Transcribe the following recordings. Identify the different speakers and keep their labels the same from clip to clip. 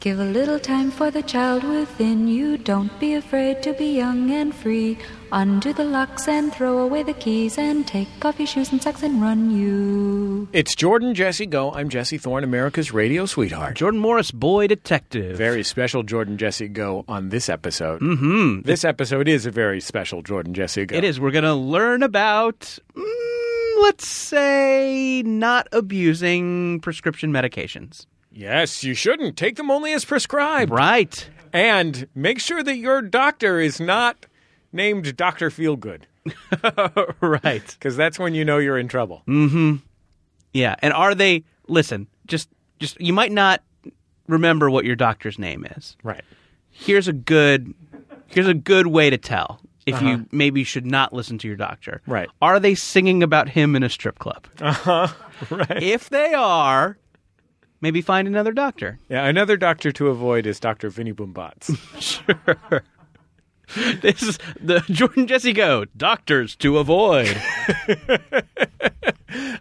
Speaker 1: Give a little time for the child within you. Don't be afraid to be young and free. Undo the locks and throw away the keys and take off your shoes and socks and run you.
Speaker 2: It's Jordan Jesse Go. I'm Jesse Thorne, America's radio sweetheart.
Speaker 3: Jordan Morris, boy detective.
Speaker 2: Very special Jordan Jesse Go on this episode.
Speaker 3: Mm-hmm.
Speaker 2: Hmm, This episode is a very special Jordan Jesse Go.
Speaker 3: It is. We're going to learn about, mm, let's say, not abusing prescription medications.
Speaker 2: Yes, you shouldn't. Take them only as prescribed.
Speaker 3: Right.
Speaker 2: And make sure that your doctor is not named Dr. Feelgood,
Speaker 3: right.
Speaker 2: because that's when you know you're in trouble.
Speaker 3: Mm-hmm. Yeah. And are they? Listen, just just you might not remember what your doctor's name is.
Speaker 2: Right.
Speaker 3: Here's a good here's a good way to tell if you maybe should not listen to your doctor.
Speaker 2: Right.
Speaker 3: Are they singing about him in a strip club? Uh-huh. Right. If they are, maybe find another doctor.
Speaker 2: Yeah, another doctor to avoid is Dr. Vinny Boombats.
Speaker 3: This is the Jordan Jesse Go, doctors to avoid.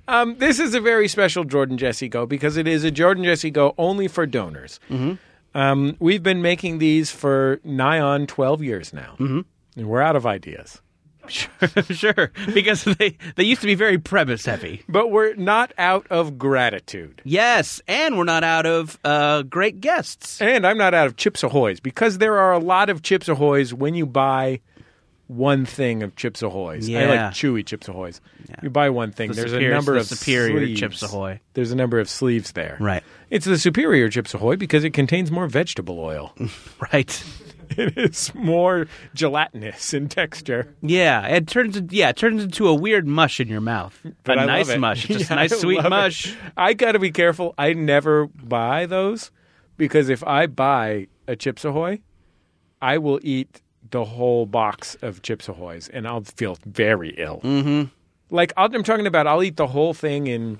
Speaker 2: um, this is a very special Jordan Jesse Go because it is a Jordan Jesse Go only for donors.
Speaker 3: Mm-hmm.
Speaker 2: Um, we've been making these for nigh on 12 years now, mm-hmm. and we're out of ideas.
Speaker 3: sure. Because they, they used to be very premise heavy.
Speaker 2: But we're not out of gratitude.
Speaker 3: Yes, and we're not out of uh, great guests.
Speaker 2: And I'm not out of Chips Ahoy's because there are a lot of Chips Ahoy's when you buy one thing of Chips Ahoy's. I
Speaker 3: Yeah.
Speaker 2: like chewy Chips Ahoy's. You buy one thing.
Speaker 3: The
Speaker 2: there's
Speaker 3: superior-
Speaker 2: a number
Speaker 3: the
Speaker 2: of
Speaker 3: superior
Speaker 2: sleeves.
Speaker 3: Chips Ahoy.
Speaker 2: There's a number of sleeves there.
Speaker 3: Right.
Speaker 2: It's the superior Chips Ahoy because it contains more vegetable oil.
Speaker 3: Right.
Speaker 2: it is more gelatinous in texture.
Speaker 3: Yeah, it turns yeah, it turns into a weird mush in your mouth.
Speaker 2: But
Speaker 3: a
Speaker 2: I love
Speaker 3: nice
Speaker 2: it.
Speaker 3: mush. It's just
Speaker 2: Yeah,
Speaker 3: a nice
Speaker 2: I
Speaker 3: sweet
Speaker 2: love it.
Speaker 3: mush.
Speaker 2: I got to be careful. I never buy those because if I buy a Chips Ahoy, I will eat the whole box of Chips Ahoy's and I'll feel very ill. Mm-hmm. Like I'll, I'm talking about, I'll eat the whole thing in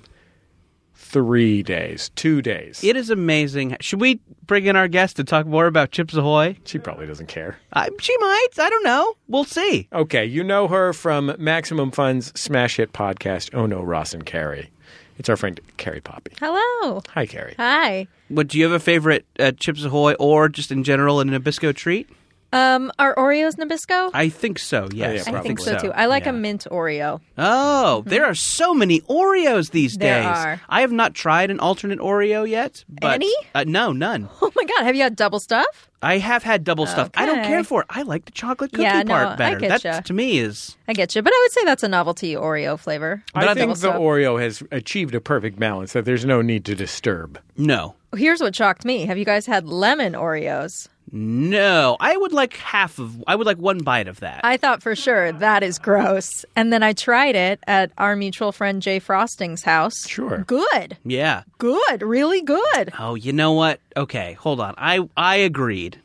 Speaker 2: three days, two days.
Speaker 3: It is amazing. Should we bring in our guest to talk more about Chips Ahoy?
Speaker 2: she probably doesn't care.
Speaker 3: I, she might. I don't know. We'll see.
Speaker 2: Okay, you know her from Maximum Fun's smash hit podcast, Oh No, Ross and Carrie. It's our friend Carrie Poppy.
Speaker 4: Hello.
Speaker 2: Hi, Carrie.
Speaker 4: Hi.
Speaker 3: What do you have a favorite uh, Chips Ahoy or just in general a Nabisco treat?
Speaker 4: Um, are Oreos Nabisco?
Speaker 3: I think so. Yes,
Speaker 2: Oh, yeah,
Speaker 4: I think
Speaker 2: probably.
Speaker 4: so too. I like
Speaker 3: Yeah.
Speaker 4: a mint Oreo.
Speaker 3: Oh, there are so many Oreos these
Speaker 4: There
Speaker 3: days.
Speaker 4: are.
Speaker 3: I have not tried an alternate Oreo yet. But,
Speaker 4: Any?
Speaker 3: Uh, no, none.
Speaker 4: Oh my god, have you had double stuff?
Speaker 3: I have had double stuff. I don't
Speaker 4: Okay.
Speaker 3: care for it. I like the chocolate cookie
Speaker 4: Yeah, no, I
Speaker 3: part better.
Speaker 4: get
Speaker 3: that
Speaker 4: ya.
Speaker 3: to me is
Speaker 4: I get you, but I would say that's a novelty Oreo flavor.
Speaker 2: I
Speaker 4: Double
Speaker 2: think the
Speaker 4: stuff.
Speaker 2: Oreo has achieved a perfect balance that there's no need to disturb.
Speaker 3: no,
Speaker 4: Here's what shocked me. Have you guys had lemon Oreos?
Speaker 3: no. I would like half of. I would like one bite of that.
Speaker 4: I thought for sure that is gross. And then I tried it at our mutual friend Jay Frosting's house.
Speaker 2: Sure.
Speaker 4: Good.
Speaker 3: yeah.
Speaker 4: Good. Really good.
Speaker 3: Oh, you know what? Okay, hold on. I I agreed.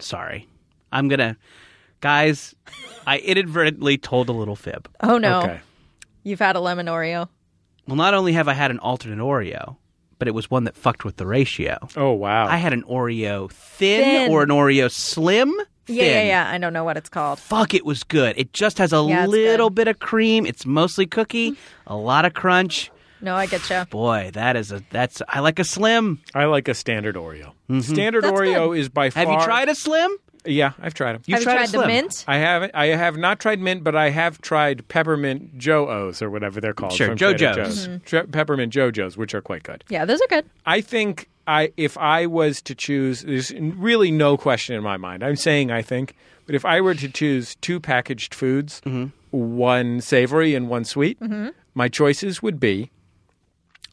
Speaker 3: Sorry, I'm gonna, guys. I inadvertently told a little fib.
Speaker 4: Oh no.
Speaker 2: Okay.
Speaker 4: You've had a lemon Oreo.
Speaker 3: Well, not only have I had an alternate Oreo, but it was one that fucked with the ratio.
Speaker 2: Oh, wow.
Speaker 3: I had an Oreo thin,
Speaker 4: Thin.
Speaker 3: or an Oreo slim. Thin.
Speaker 4: Yeah, yeah, yeah. I don't know what it's called.
Speaker 3: Fuck, it was good. It just has a
Speaker 4: Yeah, it's Mm-hmm.
Speaker 3: little bit of cream. It's mostly cookie, a lot of crunch.
Speaker 4: No, I get you.
Speaker 3: Boy, that is a that's I like a slim. Mm-hmm.
Speaker 2: I like a standard Oreo. Standard
Speaker 4: That's
Speaker 2: Oreo is by far.
Speaker 3: Have you tried a slim?
Speaker 2: Yeah, I've tried them.
Speaker 3: You've
Speaker 4: have you
Speaker 3: tried a
Speaker 4: tried the
Speaker 3: Slim.
Speaker 4: mint?
Speaker 2: I haven't. I have not tried mint, but I have tried peppermint Joes or whatever they're called.
Speaker 3: Sure,
Speaker 2: from Trader
Speaker 3: JoJo's.
Speaker 2: Joe's.
Speaker 4: Mm-hmm.
Speaker 2: Tre- peppermint JoJo's, which are quite good.
Speaker 4: Yeah, those are good.
Speaker 2: I think I, if I was to choose, there's really no question in my mind. I'm saying I think, but if I were to choose two packaged foods, one savory and one sweet, my choices would be,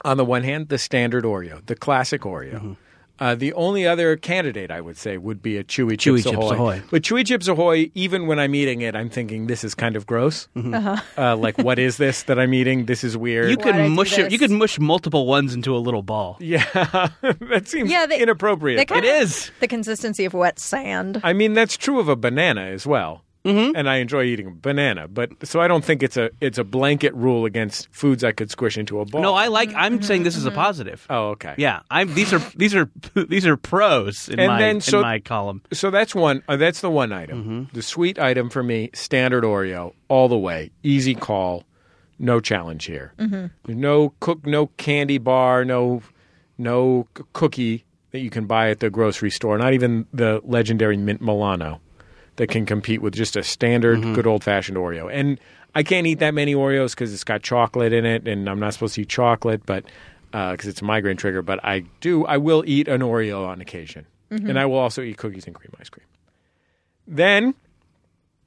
Speaker 2: on the one hand, the standard Oreo, the classic Oreo. Uh, the only other candidate I would say would be a Chewy,
Speaker 3: Chewy
Speaker 2: Chips,
Speaker 3: Chips
Speaker 2: Ahoy.
Speaker 3: Ahoy.
Speaker 2: But Chewy Chips Ahoy, even when I'm eating it, I'm thinking this is kind of gross. Uh, like, what is this that I'm eating? This is weird.
Speaker 3: Uh-huh. You could
Speaker 4: Why'd I do
Speaker 3: mush it,
Speaker 4: this?
Speaker 3: you could mush multiple ones into a little ball.
Speaker 2: yeah, that seems
Speaker 4: Yeah, they-
Speaker 2: inappropriate.
Speaker 4: they
Speaker 3: It is.
Speaker 4: The consistency of wet sand.
Speaker 2: I mean, that's true of a banana as well. Mm-hmm. And I enjoy eating a banana, but so I don't think it's a it's a blanket rule against foods I could squish into a ball.
Speaker 3: No, I like
Speaker 4: Mm-hmm,
Speaker 3: I'm saying this is a positive.
Speaker 2: Oh, okay.
Speaker 3: Yeah, I'm these are these are these are pros in
Speaker 2: And
Speaker 3: my
Speaker 2: then so-
Speaker 3: in my column. Mm-hmm.
Speaker 2: So that's one. Uh, that's the one item. The sweet item for me, standard Oreo, all the way, easy call, no challenge
Speaker 4: Mm-hmm.
Speaker 2: Mm-hmm. here. No cook, no candy bar, no no c- cookie. that you can buy at the grocery store, not even the legendary Mint Milano that can compete with just a standard good old fashioned Oreo. And I can't eat that many Oreos because it's got chocolate in it, and I'm not supposed to eat chocolate, but because it's a migraine trigger. But I do, I will eat an Oreo on occasion, and I will also eat cookies and cream ice cream. Then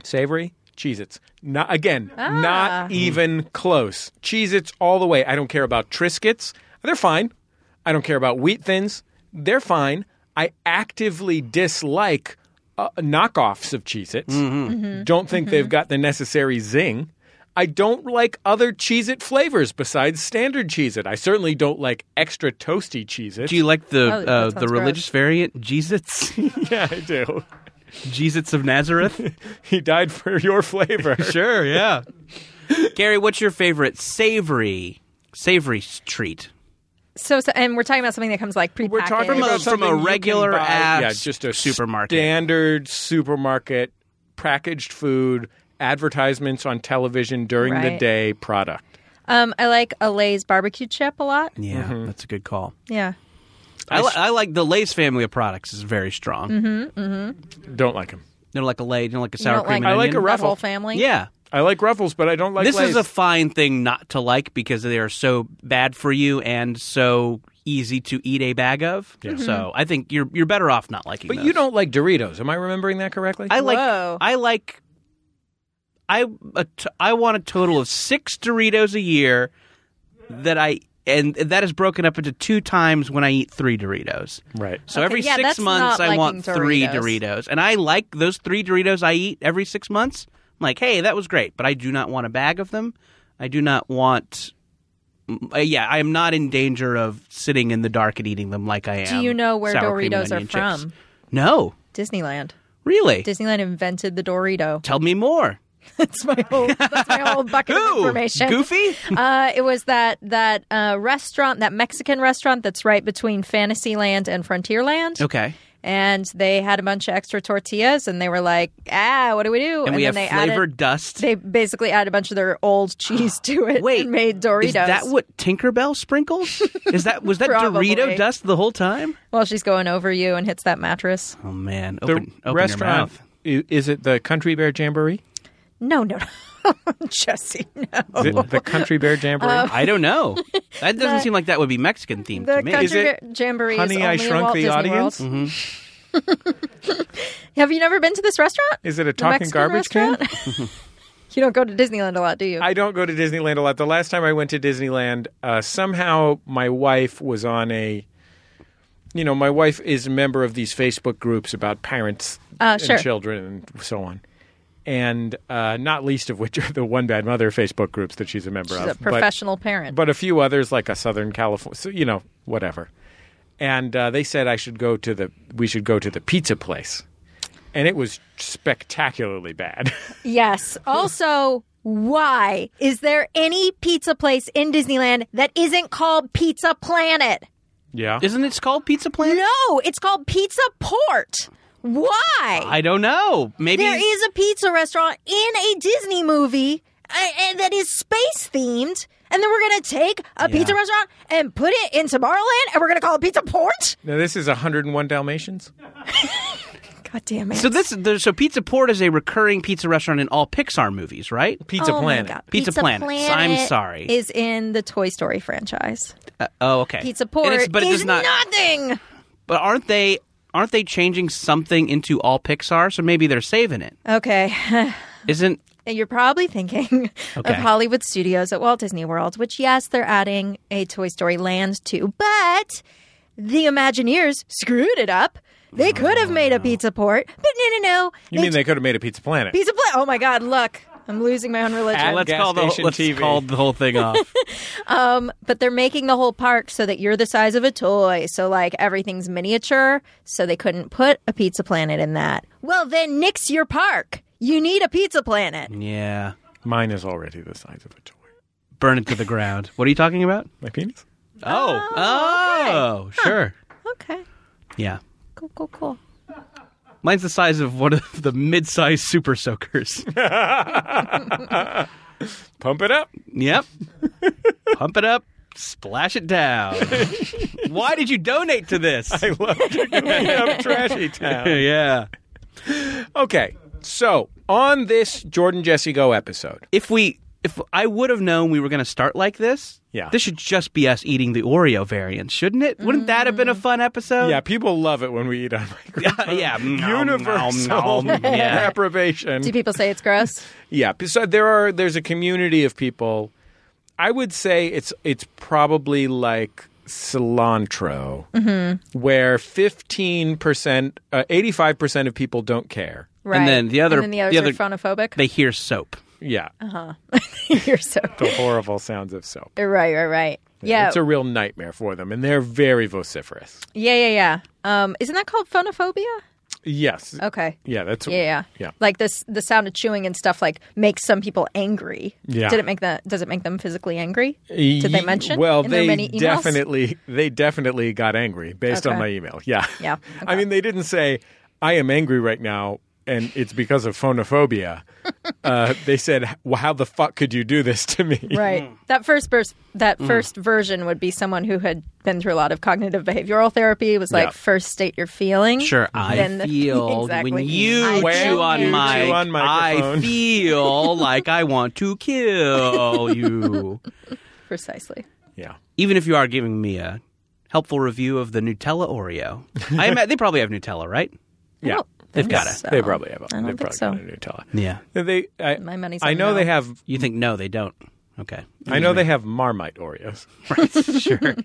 Speaker 2: savory Cheez Its. Not again, not even close. Cheez Its all the way. I don't care about Triscuits. They're fine. I don't care about wheat thins. They're fine. I actively dislike uh, knockoffs of Cheez Its.
Speaker 3: Mm-hmm.
Speaker 2: Don't think they've got the necessary zing. I don't like other Cheez It flavors besides standard Cheez It. I certainly don't like extra toasty Cheez It.
Speaker 3: Do you like the
Speaker 4: Oh, that
Speaker 3: uh,
Speaker 4: sounds
Speaker 3: the religious
Speaker 4: gross.
Speaker 3: variant, Jesus,
Speaker 2: yeah, I do.
Speaker 3: Jesus of Nazareth?
Speaker 2: He died for your flavor.
Speaker 3: sure, yeah. Gary, what's your favorite savory savory s- treat?
Speaker 4: So, so and we're talking about something that comes like prepackaged.
Speaker 2: We're talking about
Speaker 3: From a
Speaker 2: something you can
Speaker 3: regular
Speaker 2: buy-
Speaker 3: ass
Speaker 2: yeah, just a
Speaker 3: supermarket.
Speaker 2: standard supermarket packaged food, advertisements on television during the
Speaker 4: Right.
Speaker 2: day product.
Speaker 4: um, I like a Lay's barbecue chip a lot.
Speaker 3: Yeah,
Speaker 2: Mm-hmm.
Speaker 3: that's a good call.
Speaker 4: Yeah.
Speaker 3: I, li- I like the Lay's family of products is very strong.
Speaker 4: Mm-hmm.
Speaker 2: Don't like them.
Speaker 3: They're like a Lay, you know, like a sour
Speaker 4: don't
Speaker 3: cream.
Speaker 4: like-
Speaker 3: and
Speaker 2: I like
Speaker 3: onion.
Speaker 2: a
Speaker 4: That
Speaker 2: Ruffle.
Speaker 4: whole family.
Speaker 3: Yeah,
Speaker 2: I like Ruffles, but I don't like.
Speaker 3: this
Speaker 2: Lay's.
Speaker 3: is a fine thing not to like because they are so bad for you and so easy to eat a bag of. So
Speaker 4: Mm-hmm.
Speaker 3: I think you're you're better off not liking.
Speaker 2: but
Speaker 3: those.
Speaker 2: you don't like Doritos. Am I remembering that correctly?
Speaker 3: I like.
Speaker 4: Whoa.
Speaker 3: I like. I a t- I want a total of six Doritos a year that I and that is broken up into two times when I eat three Doritos.
Speaker 2: right.
Speaker 3: So
Speaker 4: Okay,
Speaker 3: every
Speaker 4: yeah,
Speaker 3: six
Speaker 4: that's
Speaker 3: months,
Speaker 4: not
Speaker 3: I
Speaker 4: liking
Speaker 3: want three
Speaker 4: Doritos.
Speaker 3: Doritos, and I like those three Doritos I eat every six months. I'm like, hey, that was great, but I do not want a bag of them. I do not want. Mm, uh, yeah, I am not in danger of sitting in the dark and eating them like I am.
Speaker 4: Do you know where
Speaker 3: sour cream and
Speaker 4: Doritos are
Speaker 3: onion chips.
Speaker 4: from?
Speaker 3: No,
Speaker 4: Disneyland.
Speaker 3: really.
Speaker 4: Disneyland invented the Dorito.
Speaker 3: Tell me more.
Speaker 4: That's my whole. That's my whole bucket of
Speaker 3: Who?
Speaker 4: information.
Speaker 3: Goofy?
Speaker 4: Uh, it was that that uh, restaurant, that Mexican restaurant that's right between Fantasyland and Frontierland.
Speaker 3: Okay.
Speaker 4: And they had a bunch of extra tortillas, and they were like, "Ah, what do we do?"
Speaker 3: And, we have
Speaker 4: then they added-
Speaker 3: flavor dust.
Speaker 4: they basically added a bunch of their old cheese to it
Speaker 3: Wait,
Speaker 4: and made Doritos.
Speaker 3: Is that what Tinkerbell sprinkles? Is that was that
Speaker 4: Probably.
Speaker 3: Dorito dust the whole time?
Speaker 4: While she's going over you and hits that mattress.
Speaker 3: Oh man,
Speaker 2: The
Speaker 3: open, open your
Speaker 2: restaurant
Speaker 3: mouth.
Speaker 2: i- is it the Country Bear Jamboree?
Speaker 4: No, no, no. Jesse, no.
Speaker 2: Is it the Country Bear Jamboree?
Speaker 3: Oh. Um, I don't know. That doesn't seem like that would be Mexican themed
Speaker 4: The
Speaker 3: to me.
Speaker 2: Is
Speaker 4: country
Speaker 2: it
Speaker 4: Bear jamboree is
Speaker 2: Honey,
Speaker 4: only
Speaker 2: I
Speaker 4: in
Speaker 2: Shrunk
Speaker 4: Walt
Speaker 2: the
Speaker 4: Disney
Speaker 2: Audience?
Speaker 4: World.
Speaker 3: Mm-hmm.
Speaker 4: Have you never been to this restaurant?
Speaker 2: Is it a
Speaker 4: The
Speaker 2: talking
Speaker 4: Mexican
Speaker 2: garbage can?
Speaker 4: restaurant? you don't go to Disneyland a lot, do you?
Speaker 2: I don't go to Disneyland a lot. The last time I went to Disneyland, uh, somehow my wife was on a. You know, my wife is a member of these Facebook groups about parents
Speaker 4: Uh,
Speaker 2: and
Speaker 4: sure.
Speaker 2: children and so on. And uh, not least of which are the One Bad Mother Facebook groups that she's a member of.
Speaker 4: She's a
Speaker 2: But-
Speaker 4: professional parent.
Speaker 2: but a few others like a Southern California, so, you know, whatever. And uh, they said I should go to the we should go to the pizza place, and it was spectacularly bad.
Speaker 4: yes. Also, why is there any pizza place in Disneyland that isn't called Pizza Planet?
Speaker 2: yeah,
Speaker 3: Isn't it called Pizza Planet?
Speaker 4: No, it's called Pizza Port. Why?
Speaker 3: I don't know. Maybe
Speaker 4: There is a pizza restaurant in a Disney movie uh, and that is space themed. And then we're going to take a pizza restaurant and put it in Tomorrowland and we're going to call it Pizza Port?
Speaker 2: now this is 101 Dalmatians.
Speaker 4: God damn it.
Speaker 3: so this there- so Pizza Port is a recurring pizza restaurant in all Pixar movies, right?
Speaker 2: Pizza
Speaker 4: Oh my
Speaker 2: Planet.
Speaker 4: God.
Speaker 3: Pizza Planet. I'm sorry.
Speaker 4: Is in the Toy Story franchise.
Speaker 3: Uh, oh, okay.
Speaker 4: Pizza
Speaker 3: And
Speaker 4: Port
Speaker 3: it's- but it
Speaker 4: is
Speaker 3: does not.
Speaker 4: nothing.
Speaker 3: But aren't they aren't they changing something into all Pixar? So maybe they're saving it.
Speaker 4: Okay.
Speaker 3: Isn't
Speaker 4: And You're probably thinking
Speaker 3: Okay.
Speaker 4: of Hollywood Studios at Walt Disney World, which, yes, they're adding a Toy Story Land to, but the Imagineers screwed it up. They could have
Speaker 3: Oh,
Speaker 4: made a pizza port, but no, no, no.
Speaker 2: You mean they could have made a Pizza Planet?
Speaker 4: pizza pla Oh my God! Look, I'm losing my own religion.
Speaker 2: At
Speaker 3: let's
Speaker 2: gas
Speaker 3: call the
Speaker 2: station
Speaker 3: let's
Speaker 2: TV.
Speaker 3: call the whole thing off.
Speaker 4: Um, but they're making the whole park so that you're the size of a toy. So like everything's miniature. So they couldn't put a Pizza Planet in that. Well, then nix your park. You need a Pizza Planet.
Speaker 3: yeah,
Speaker 2: Mine is already the size of a toy.
Speaker 3: burn it to the ground. What are you talking about?
Speaker 2: My penis.
Speaker 3: Oh,
Speaker 4: Oh,
Speaker 3: oh, sure.
Speaker 4: Okay.
Speaker 3: Yeah,
Speaker 4: Cool. Cool. Cool.
Speaker 3: mine's the size of one of the mid-sized super soakers.
Speaker 2: Pump it up.
Speaker 3: yep, pump it up. Splash it down. Why did you donate to this?
Speaker 2: I love to up Trashy Town.
Speaker 3: yeah.
Speaker 2: Okay, so on this Jordan Jesse Go episode,
Speaker 3: If we, if I would have known we were going to start like this,
Speaker 2: Yeah.
Speaker 3: this should just be us eating the Oreo variant, shouldn't it? Wouldn't that have
Speaker 4: Mm.
Speaker 3: been a fun episode?
Speaker 2: yeah, people love it when we eat on microphone.
Speaker 3: yeah.
Speaker 2: Universal
Speaker 3: yeah.
Speaker 2: approbation.
Speaker 4: Do people say it's gross?
Speaker 2: Yeah, so there are there's a community of people. I would say it's it's probably like cilantro,
Speaker 4: Mm-hmm.
Speaker 2: where fifteen percent, eighty five percent of people don't care.
Speaker 4: Right.
Speaker 3: then the other-
Speaker 4: and then the others
Speaker 3: the other-
Speaker 4: are phonophobic.
Speaker 3: They hear soap.
Speaker 2: Yeah,
Speaker 4: Uh-huh. You're so
Speaker 2: the horrible sounds of soap.
Speaker 4: right, right, right. Yeah,
Speaker 2: It's a real nightmare for them, and they're very vociferous.
Speaker 4: yeah, yeah, yeah. Um, isn't that called phonophobia?
Speaker 2: Yes.
Speaker 4: Okay.
Speaker 2: Yeah, that's
Speaker 4: Yeah, yeah,
Speaker 2: yeah.
Speaker 4: Like this, the sound of chewing and stuff like makes some people angry.
Speaker 2: Yeah.
Speaker 4: Did it make that? Does it make them physically angry?
Speaker 2: Ye-
Speaker 4: Did they mention?
Speaker 2: Well,
Speaker 4: in
Speaker 2: they
Speaker 4: their many emails?
Speaker 2: definitely they definitely got angry based on
Speaker 4: Okay.
Speaker 2: my email. Yeah,
Speaker 4: Yeah,
Speaker 2: I mean, they didn't say I am angry right now, and it's because of phonophobia. uh, they said, well, "How the fuck could you do this to me?"
Speaker 3: Mm.
Speaker 4: Right. That first vers- that first version would be someone who had been through a lot of cognitive behavioral therapy. It Was like
Speaker 2: Yeah.
Speaker 4: first state your feeling.
Speaker 3: Sure,
Speaker 4: Then
Speaker 3: I
Speaker 4: the-
Speaker 3: feel
Speaker 4: Exactly.
Speaker 3: when you
Speaker 4: I
Speaker 3: chew
Speaker 4: feel
Speaker 3: on
Speaker 4: you
Speaker 3: my,
Speaker 2: chew on
Speaker 3: I
Speaker 2: microphone.
Speaker 3: feel like I want to kill you.
Speaker 4: Precisely.
Speaker 2: Yeah,
Speaker 3: Even if you are giving me a helpful review of the Nutella Oreo, I ima- they probably have Nutella, right?
Speaker 2: yeah.
Speaker 4: don't
Speaker 3: They've
Speaker 4: think
Speaker 3: gotta.
Speaker 4: so.
Speaker 2: They probably have. A,
Speaker 4: I don't
Speaker 2: they
Speaker 4: think
Speaker 2: probably
Speaker 4: so.
Speaker 2: got a Nutella.
Speaker 3: Yeah.
Speaker 2: They, I,
Speaker 4: My money's
Speaker 2: I
Speaker 4: on
Speaker 2: know
Speaker 4: no.
Speaker 2: they have.
Speaker 3: You think no, they don't. Okay.
Speaker 2: I know they have Marmite Oreos.
Speaker 3: Right. Sure.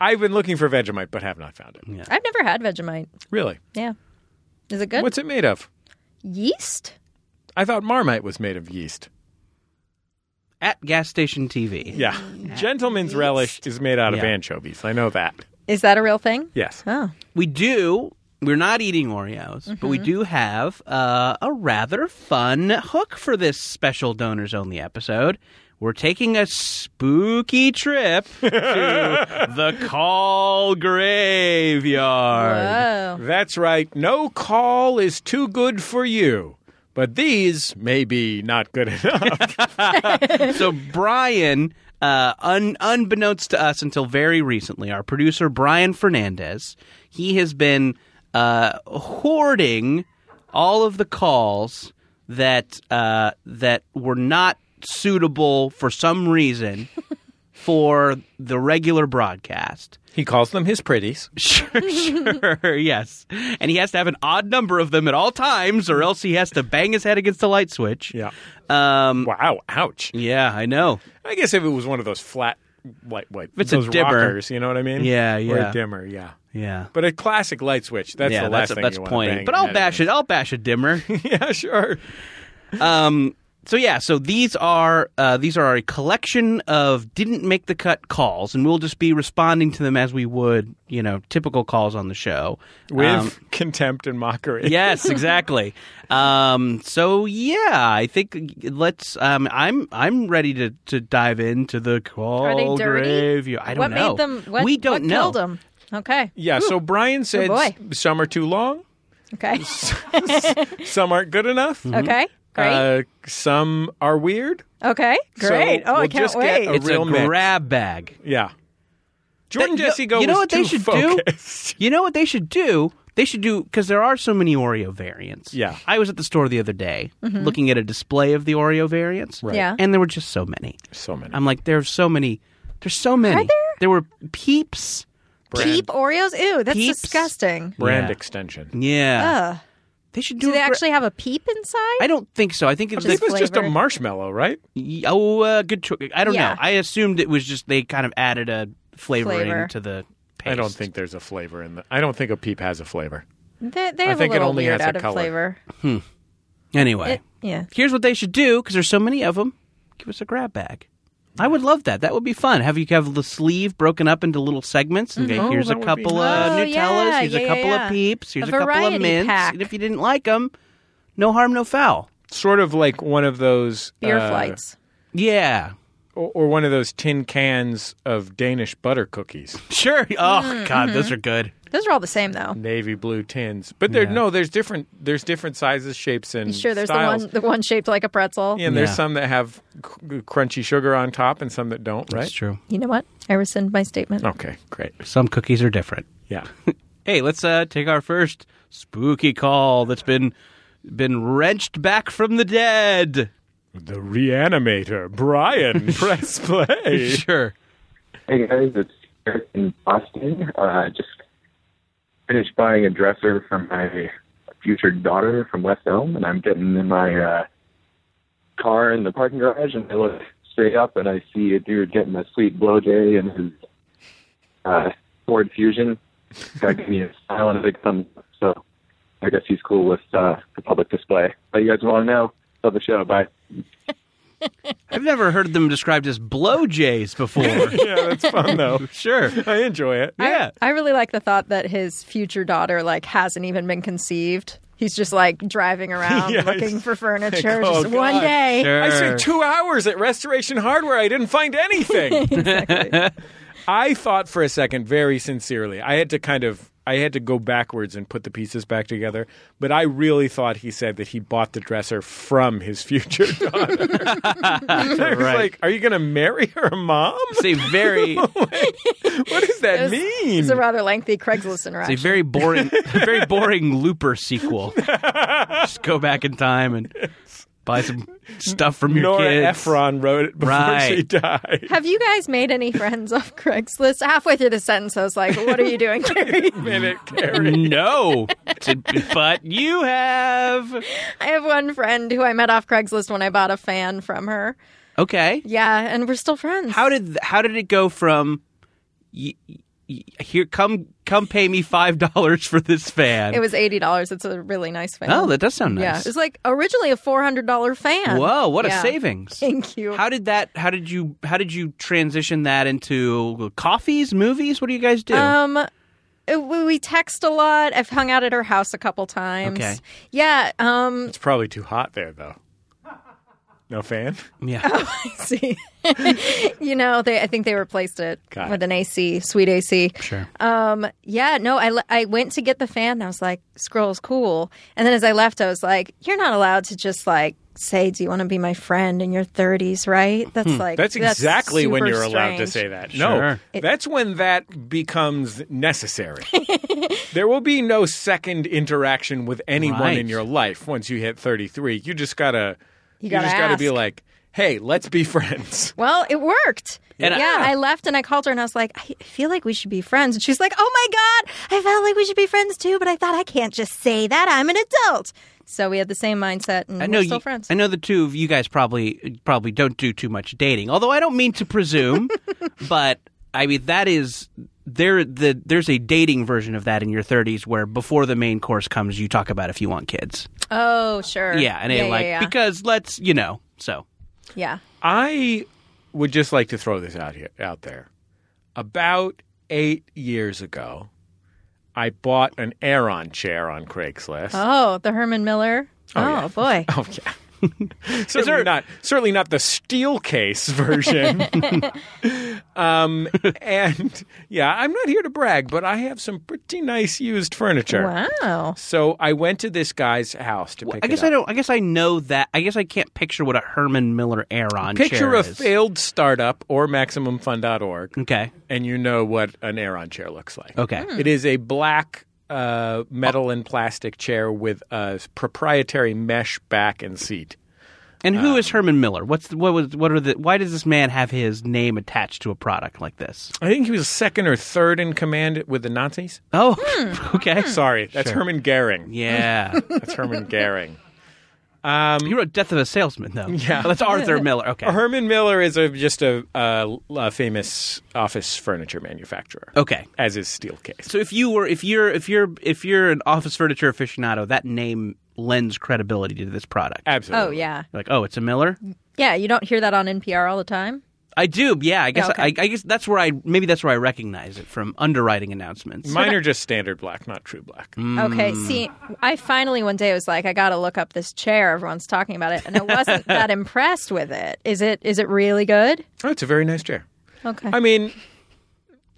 Speaker 2: I've been looking for Vegemite, but have not found it.
Speaker 4: I've never had Vegemite.
Speaker 2: Really?
Speaker 4: Yeah. Is it good?
Speaker 2: What's it made of?
Speaker 4: yeast?
Speaker 2: I thought Marmite was made of yeast.
Speaker 3: At gas station TV.
Speaker 2: Yeah. Gentleman's relish is made out of
Speaker 3: Yeah.
Speaker 2: anchovies. I know that.
Speaker 4: Is that a real thing?
Speaker 2: Yes.
Speaker 4: Oh.
Speaker 3: We do. We're not eating Oreos, but we do have uh, a rather fun hook for this special donors only episode. We're taking a spooky trip to the Call
Speaker 4: Oh.
Speaker 3: Graveyard.
Speaker 2: That's right. No call is too good for you. But these may be not good enough.
Speaker 3: So Brian, uh, un- unbeknownst to us until very recently, our producer Brian Fernandez, he has been uh, hoarding all of the calls that uh, that were not suitable for some reason for the regular broadcast.
Speaker 2: he calls them his pretties.
Speaker 3: Sure, sure, yes. And he has to have an odd number of them at all times, or else he has to bang his head against the light switch.
Speaker 2: Yeah.
Speaker 3: Um,
Speaker 2: Wow. Ouch.
Speaker 3: yeah, I know.
Speaker 2: I guess if it was one of those flat, like, like
Speaker 3: it's a
Speaker 2: those
Speaker 3: dimmer.
Speaker 2: rockers, you know what I mean?
Speaker 3: Yeah,
Speaker 2: Or
Speaker 3: yeah.
Speaker 2: a dimmer, yeah.
Speaker 3: Yeah.
Speaker 2: But a classic light switch, that's
Speaker 3: yeah,
Speaker 2: the last
Speaker 3: that's
Speaker 2: thing
Speaker 3: that's
Speaker 2: you
Speaker 3: pointy. But I'll bash it. I'll bash a dimmer.
Speaker 2: yeah, sure.
Speaker 3: um, so yeah, so these are uh, these are a collection of didn't make the cut calls, and we'll just be responding to them as we would, you know, typical calls on the show.
Speaker 2: With
Speaker 3: Um,
Speaker 2: contempt and mockery.
Speaker 3: yes, exactly. Um, so yeah, I think let's. Um, I'm I'm ready to, to dive into the call
Speaker 4: Are they dirty?
Speaker 3: graveyard. I don't
Speaker 4: what
Speaker 3: know.
Speaker 4: made them? What,
Speaker 3: we don't
Speaker 4: what
Speaker 3: know.
Speaker 4: Killed them. Okay. Oh,
Speaker 2: Yeah, so Brian said
Speaker 4: boy.
Speaker 2: s- some are too long,
Speaker 4: Okay.
Speaker 3: Mm-hmm.
Speaker 2: some aren't good enough.
Speaker 4: Mm-hmm. okay. Great.
Speaker 2: Uh, some are weird.
Speaker 3: Uh,
Speaker 4: okay.
Speaker 2: so
Speaker 4: Great. oh, I
Speaker 2: we'll
Speaker 4: can't
Speaker 2: just get
Speaker 4: wait.
Speaker 2: a
Speaker 3: It's
Speaker 2: real
Speaker 3: a
Speaker 2: mix.
Speaker 3: grab bag.
Speaker 2: Yeah. Jordan
Speaker 3: That-
Speaker 2: Jesse Go
Speaker 3: You know
Speaker 2: was
Speaker 3: what they
Speaker 2: too
Speaker 3: should
Speaker 2: focused.
Speaker 3: do? You know what they should do? They should do because there are so many Oreo variants.
Speaker 2: Yeah.
Speaker 3: I was at the store the other day looking at a display of the Oreo variants.
Speaker 2: Right.
Speaker 4: Mm-hmm. Yeah.
Speaker 3: and there were just so many.
Speaker 2: So many.
Speaker 3: I'm like, there's so many. There's so many.
Speaker 4: there?
Speaker 3: were peeps.
Speaker 2: brand
Speaker 4: Peep Oreos? Ew, that's
Speaker 3: Peeps?
Speaker 4: disgusting.
Speaker 2: brand
Speaker 3: Yeah.
Speaker 2: extension.
Speaker 3: Yeah,
Speaker 4: Ugh.
Speaker 3: they should do.
Speaker 4: Do they
Speaker 3: a gra-
Speaker 4: actually have a peep inside?
Speaker 3: I don't think so. I think it's
Speaker 2: This
Speaker 3: the,
Speaker 2: was just a
Speaker 4: flavored.
Speaker 2: marshmallow, right?
Speaker 3: y- oh, uh, good choice. I don't
Speaker 4: Yeah.
Speaker 3: know. I assumed it was just they kind of added a flavoring
Speaker 4: Flavor.
Speaker 3: to the. Paste.
Speaker 2: I don't think there's a flavor in the. I don't think a peep has a flavor.
Speaker 4: They, they
Speaker 2: I
Speaker 4: have
Speaker 2: think
Speaker 4: a
Speaker 2: it
Speaker 4: little
Speaker 2: only
Speaker 4: weird
Speaker 2: has a
Speaker 4: out of
Speaker 2: color.
Speaker 4: flavor.
Speaker 3: Hmm. Anyway,
Speaker 4: It- yeah.
Speaker 3: here's what they should do because there's so many of them give us a grab bag i would love that that would be fun have you have the sleeve broken up into little segments okay here's a
Speaker 2: that would be
Speaker 3: couple
Speaker 4: nice.
Speaker 3: of
Speaker 4: Mm-hmm. Oh,
Speaker 3: nutellas
Speaker 4: yeah,
Speaker 3: here's a
Speaker 4: yeah,
Speaker 3: couple
Speaker 4: yeah.
Speaker 3: of peeps here's
Speaker 4: A
Speaker 3: a, couple
Speaker 4: variety
Speaker 3: of mints
Speaker 4: pack.
Speaker 3: and if you didn't like them no harm no foul
Speaker 2: Sort of like one of those
Speaker 4: Beer
Speaker 2: uh,
Speaker 4: flights.
Speaker 3: yeah
Speaker 2: or, or one of those tin cans of Danish butter cookies,
Speaker 3: Sure. Oh
Speaker 4: Mm,
Speaker 3: God, those
Speaker 4: mm-hmm.
Speaker 3: are good.
Speaker 4: Those are all the same though.
Speaker 2: navy blue tins. But there, no, there's different. There's different sizes, shapes, and
Speaker 4: You sure there's
Speaker 2: styles.
Speaker 4: the one the one shaped like a pretzel?
Speaker 2: And there's
Speaker 3: Yeah.
Speaker 2: some that have cr- crunchy sugar on top, and some that don't. Right?
Speaker 3: That's true.
Speaker 4: You know what? I rescind my statement.
Speaker 2: Okay, great.
Speaker 3: Some cookies are different.
Speaker 2: Yeah.
Speaker 3: Hey, let's uh, take our first spooky call that's been been wrenched back from the dead.
Speaker 2: The reanimator, Brian. press play.
Speaker 3: Sure.
Speaker 5: Hey guys, it's Eric in Boston. Uh, just finished buying a dresser for my future daughter from West Elm, and I'm getting in my uh, car in the parking garage, and I look straight up, and I see a dude getting a sweet blow jay in his uh, Ford Fusion. Guy gave me a smile and a big thumbs up, so I guess he's cool with uh, the public display. But you guys want to know? Love the show. Bye.
Speaker 3: I've never heard them described as blowjays before.
Speaker 2: yeah, that's fun though.
Speaker 3: sure.
Speaker 2: I enjoy it.
Speaker 4: I-
Speaker 3: Yeah.
Speaker 4: I, really like the thought that his future daughter like hasn't even been conceived. He's just like driving around
Speaker 2: Yeah,
Speaker 4: looking
Speaker 2: he's-
Speaker 4: for furniture.
Speaker 2: Like, oh,
Speaker 4: just one
Speaker 2: God.
Speaker 4: day.
Speaker 3: Sure.
Speaker 2: I spent two hours at Restoration Hardware. I didn't find anything. I thought for a second, very sincerely. I had to kind of, I had to go backwards and put the pieces back together. But I really thought he said that he bought the dresser from his future daughter. I was
Speaker 3: Right.
Speaker 2: like, "Are you going to marry her mom?
Speaker 3: It's a very, it's
Speaker 2: What does that
Speaker 4: It was-
Speaker 2: mean?"
Speaker 4: It's a rather lengthy Craigslist
Speaker 3: a
Speaker 4: interaction.
Speaker 3: very boring, a very boring Looper sequel. Just go back in time and buy some stuff from your
Speaker 2: Nora
Speaker 3: kids.
Speaker 2: Ephron wrote it before
Speaker 3: Right.
Speaker 2: she died.
Speaker 4: Have you guys made any friends off Craigslist? Halfway through the sentence, I was like, "What are you doing, Carrie?"
Speaker 2: Minute, Carrie.
Speaker 3: No, but you have.
Speaker 4: I have one friend who I met off Craigslist when I bought a fan from her.
Speaker 3: Okay.
Speaker 4: Yeah, and we're still friends.
Speaker 3: How did how did it go from y- y- here come come pay me five dollars for this fan?
Speaker 4: it was eighty dollars. It's a really nice fan.
Speaker 3: oh, that does sound
Speaker 4: yeah.
Speaker 3: nice.
Speaker 4: It's like originally a four hundred dollar fan.
Speaker 3: Whoa, what
Speaker 4: Yeah.
Speaker 3: a savings!
Speaker 4: Thank you.
Speaker 3: How did that? How did you? How did you transition that into coffees, movies? What do you guys do?
Speaker 4: Um, uh, we we text a lot. I've hung out at her house a couple times.
Speaker 3: Okay.
Speaker 4: Yeah. Um.
Speaker 2: It's probably too hot there, though. No fan.
Speaker 3: yeah,
Speaker 4: oh, See, you know, they. I think they replaced it
Speaker 2: Got
Speaker 4: with
Speaker 2: it.
Speaker 4: an AC, sweet AC.
Speaker 3: sure.
Speaker 4: Um. Yeah. No. I le- I went to get the fan. and I was like, "Scroll's cool." And then as I left, I was like, "You're not allowed to just like." Say, do you want to be my friend in your 30s? Right? That's like
Speaker 2: That's exactly when
Speaker 4: super
Speaker 2: you're allowed to
Speaker 4: strange.
Speaker 2: say that.
Speaker 3: Hmm. Sure.
Speaker 2: No, that's when that becomes necessary. there will be no second interaction with anyone
Speaker 3: Right.
Speaker 2: in your life once you hit 33. You just gotta, you,
Speaker 4: gotta
Speaker 2: just gotta be
Speaker 4: ask.
Speaker 2: like, hey, let's be friends.
Speaker 4: Well, it worked.
Speaker 3: And I-
Speaker 4: yeah, I, left and I called her and I was like, I feel like we should be friends. And she's like, Oh my God, I felt like we should be friends too, but I thought I can't just say that. I'm an adult. So we had the same mindset and
Speaker 3: I know
Speaker 4: we're still
Speaker 3: you,
Speaker 4: friends.
Speaker 3: I know the two of you guys probably probably don't do too much dating. Although I don't mean to presume, but I mean that is there the there's a dating version of that in your 30s where before the main course comes you talk about if you want kids.
Speaker 4: oh, sure.
Speaker 3: Yeah, and it like
Speaker 4: yeah, yeah.
Speaker 3: because let's, you know. So,
Speaker 4: Yeah.
Speaker 2: I would just like to throw this out here, out there. About eight years ago, I bought an Aeron chair on Craigslist.
Speaker 4: Oh, the Herman Miller. Oh,
Speaker 2: yeah.
Speaker 4: boy.
Speaker 2: Oh yeah. certainly not certainly not the steel case version. um, and yeah, I'm not here to brag, but I have some pretty nice used furniture.
Speaker 4: Wow.
Speaker 2: So I went to this guy's house to pick
Speaker 3: I
Speaker 2: it
Speaker 3: guess
Speaker 2: up.
Speaker 3: I don't I guess I know that. I guess I can't picture what a Herman Miller Aeron
Speaker 2: Picture
Speaker 3: chair
Speaker 2: a
Speaker 3: is.
Speaker 2: failed startup or maximumfund.org
Speaker 3: Okay.
Speaker 2: and you know what an Aeron chair looks like.
Speaker 3: Okay.
Speaker 4: Hmm.
Speaker 2: It is a black uh, metal and plastic chair with a proprietary mesh back and seat.
Speaker 3: And who
Speaker 2: Um,
Speaker 3: is Herman Miller? What's the, what was what are the why does this man have his name attached to a product like this?
Speaker 2: I think he was second or third in command with the Nazis.
Speaker 3: Oh,
Speaker 4: Hmm.
Speaker 3: okay.
Speaker 2: Sorry, that's Herman Goering.
Speaker 3: Yeah.
Speaker 2: That's Herman Goering.
Speaker 3: you Um, wrote Death of a Salesman, though. Yeah. That's Arthur Miller. Okay.
Speaker 2: Herman Miller is a, just a, a, a famous office furniture manufacturer.
Speaker 3: Okay.
Speaker 2: As is Steelcase.
Speaker 3: So if you were, if you're, if you're, if you're an office furniture aficionado, that name lends credibility to this product.
Speaker 2: Absolutely.
Speaker 4: Oh, yeah.
Speaker 3: Like, oh, it's a Miller.
Speaker 4: Yeah, you don't hear that on NPR all the time.
Speaker 3: I do. Yeah, I guess
Speaker 4: okay.
Speaker 3: I, I guess that's where I maybe that's where I recognize it from underwriting announcements. Hmm.
Speaker 2: Mine are just standard black, not true black.
Speaker 4: Okay,
Speaker 2: Hmm.
Speaker 4: see, I finally one day was like, I got to look up this chair. Everyone's talking about it, and I wasn't that impressed with it. Is it? Is it really good?
Speaker 2: Oh, it's a very nice chair.
Speaker 4: Okay.
Speaker 2: I mean,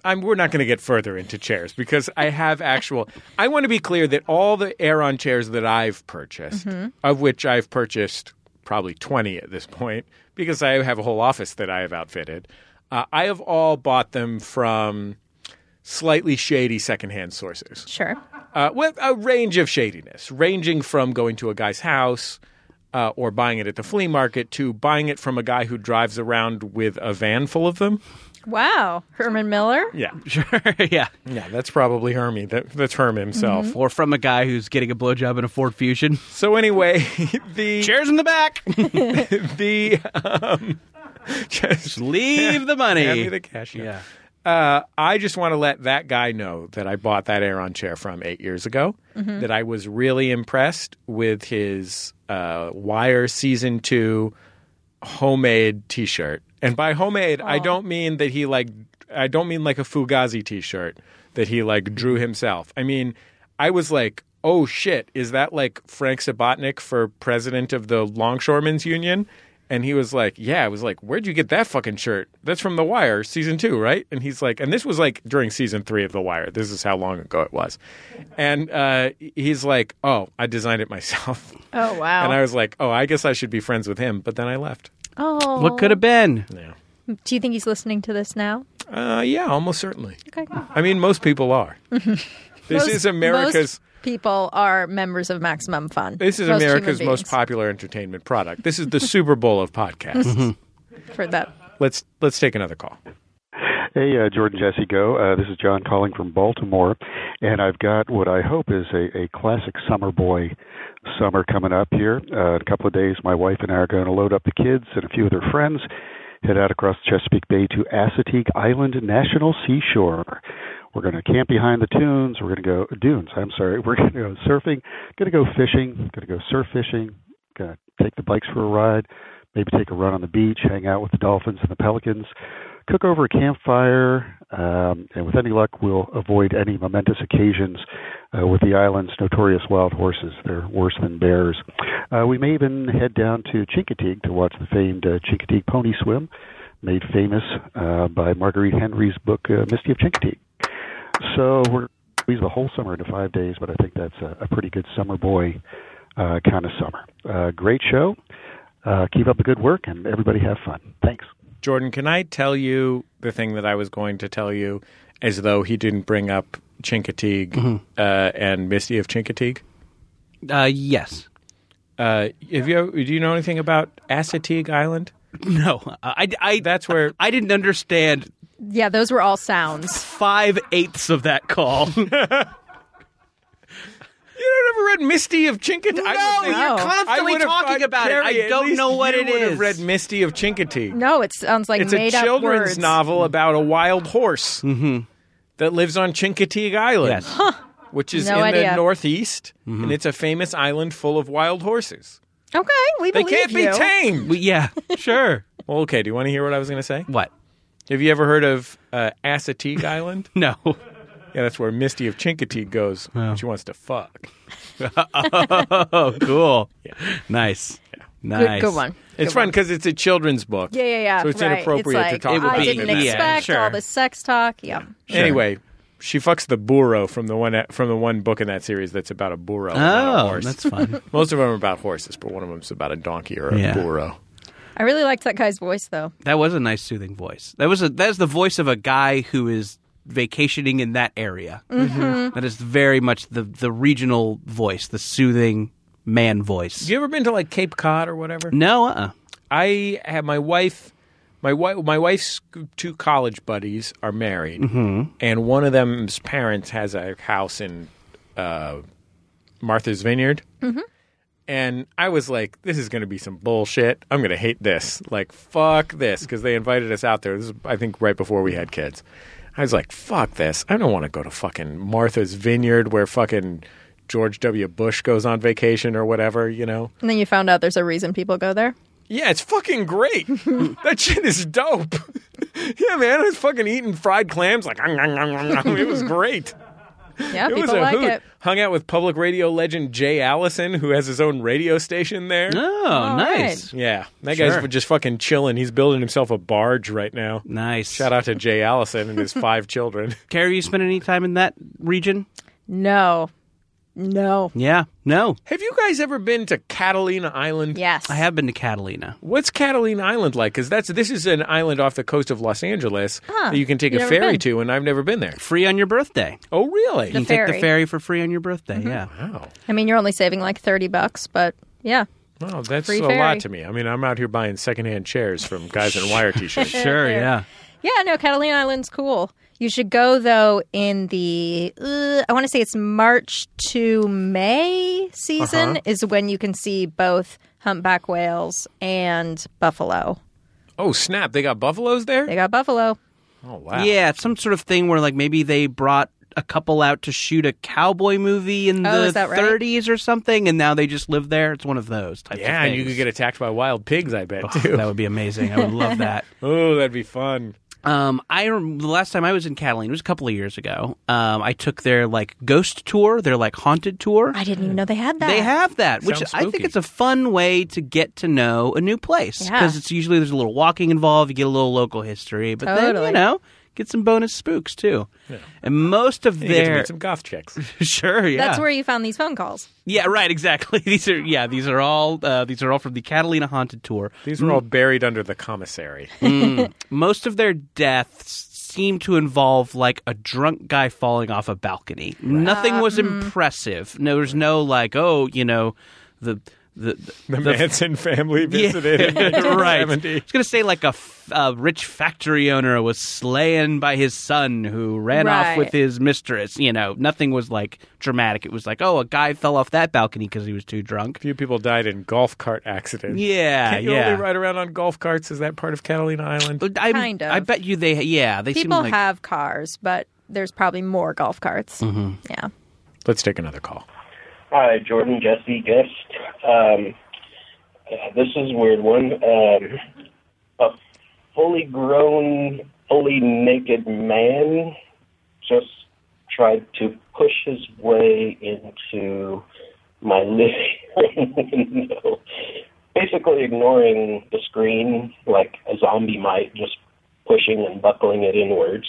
Speaker 2: I'm, we're not going to get further into chairs because I have actual. I want to be clear that all the Aeron chairs that I've purchased, of which I've purchased probably 20 at this point, because I have a whole office that I have outfitted, uh, I have all bought them from slightly shady secondhand sources
Speaker 4: sure.
Speaker 2: uh, with a range of shadiness, ranging from going to a guy's house uh, or buying it at the flea market to buying it from a guy who drives around with a van full of them.
Speaker 4: Wow, Herman Miller.
Speaker 2: Yeah,
Speaker 3: sure. Yeah. Mm-hmm.
Speaker 2: yeah, that's probably Hermie. That, that's Herm himself.
Speaker 3: Or from a guy who's getting a blowjob in a Ford Fusion.
Speaker 2: So anyway, the
Speaker 3: Chairs in the back.
Speaker 2: the um, just
Speaker 3: Leave the money.
Speaker 2: hand me the cash.
Speaker 3: yeah.
Speaker 2: Uh, I just want to let that guy know that I bought that Aeron chair from eight years ago.
Speaker 3: Mm-hmm.
Speaker 2: That I was really impressed with his uh, Wire Season Two homemade T-shirt, and by homemade,
Speaker 4: Oh.
Speaker 2: I don't mean that he like I don't mean like a Fugazi T-shirt that he like drew himself. I mean, I was like, oh shit, is that like Frank Sabotnik for president of the Longshoremen's Union? And he was like, Yeah, I was like, Where'd you get that fucking shirt? That's from The Wire, season two, right? And he's like, And this was like during season three of The Wire. This is how long ago it was. And uh, he's like, Oh, I designed it myself.
Speaker 4: Oh wow.
Speaker 2: And I was like, Oh, I guess I should be friends with him. But then I left.
Speaker 4: oh,
Speaker 3: What could have been?
Speaker 2: Yeah.
Speaker 4: Do you think he's listening to this now?
Speaker 2: Uh, yeah, almost certainly.
Speaker 4: Okay.
Speaker 2: I mean, most people are. this
Speaker 4: Most-
Speaker 2: is America's.
Speaker 4: most people are members of Maximum Fun.
Speaker 2: This is
Speaker 4: Most human
Speaker 2: America's most
Speaker 4: beings.
Speaker 2: popular entertainment product. This is the Super Bowl of podcasts.
Speaker 4: for that.
Speaker 2: let's let's take another call.
Speaker 6: Hey, uh, Jordan Jesse Go. Uh, this is John calling from Baltimore, and I've got what I hope is a, a classic summer boy summer coming up here. Uh, in a couple of days, my wife and I are going to load up the kids and a few of their friends, head out across Chesapeake Bay to Assateague Island National Seashore. We're going to camp behind the dunes. We're going to go dunes. I'm sorry. We're going to go surfing. Going to go fishing. Going to go surf fishing. Going to take the bikes for a ride. Maybe take a run on the beach. Hang out with the dolphins and the pelicans cook over a campfire, um, and with any luck, we'll avoid any momentous occasions uh, with the island's notorious wild horses. They're worse than bears. Uh, we may even head down to Chincoteague to watch the famed uh, Chincoteague Pony Swim, made famous uh, by Marguerite Henry's book uh, Misty of Chincoteague. So we're squeeze the whole summer into five days, but I think that's a, a pretty good summer boy uh, kind of summer. Uh, great show. Uh, keep up the good work, and everybody have fun. Thanks.
Speaker 2: Jordan, can I tell you the thing that I was going to tell you as though he didn't bring up Chincoteague uh, and Misty of Chincoteague?
Speaker 3: Uh, yes.
Speaker 2: Uh, have you, do you know anything about Assateague Island?
Speaker 3: No. I, I,
Speaker 2: That's where.
Speaker 3: I didn't understand
Speaker 4: Yeah, those were all sounds.
Speaker 3: five eighths of that call.
Speaker 2: You don't ever read Misty of Chincoteague? No,
Speaker 4: you're
Speaker 3: constantly talking about it. I don't know what it
Speaker 2: would
Speaker 3: is.
Speaker 2: have read Misty of Chincoteague.
Speaker 4: No, it sounds like
Speaker 2: it's a
Speaker 4: made up
Speaker 2: children's
Speaker 4: words.
Speaker 2: novel about a wild horse that lives on Chincoteague Island,
Speaker 3: Mm-hmm. Yes. Mm-hmm.
Speaker 2: which is
Speaker 4: No
Speaker 2: in the
Speaker 4: idea.
Speaker 2: northeast, and it's a famous island full of wild horses.
Speaker 4: Okay, we
Speaker 2: They
Speaker 4: believe
Speaker 2: can't be
Speaker 4: you.
Speaker 2: tamed.
Speaker 3: Well, yeah. Sure.
Speaker 2: Well, okay, do you want to hear what I was going to say?
Speaker 3: What?
Speaker 2: Have you ever heard of uh, Assateague Island?
Speaker 3: No.
Speaker 2: Yeah, that's where Misty of Chincoteague goes. She wants to fuck.
Speaker 3: Oh, cool. Nice.
Speaker 4: Good,
Speaker 3: Nice.
Speaker 4: good one.
Speaker 2: It's fun because it's a children's book.
Speaker 4: Yeah, yeah, yeah.
Speaker 2: So it's
Speaker 4: right.
Speaker 2: inappropriate
Speaker 4: It's
Speaker 2: to
Speaker 4: like, "Oh,
Speaker 2: talk
Speaker 3: would
Speaker 2: about
Speaker 4: I
Speaker 3: be
Speaker 2: it
Speaker 4: didn't
Speaker 2: in that.
Speaker 3: yeah,
Speaker 4: expect
Speaker 3: sure.
Speaker 4: all the sex talk. Yeah.
Speaker 2: Anyway, she fucks the burro from the one from the one book in that series that's about a burro. not a
Speaker 3: Oh,
Speaker 2: horse.
Speaker 3: that's fun.
Speaker 2: Most of them are about horses, but one of them's about a donkey or a
Speaker 3: Yeah.
Speaker 2: burro.
Speaker 4: I really liked that guy's voice though.
Speaker 3: That was a nice soothing voice. That was a that is the voice of a guy who is vacationing in that area. Mm-hmm. is very much the the regional voice, the soothing man voice.
Speaker 2: You ever been to like Cape Cod or whatever?
Speaker 3: No, uh,
Speaker 2: I have my wife. My wife, my wife's two college buddies are married,
Speaker 3: Mm-hmm.
Speaker 2: and one of them's parents has a house in uh, Martha's Vineyard. And I was like, "This is going to be some bullshit. I'm going to hate this. Like, fuck this," because they invited us out there. This is, I think, right before we had kids. I was like, "Fuck this. I don't want to go to fucking Martha's Vineyard where fucking George W. Bush goes on vacation or whatever." You know.
Speaker 4: And then you found out there's a reason people go there.
Speaker 2: Yeah, it's fucking great. that shit is dope. yeah, man, I was fucking eating fried clams like "Ang, ang, ang, ang, ang." it was great.
Speaker 4: Yeah,
Speaker 2: it was
Speaker 4: people
Speaker 2: a
Speaker 4: like
Speaker 2: hoot.
Speaker 4: it.
Speaker 2: Hung out with public radio legend Jay Allison, who has his own radio station there.
Speaker 3: Oh, nice.
Speaker 2: Yeah, that
Speaker 3: Sure.
Speaker 2: guy's just fucking chilling. He's building himself a barge right now.
Speaker 3: Nice.
Speaker 2: Shout out to Jay Allison and his five children.
Speaker 3: Carrie, you spent any time in that region?
Speaker 4: No. No.
Speaker 3: Yeah. No.
Speaker 2: Have you guys ever been to Catalina Island?
Speaker 4: Yes.
Speaker 3: I have been to Catalina.
Speaker 2: What's Catalina Island like? Because that's this is an island off the coast of Los Angeles that you can take
Speaker 4: you've
Speaker 2: a
Speaker 4: never
Speaker 2: ferry
Speaker 4: been.
Speaker 2: to, and I've never been there.
Speaker 3: Free on your birthday.
Speaker 2: Oh, really? Mm-hmm.
Speaker 3: You can take the
Speaker 4: ferry.
Speaker 3: ferry for free on your birthday. Yeah.
Speaker 2: Wow.
Speaker 4: I mean, you're only saving like 30 bucks, but yeah.
Speaker 2: Wow, that's
Speaker 4: Free
Speaker 2: a
Speaker 4: ferry.
Speaker 2: lot to me. I mean, I'm out here buying secondhand chairs from guys in wire t-shirts.
Speaker 3: Sure. Yeah.
Speaker 4: Yeah, no, Catalina Island's cool. You should go though in the uh, I want to say it's March to May season
Speaker 2: Uh-huh.
Speaker 4: is when you can see both humpback whales and buffalo.
Speaker 2: oh, snap. They got buffaloes there?
Speaker 4: They got buffalo.
Speaker 2: Oh, wow.
Speaker 3: Yeah. It's some sort of thing where like maybe they brought a couple out to shoot a cowboy movie in
Speaker 4: Oh,
Speaker 3: the
Speaker 4: is that right?
Speaker 3: 30s or something, and now they just live there. It's one of those types.
Speaker 2: Yeah,
Speaker 3: of
Speaker 2: and you could get attacked by wild pigs, I bet, too.
Speaker 3: That would be amazing. I would love that.
Speaker 2: oh, that'd be fun.
Speaker 3: Um, I rem- the last time I was in Catalina it was a couple of years ago. Um, I took their like ghost tour, their like haunted tour.
Speaker 4: I didn't even know Hmm. they had that.
Speaker 3: They have that, which
Speaker 2: Sounds
Speaker 3: I think
Speaker 2: spooky.
Speaker 3: it's a fun way to get to know a new place
Speaker 4: Yeah.
Speaker 3: because it's usually there's a little walking involved, you get a little local history, but then
Speaker 4: Totally.
Speaker 3: you know get some bonus spooks too. And most of
Speaker 2: You get to
Speaker 3: their
Speaker 2: meet some goth chicks.
Speaker 3: sure, yeah,
Speaker 4: That's where you found these phone calls.
Speaker 3: yeah, right, exactly. these are yeah, these are all uh, these are all from the Catalina haunted tour. Mm.
Speaker 2: These were all buried under the commissary.
Speaker 3: most of their deaths seem to involve like a drunk guy falling off a balcony. Nothing was impressive. No, there's no like, oh, you know, the the,
Speaker 2: The Manson family visited in the
Speaker 3: right. I
Speaker 2: 70s.
Speaker 3: was gonna say like a, f- a rich factory owner was slain by his son who ran off
Speaker 4: Right.
Speaker 3: with his mistress. You know, nothing was like dramatic. It was like, oh, a guy fell off that balcony because he was too drunk.
Speaker 2: few people died in golf cart accidents.
Speaker 3: Yeah,
Speaker 2: Can't you
Speaker 3: yeah.
Speaker 2: only ride around on golf carts? Is that part of Catalina Island?
Speaker 3: I,
Speaker 4: Kind of.
Speaker 3: I bet you they. Yeah, they
Speaker 4: People
Speaker 3: seem like
Speaker 4: have cars, but there's probably more golf carts.
Speaker 3: Mm-hmm.
Speaker 4: Yeah.
Speaker 2: Let's take another call.
Speaker 7: Hi, Jordan, Jesse, guest. Um, uh, this is a weird one. Um, a fully grown, fully naked man just tried to push his way into my living room window, basically ignoring the screen like a zombie might, just pushing and buckling it inwards.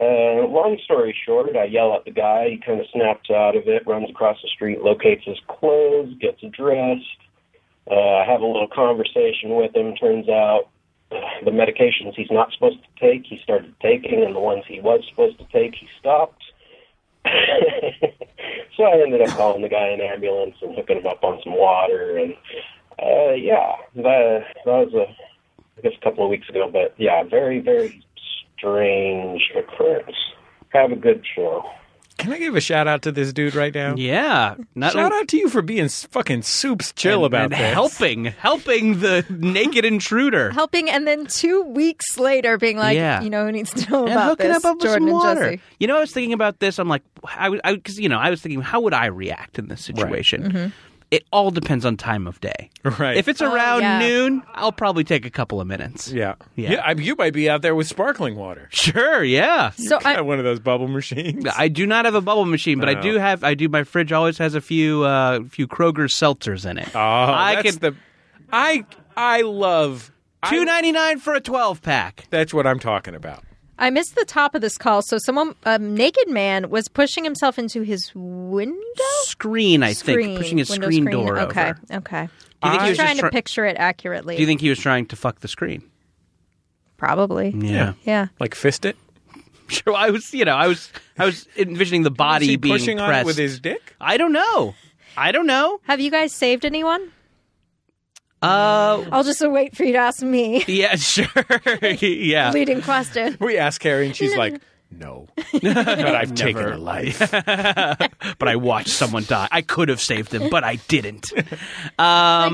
Speaker 7: Uh, long story short, I yell at the guy. He kind of snaps out of it, runs across the street, locates his clothes, gets dressed. Uh, I have a little conversation with him. Turns out uh, the medications he's not supposed to take, he started taking, and the ones he was supposed to take, he stopped. so I ended up calling the guy an ambulance and hooking him up on some water. And uh, yeah, that, that was a I guess a couple of weeks ago, but yeah, very, very strange occurrence. Have a good show.
Speaker 2: Can I give a shout out to this dude right now?
Speaker 3: Yeah, not
Speaker 2: Shout out to you for being s- fucking soups chill about
Speaker 3: and
Speaker 2: this.
Speaker 3: helping helping the naked intruder.
Speaker 4: Helping and then two weeks later being like,
Speaker 3: Yeah.
Speaker 4: you know who needs to know
Speaker 3: And
Speaker 4: about
Speaker 3: hooking
Speaker 4: this?
Speaker 3: up, up with
Speaker 4: Jordan
Speaker 3: some
Speaker 4: and
Speaker 3: water.
Speaker 4: Jesse.
Speaker 3: You know, I was thinking about this. I'm like, I was because you know, I was thinking, how would I react in this situation?
Speaker 4: Mm-hmm.
Speaker 3: It all depends on time of day.
Speaker 2: Right.
Speaker 3: If it's around
Speaker 4: Oh, yeah.
Speaker 3: noon, I'll probably take a couple of minutes.
Speaker 2: Yeah.
Speaker 3: Yeah.
Speaker 2: I, you might be out there with sparkling water.
Speaker 3: Sure. Yeah.
Speaker 4: So I,
Speaker 2: Got one of those bubble machines.
Speaker 3: I do not have a bubble machine, but I do
Speaker 2: No.
Speaker 3: have. I do. My fridge always has a few, uh, few Kroger seltzers in it.
Speaker 2: Oh,
Speaker 3: I
Speaker 2: that's
Speaker 3: could
Speaker 2: the. I I love I-
Speaker 3: two ninety nine for a twelve pack.
Speaker 2: That's what I'm talking about.
Speaker 4: I missed the top of this call. So someone, a naked man, was pushing himself into his window.
Speaker 3: Screen, I
Speaker 4: Screen,
Speaker 3: think, pushing his
Speaker 4: window
Speaker 3: screen, door
Speaker 4: Okay,
Speaker 3: over.
Speaker 4: okay.
Speaker 3: Do you think he
Speaker 4: I'm
Speaker 3: was just
Speaker 4: trying to
Speaker 3: try-
Speaker 4: picture it accurately.
Speaker 3: Do you think he was trying to fuck the screen?
Speaker 4: Probably.
Speaker 3: Yeah.
Speaker 4: Yeah.
Speaker 2: Like fist it.
Speaker 3: Sure, I was, you know, I was, I was envisioning the body
Speaker 2: Is he
Speaker 3: being
Speaker 2: pushing on
Speaker 3: pressed
Speaker 2: it with his dick?
Speaker 3: I don't know. I don't know.
Speaker 4: Have you guys saved anyone?
Speaker 3: Uh,
Speaker 4: I'll just wait for you to ask me.
Speaker 3: yeah, sure, yeah.
Speaker 4: Leading question.
Speaker 2: We ask Carrie, and she's like, "No, but I've taken a life."
Speaker 3: But I watched someone die. I could have saved them, but I didn't. Um,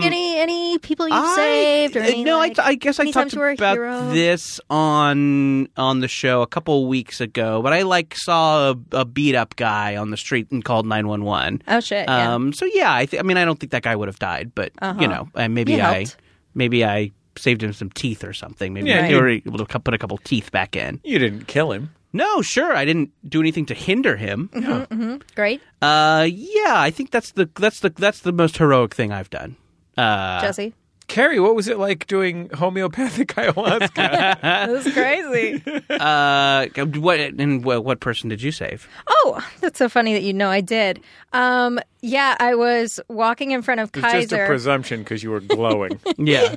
Speaker 4: like any any people you've
Speaker 3: I-
Speaker 4: saved or
Speaker 3: uh,
Speaker 4: any,
Speaker 3: no,
Speaker 4: like,
Speaker 3: I, I guess I
Speaker 4: any
Speaker 3: talked
Speaker 4: times you were a
Speaker 3: about
Speaker 4: hero?
Speaker 3: this on on the show a couple weeks ago. But I like saw a, a beat up guy on the street and called nine one one.
Speaker 4: Oh shit! Yeah. Uh-huh.
Speaker 3: Um. So yeah, I, th- I mean, I don't think that guy would have died, but you know, uh, maybe
Speaker 4: You
Speaker 3: I
Speaker 4: helped.
Speaker 3: Maybe I saved him some teeth or something. Maybe
Speaker 2: Yeah,
Speaker 3: they
Speaker 2: you-
Speaker 3: were able to cu- put a couple teeth back in.
Speaker 2: You didn't kill him.
Speaker 3: No, sure, I didn't do anything to hinder him.
Speaker 4: Mm-hmm, Great,
Speaker 3: Uh, yeah, I think that's the that's the that's the most heroic thing I've done. Uh,
Speaker 4: Jesse.
Speaker 2: Carrie, what was it like doing homeopathic ayahuasca?
Speaker 4: This is crazy.
Speaker 3: uh, what and wh- what person did you save?
Speaker 4: oh, that's so funny that you know I did. Um, yeah, I was walking in front of
Speaker 2: It's just a
Speaker 4: Kaiser.
Speaker 2: presumption because you were glowing.
Speaker 3: Yeah,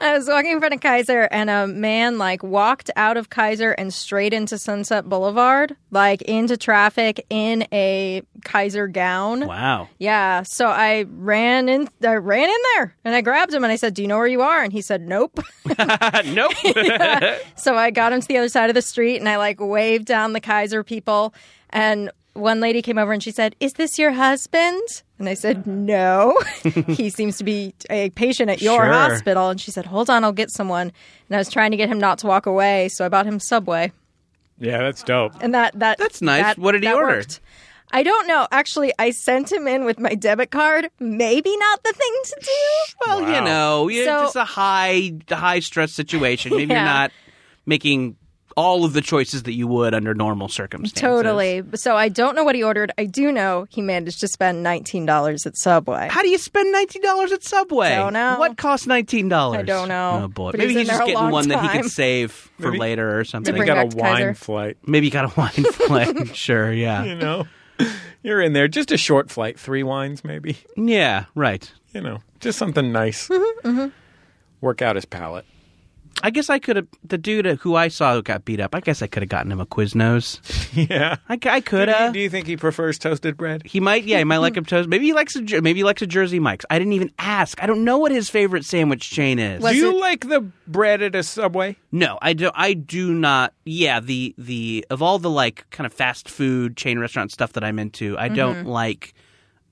Speaker 4: I was walking in front of Kaiser, and a man like walked out of Kaiser and straight into Sunset Boulevard, like into traffic in a Kaiser gown.
Speaker 3: wow.
Speaker 4: Yeah, so I ran in. I ran in there, and I grabbed him, and I said, "Do you know where you are?" And he said, "Nope."
Speaker 3: nope.
Speaker 4: So I got him to the other side of the street and I like waved down the Kaiser people. And one lady came over and she said, Is this your husband? And I said, No. he seems to be a patient at your
Speaker 3: Sure.
Speaker 4: hospital. And she said, Hold on, I'll get someone. And I was trying to get him not to walk away. So I bought him Subway.
Speaker 2: yeah, that's dope.
Speaker 4: And that, that
Speaker 3: That's nice.
Speaker 4: that-
Speaker 3: What did he
Speaker 4: that
Speaker 3: order?
Speaker 4: worked. I don't know. Actually, I sent him in with my debit card. Maybe not the thing to do.
Speaker 3: Well, you
Speaker 2: Wow.
Speaker 3: know, it's
Speaker 4: So-
Speaker 3: just a high high stress situation. Maybe
Speaker 4: Yeah.
Speaker 3: you're not making all of the choices that you would under normal circumstances.
Speaker 4: Totally. So I don't know what he ordered. I do know he managed to spend $19 at Subway.
Speaker 3: How do you spend nineteen dollars at Subway?
Speaker 4: Don't know.
Speaker 3: What costs nineteen dollars?
Speaker 4: I don't know.
Speaker 3: Oh boy,
Speaker 4: But
Speaker 3: maybe
Speaker 4: he's in
Speaker 3: he's just
Speaker 4: there a
Speaker 3: getting
Speaker 4: long
Speaker 3: one that he
Speaker 4: time.
Speaker 3: could save for
Speaker 2: Maybe-
Speaker 3: later or something.
Speaker 2: Maybe you got
Speaker 4: bring back
Speaker 2: a
Speaker 4: to
Speaker 2: wine
Speaker 4: Kaiser.
Speaker 2: flight.
Speaker 3: Maybe you got a wine flight. sure, yeah,
Speaker 2: You know, you're in there. Just a short flight, three wines maybe.
Speaker 3: yeah, right. Mm-hmm,
Speaker 2: You know, just something nice. Work out his palate.
Speaker 3: I guess I could have the dude who I saw who got beat up. I guess I could have gotten him a Quiznos.
Speaker 2: Yeah.
Speaker 3: I, could
Speaker 2: Do you,
Speaker 3: have.
Speaker 2: do you think he prefers toasted bread?
Speaker 3: He might, yeah, he might like him toast. Maybe he likes a, Jer- maybe he likes a Jersey Mike's. I didn't even ask. I don't know what his favorite sandwich chain is.
Speaker 4: Was
Speaker 2: do you
Speaker 4: it-
Speaker 2: like the bread at a Subway?
Speaker 3: No, I do. I do not. Yeah, the the of all the like kind of fast food chain restaurant stuff that I'm into, I don't like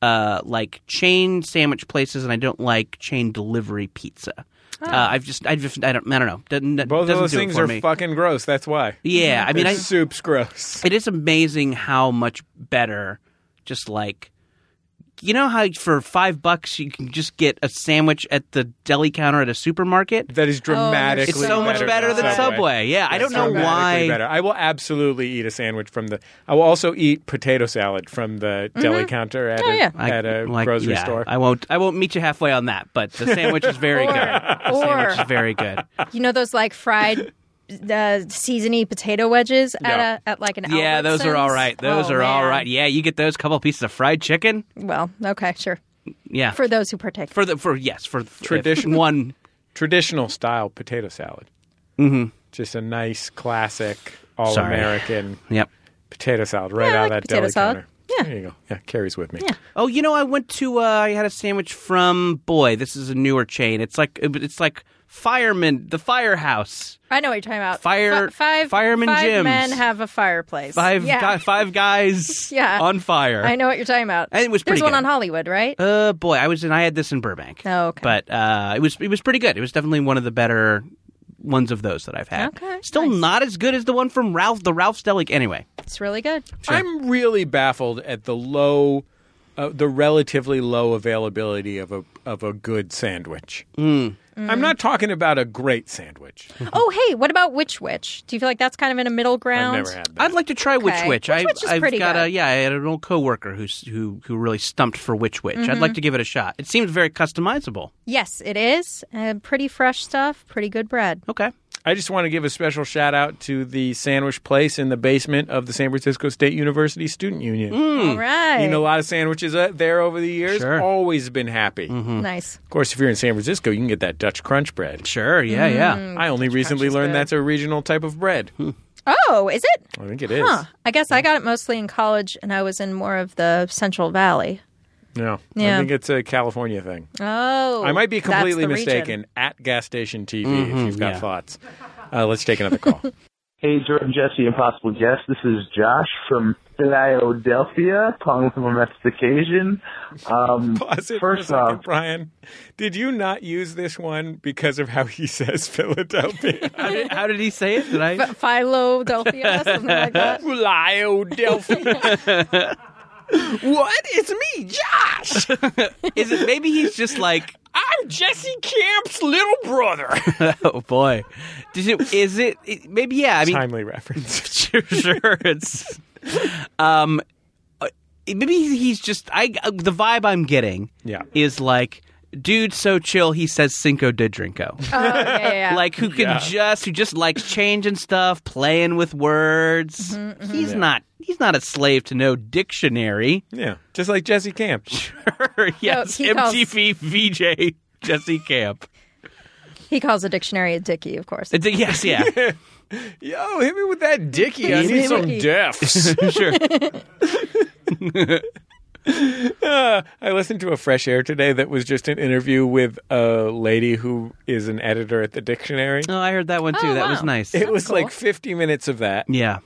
Speaker 3: uh like chain sandwich places, and I don't like chain delivery pizza. Uh, I've just I just I don't I don't know. Doesn't,
Speaker 2: Both
Speaker 3: doesn't
Speaker 2: of those
Speaker 3: do it
Speaker 2: things
Speaker 3: for
Speaker 2: are
Speaker 3: me.
Speaker 2: fucking gross. That's why.
Speaker 3: Yeah, I mean,
Speaker 2: Their
Speaker 3: I,
Speaker 2: soup's gross.
Speaker 3: it is amazing how much better just like you know how for five bucks you can just get a sandwich at the deli counter at a supermarket
Speaker 2: That
Speaker 4: Oh,
Speaker 2: is dramatically.
Speaker 3: it's so much better than subway, yeah i don't know
Speaker 2: Dramatically
Speaker 3: why
Speaker 2: Better. I will absolutely eat a sandwich from the. I will also eat potato salad from the deli counter at a,
Speaker 4: yeah.
Speaker 3: Mm-hmm. Oh, I-
Speaker 2: at a
Speaker 3: like,
Speaker 2: grocery
Speaker 3: yeah,
Speaker 2: store.
Speaker 3: I won't. I won't meet you halfway on that. But the sandwich is very
Speaker 4: Or-
Speaker 3: good. The sandwich
Speaker 4: or-
Speaker 3: is very good.
Speaker 4: You know those like fried uh, seasony potato wedges at
Speaker 2: Yeah.
Speaker 4: a at like an
Speaker 3: Yeah, those are all
Speaker 4: Albertsons?
Speaker 3: right. Those
Speaker 4: Oh,
Speaker 3: are all
Speaker 4: man.
Speaker 3: right. Yeah, you get those couple pieces of fried chicken.
Speaker 4: Well, okay, sure.
Speaker 3: Yeah, for,
Speaker 4: For those who partake,
Speaker 3: the for yes for if
Speaker 2: Tradition.
Speaker 3: one.
Speaker 2: Traditional style potato salad. Mm-hmm. Just a nice classic all American
Speaker 3: Yep.
Speaker 2: potato salad right
Speaker 4: Yeah, I
Speaker 2: out of
Speaker 4: like
Speaker 2: that
Speaker 4: potato
Speaker 2: deli
Speaker 4: salad.
Speaker 2: counter.
Speaker 4: Yeah.
Speaker 2: There you go. Yeah, carries with me.
Speaker 3: Oh, you know, I went to. Uh, I had a sandwich from Boy. This is a newer chain. It's like it's like Fireman, the Firehouse.
Speaker 4: I know what you're talking about.
Speaker 3: Fire-
Speaker 4: Fi- five
Speaker 3: fireman
Speaker 4: five
Speaker 3: Jims.
Speaker 4: men have a fireplace.
Speaker 3: Five
Speaker 4: yeah.
Speaker 3: guy, five guys
Speaker 4: Yeah.
Speaker 3: on fire.
Speaker 4: I know what you're talking about.
Speaker 3: And it was
Speaker 4: There's
Speaker 3: pretty
Speaker 4: one
Speaker 3: good.
Speaker 4: on Hollywood, right?
Speaker 3: Uh, boy, I was and I had this in Burbank.
Speaker 4: Oh, okay.
Speaker 3: But uh, it was it was pretty good. It was definitely one of the better ones of those that I've had.
Speaker 4: Okay,
Speaker 3: Still
Speaker 4: nice.
Speaker 3: not as good as the one from Ralph, the Ralph's Deli. Anyway,
Speaker 4: It's really good.
Speaker 2: I'm really baffled at the low, uh, the relatively low availability of a of a good sandwich.
Speaker 3: Mm.
Speaker 2: I'm not talking about a great sandwich.
Speaker 4: oh, hey, what about Witch Witch? Do you feel like that's kind of in a middle ground?
Speaker 2: I've never had that.
Speaker 3: I'd like to try Witch
Speaker 4: Okay.
Speaker 3: Witch.
Speaker 4: Witch
Speaker 3: I,
Speaker 4: Witch is
Speaker 3: I've
Speaker 4: pretty
Speaker 3: got a
Speaker 4: good.
Speaker 3: yeah. I had an old coworker who's who who really stumped for Witch Witch. I'd
Speaker 4: Mm-hmm.
Speaker 3: like to give it a shot. It seems very customizable.
Speaker 4: Yes, it is. Uh, pretty fresh stuff. Pretty good bread.
Speaker 3: Okay.
Speaker 2: I just want to give a special shout out to the sandwich place in the basement of the San Francisco State University Student Union.
Speaker 4: All right.
Speaker 2: Eaten a lot of sandwiches uh, there over the years.
Speaker 3: Sure. Mm-hmm.
Speaker 2: Always been happy.
Speaker 4: nice.
Speaker 2: Of course, if you're in San Francisco, you can get that Dutch crunch bread.
Speaker 3: Sure. Yeah. Hmm. Yeah.
Speaker 2: I only recently
Speaker 4: Mm, is
Speaker 2: learned
Speaker 4: good.
Speaker 2: that's a regional type of bread.
Speaker 4: Oh, is it?
Speaker 2: I think it is. Mm.
Speaker 4: Huh. I guess I got it mostly in college, and I was in more of the Central Valley.
Speaker 2: No, I
Speaker 4: Yeah.
Speaker 2: think it's a California thing.
Speaker 4: Oh,
Speaker 2: I might be
Speaker 4: that's the
Speaker 2: completely
Speaker 4: region.
Speaker 2: mistaken. At gas station TV, if you've got
Speaker 3: Mm-hmm, yeah.
Speaker 2: thoughts, uh, let's take another call.
Speaker 5: Hey, Jordan, Jesse, Impossible Jess. This is Josh from Philadelphia, calling from a messed occasion. Um,
Speaker 2: Pause it for a
Speaker 5: first
Speaker 2: second,
Speaker 3: Uh,
Speaker 5: off,
Speaker 2: Brian. Did you not use this one because of how he says Philadelphia?
Speaker 3: How, did, how did he say it? Did I?
Speaker 4: F- Philadelphia, something like that.
Speaker 2: Philadelphia. what? It's me, Josh.
Speaker 3: Is it? Maybe he's just like
Speaker 2: I'm I'm Jesse Camp's little brother.
Speaker 3: oh boy, Does it, is it, it? Maybe yeah. I mean,
Speaker 2: Timely reference.
Speaker 3: sure, sure. It's um, uh, maybe he's just I. uh, The vibe I'm getting,
Speaker 2: Yeah.
Speaker 3: is like dude so chill. He says Cinco de Drinko.
Speaker 4: Oh, yeah, yeah, yeah.
Speaker 3: like who can just who just likes changing stuff, playing with words. He's not he's not a slave to no dictionary.
Speaker 2: Yeah, just like Jesse Camp.
Speaker 3: yes,
Speaker 4: Oh, he calls-
Speaker 3: MTV VJ Jesse Camp.
Speaker 4: he calls a dictionary a dicky, of course.
Speaker 3: Uh, d- Yes, yeah,
Speaker 2: Yo, Oh, hit me with that dicky. I
Speaker 4: Hit me
Speaker 2: need
Speaker 4: with
Speaker 2: some
Speaker 4: Dicky.
Speaker 2: defs.
Speaker 3: sure.
Speaker 2: Uh, I listened to a Fresh Air today that was just an interview with a lady who is an editor at the dictionary.
Speaker 3: Oh, I heard that one too.
Speaker 4: Oh,
Speaker 3: that
Speaker 4: wow.
Speaker 3: was nice.
Speaker 2: It was
Speaker 4: cool.
Speaker 2: like 50 minutes of that.
Speaker 3: yeah.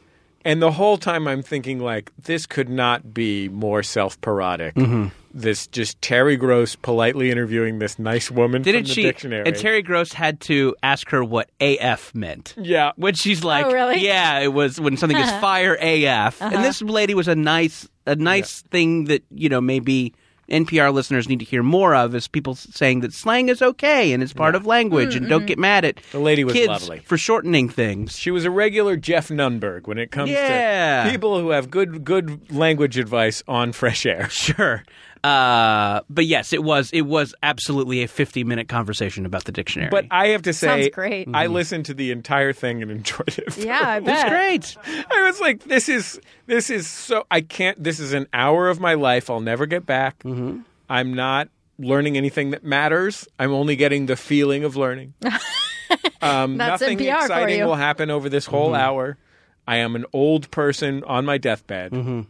Speaker 2: And the whole time I'm thinking, like, this could not be more self parodic.
Speaker 3: Mm-hmm.
Speaker 2: This just Terry Gross politely interviewing this nice woman
Speaker 3: Didn't
Speaker 2: from the
Speaker 3: she?
Speaker 2: dictionary.
Speaker 3: And Terry Gross had to ask her what AF meant.
Speaker 2: yeah.
Speaker 3: When she's like,
Speaker 4: Oh, really? Uh-huh.
Speaker 3: "Yeah, it was when something is fire AF." And this lady was a nice, a nice thing that you know maybe NPR listeners need to hear more of is people s- saying that slang is okay and it's part of language and don't get mad at
Speaker 2: The lady was
Speaker 3: kids
Speaker 2: lovely.
Speaker 3: for shortening things.
Speaker 2: She was a regular Jeff Nunberg when it comes
Speaker 3: Yeah.
Speaker 2: to people who have good good language advice on fresh air.
Speaker 3: Sure, uh, but yes, it was it was absolutely a fifty minute conversation about the dictionary.
Speaker 2: But I have to say,
Speaker 4: Sounds great.
Speaker 2: I listened to the entire thing and enjoyed it.
Speaker 4: yeah, I
Speaker 3: it's
Speaker 4: bet.
Speaker 3: great.
Speaker 2: I was like, this is this is so I can't. This is an hour of my life I'll never get back.
Speaker 4: Mm-hmm.
Speaker 2: I'm not learning anything that matters. I'm only getting the feeling of learning. um,
Speaker 4: That's
Speaker 2: nothing
Speaker 4: NPR for
Speaker 2: exciting
Speaker 4: you. Mm-hmm.
Speaker 2: will happen over this whole hour. I am an old person on my deathbed.
Speaker 4: Mm-hmm.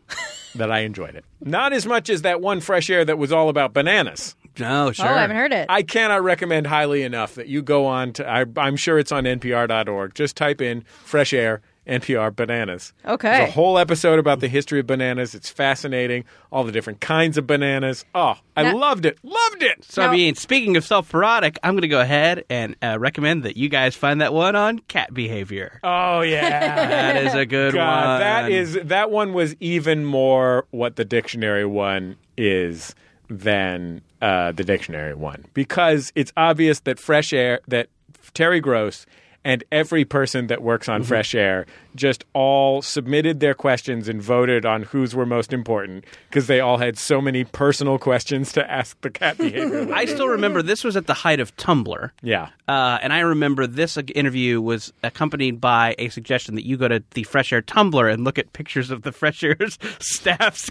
Speaker 2: That I enjoyed it. Not as much as that one fresh air that was all about bananas.
Speaker 3: No, sure.
Speaker 4: Oh, I haven't heard it.
Speaker 2: I cannot recommend highly enough that you go on to, I, I'm sure it's on npr.org. Just type in fresh air, NPR bananas.
Speaker 4: Okay.
Speaker 2: There's a whole episode about the history of bananas. It's fascinating. All the different kinds of bananas. Oh, I
Speaker 4: Now-
Speaker 2: loved it. Loved it.
Speaker 3: So I
Speaker 4: Now-
Speaker 3: mean, speaking of self-parodic, I'm going to go ahead and uh, recommend that you guys find that one on cat behavior.
Speaker 2: Oh, yeah.
Speaker 3: That is a good one.
Speaker 2: God, that is that one was even more what the dictionary one is than uh, the dictionary one because it's obvious that fresh air that Terry Gross and every person that works
Speaker 3: Mm-hmm.
Speaker 2: on Fresh Air just all submitted their questions and voted on whose were most important because they all had so many personal questions to ask the cat behavior. lady.
Speaker 3: I still remember this was at the height of Tumblr.
Speaker 2: yeah.
Speaker 3: Uh, and I remember this ag- interview was accompanied by a suggestion that you go to the Fresh Air Tumblr and look at pictures of the Fresh Air's staff's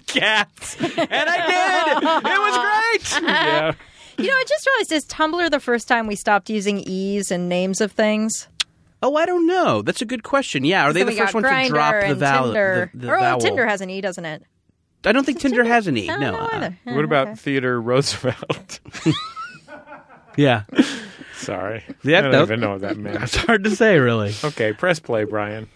Speaker 3: cats. And I did. It was great.
Speaker 2: Yeah.
Speaker 4: You know, I just realized is Tumblr the first time we stopped using E's and names of things?
Speaker 3: Oh, I don't know. That's a good question. Yeah, are they
Speaker 4: Then
Speaker 3: the
Speaker 4: we
Speaker 3: first
Speaker 4: got
Speaker 3: one to
Speaker 4: Grindr
Speaker 3: drop the
Speaker 4: and
Speaker 3: vowel?
Speaker 4: Tinder.
Speaker 3: The, the
Speaker 4: or,
Speaker 3: vowel?
Speaker 4: Oh, Tinder has an E, doesn't it?
Speaker 3: I don't think Tinder has any.
Speaker 4: I don't
Speaker 3: no.
Speaker 4: know
Speaker 3: uh-uh.
Speaker 4: either.
Speaker 2: What about Theodore Roosevelt?
Speaker 3: Yeah,
Speaker 2: Sorry.
Speaker 3: Yeah,
Speaker 2: I don't
Speaker 3: no.
Speaker 2: even know what that meant.
Speaker 3: that's hard to say, really.
Speaker 2: Okay, press play, Brian.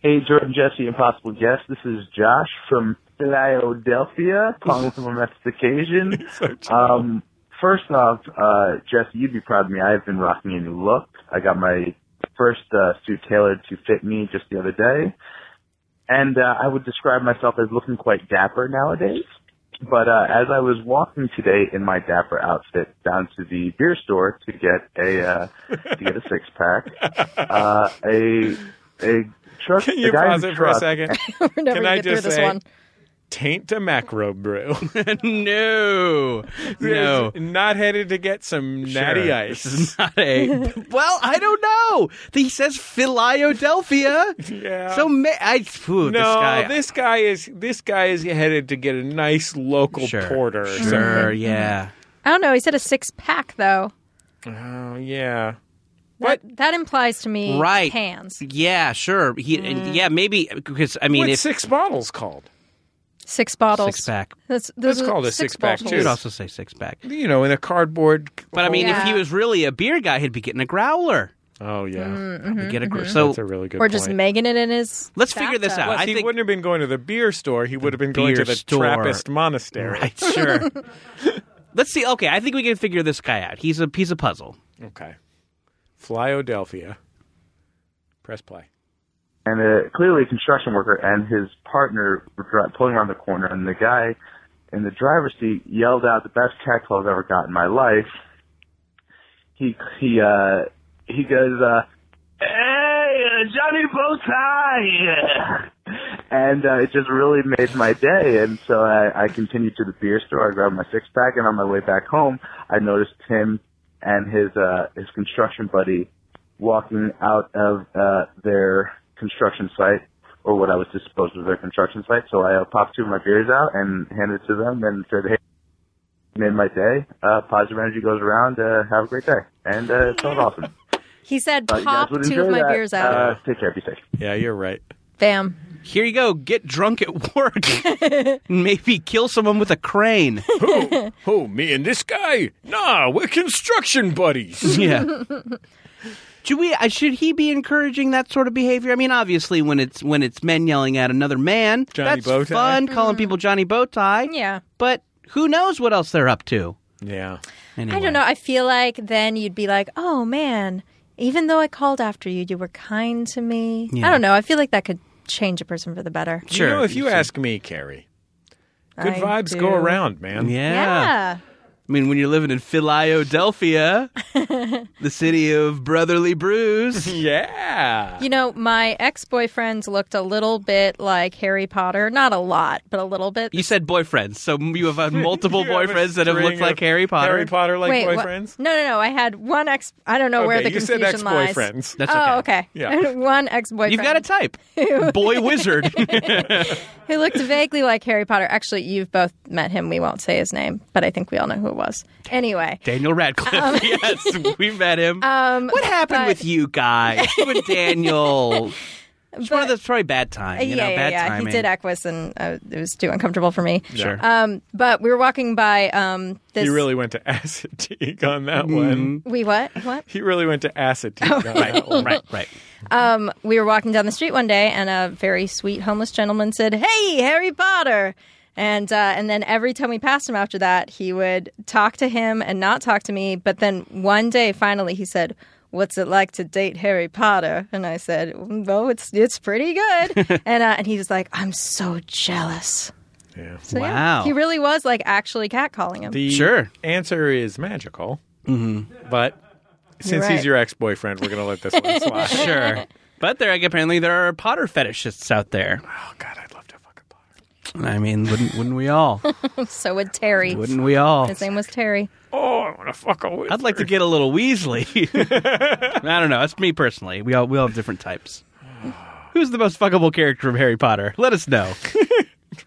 Speaker 5: Hey, Jordan, Jesse, Impossible Guest. This is Josh from Philadelphia, calling from a Mexican occasion. um, first off, uh, Jesse, you'd be proud of me. I've been rocking a new look. I got my first uh, suit tailored to fit me just the other day, and uh, I would describe myself as looking quite dapper nowadays. But uh, as I was walking today in my dapper outfit down to the beer store to get a uh, to get a six pack, uh, a a truck.
Speaker 2: Can you
Speaker 5: a guy in
Speaker 2: pause
Speaker 5: a
Speaker 2: it for a
Speaker 5: truck-
Speaker 2: second?
Speaker 4: We're
Speaker 2: Can
Speaker 4: never gonna
Speaker 2: I
Speaker 4: get
Speaker 2: just
Speaker 4: through this
Speaker 2: say-
Speaker 4: one.
Speaker 2: Taint a macro brew.
Speaker 3: no, no.
Speaker 2: Not headed to get some natty
Speaker 3: Sure.
Speaker 2: ice.
Speaker 3: This is not a. well, I don't know. He says Philadelphia.
Speaker 2: Yeah.
Speaker 3: So ma- I. Phew, this
Speaker 2: no,
Speaker 3: guy.
Speaker 2: this guy is this guy is headed to get a nice local
Speaker 3: sure,
Speaker 2: porter. or
Speaker 3: Sure. Yeah.
Speaker 4: I don't know. He said a six pack though.
Speaker 2: something. Oh yeah.
Speaker 4: What that, that implies to me
Speaker 3: Right.
Speaker 4: cans.
Speaker 3: Yeah. Sure. He.
Speaker 4: Mm.
Speaker 3: and Yeah. Maybe because I mean,
Speaker 2: What's
Speaker 3: if
Speaker 2: six bottles called?
Speaker 4: Six bottles.
Speaker 3: six pack.
Speaker 4: That's,
Speaker 2: That's
Speaker 4: those are
Speaker 2: called a
Speaker 4: six
Speaker 2: six-pack,
Speaker 4: bottles.
Speaker 2: too.
Speaker 3: You could also say six pack.
Speaker 2: You know, in a cardboard.
Speaker 3: But I mean, if he
Speaker 4: Yeah.
Speaker 3: was really a beer guy, he'd be getting a growler.
Speaker 2: oh yeah,
Speaker 3: He'd get a gr- so.
Speaker 2: that's a really good.
Speaker 4: Mm, mm-hmm, Or just
Speaker 2: point.
Speaker 4: making it in his
Speaker 3: Let's figure this
Speaker 4: bathtub.
Speaker 3: out.
Speaker 2: Plus,
Speaker 3: I
Speaker 2: he
Speaker 3: think-
Speaker 2: wouldn't have been going to the beer store. He would have been going
Speaker 3: beer
Speaker 2: to the
Speaker 3: store.
Speaker 2: Trappist monastery.
Speaker 3: Right, sure. Let's see. Okay, I think we can figure this guy out. He's a piece of puzzle.
Speaker 2: Okay. Flyodelphia. Press play.
Speaker 5: and uh, a, clearly a construction worker and his partner were dri- pulling around the corner, and the guy in the driver's seat yelled out the best cackle I've ever got in my life. He he uh he goes uh Hey uh, Johnny Bowtie and uh, it just really made my day and so I, I continued to the beer store, I grabbed my six pack and on my way back home I noticed him and his uh his construction buddy walking out of uh their construction site or what I was disposed of their construction site. So I uh, popped two of my beers out and handed it to them and said, "Hey, you made my day. Uh, positive energy goes around. Uh, have a great day." And uh, it sounds awesome.
Speaker 4: He said,
Speaker 5: Thought you guys
Speaker 4: pop
Speaker 5: would
Speaker 4: two of
Speaker 5: enjoy
Speaker 4: my
Speaker 5: that.
Speaker 4: beers out.
Speaker 5: Uh, take care. Be safe.
Speaker 2: Yeah, you're right.
Speaker 4: Bam.
Speaker 3: Here you go. Get drunk at work. Maybe kill someone with a crane.
Speaker 2: Oh, me and this guy? Nah, we're construction buddies.
Speaker 3: yeah. Should we? uh, Should he be encouraging that sort of behavior? I mean, obviously, when it's when it's men yelling at another man,
Speaker 2: Johnny
Speaker 3: that's
Speaker 2: Bowtie.
Speaker 3: fun. Calling people Johnny Bowtie.
Speaker 4: Yeah.
Speaker 3: But who knows what else they're up to?
Speaker 2: yeah.
Speaker 3: Anyway.
Speaker 4: I don't know. I feel like then you'd be like, oh man, even though I called after you, you were kind to me. I don't know. I feel like that could change a person for the better.
Speaker 3: Sure.
Speaker 2: You know, if you ask me, Carrie, good
Speaker 4: I
Speaker 2: vibes
Speaker 4: do.
Speaker 2: go around, man.
Speaker 3: Yeah.
Speaker 4: Yeah.
Speaker 3: I mean, when you're living in Philadelphia, the city of brotherly brews.
Speaker 2: Yeah.
Speaker 4: You know, my ex boyfriends looked a little bit like Harry Potter. Not a lot, but a little bit.
Speaker 3: You said boyfriends, so you have had multiple
Speaker 2: You have a
Speaker 3: boyfriends that have
Speaker 2: string
Speaker 3: looked like
Speaker 2: of
Speaker 3: Harry Potter.
Speaker 2: Harry Potter like
Speaker 4: Wait, what-
Speaker 2: boyfriends?
Speaker 4: No, no, no. I had one ex. I don't know where
Speaker 2: okay,
Speaker 4: the
Speaker 2: you said
Speaker 4: confusion
Speaker 2: ex
Speaker 4: lies.
Speaker 2: boyfriends.
Speaker 3: That's
Speaker 4: oh,
Speaker 3: okay.
Speaker 4: okay.
Speaker 2: Yeah.
Speaker 4: I had one ex boyfriend.
Speaker 3: You've got a type, boy wizard.
Speaker 4: who looked vaguely like Harry Potter. Actually, you've both met him. We won't say his name, but I think we all know who it was. Anyway,
Speaker 3: Daniel Radcliffe. yes, we met him.
Speaker 4: um,
Speaker 3: what happened
Speaker 4: but-
Speaker 3: with you guys? You and Daniel. It's one of those probably bad time. You
Speaker 4: Uh, yeah,
Speaker 3: know,
Speaker 4: yeah,
Speaker 3: bad
Speaker 4: yeah.
Speaker 3: timing.
Speaker 4: He did Equus, and uh, it was too uncomfortable for me.
Speaker 3: Sure.
Speaker 4: Um, but we were walking by um, this.
Speaker 2: He really went to acid take on
Speaker 3: Mm-hmm.
Speaker 2: that one.
Speaker 4: We what? What?
Speaker 2: He really went to acid
Speaker 4: Oh,
Speaker 2: take on that one.
Speaker 3: right, right.
Speaker 4: Um, we were walking down the street one day, and a very sweet homeless gentleman said, "Hey, Harry Potter." And uh, and then every time we passed him after that, he would talk to him and not talk to me. But then one day, finally, he said, "What's it like to date Harry Potter?" And I said, "Well, it's it's pretty good." and uh, and he was like, "I'm so jealous."
Speaker 2: Yeah.
Speaker 4: So, yeah,
Speaker 3: Wow.
Speaker 4: he really was like actually catcalling him.
Speaker 2: The
Speaker 3: Sure.
Speaker 2: answer is magical. Mm-hmm. But since
Speaker 4: right.
Speaker 2: he's your ex boyfriend, we're going to let this one slide.
Speaker 3: Sure. But there, apparently, there are Potter fetishists out there.
Speaker 2: Oh, God, I'd love to fuck a Potter.
Speaker 3: I mean, wouldn't wouldn't we all?
Speaker 4: so would Terry.
Speaker 3: Wouldn't we all?
Speaker 4: His name was Terry.
Speaker 2: Oh, I want to fuck a wizard.
Speaker 3: I'd like to get a little Weasley. I don't know. That's me personally. We all we all have different types. Who's the most fuckable character of Harry Potter? Let us know.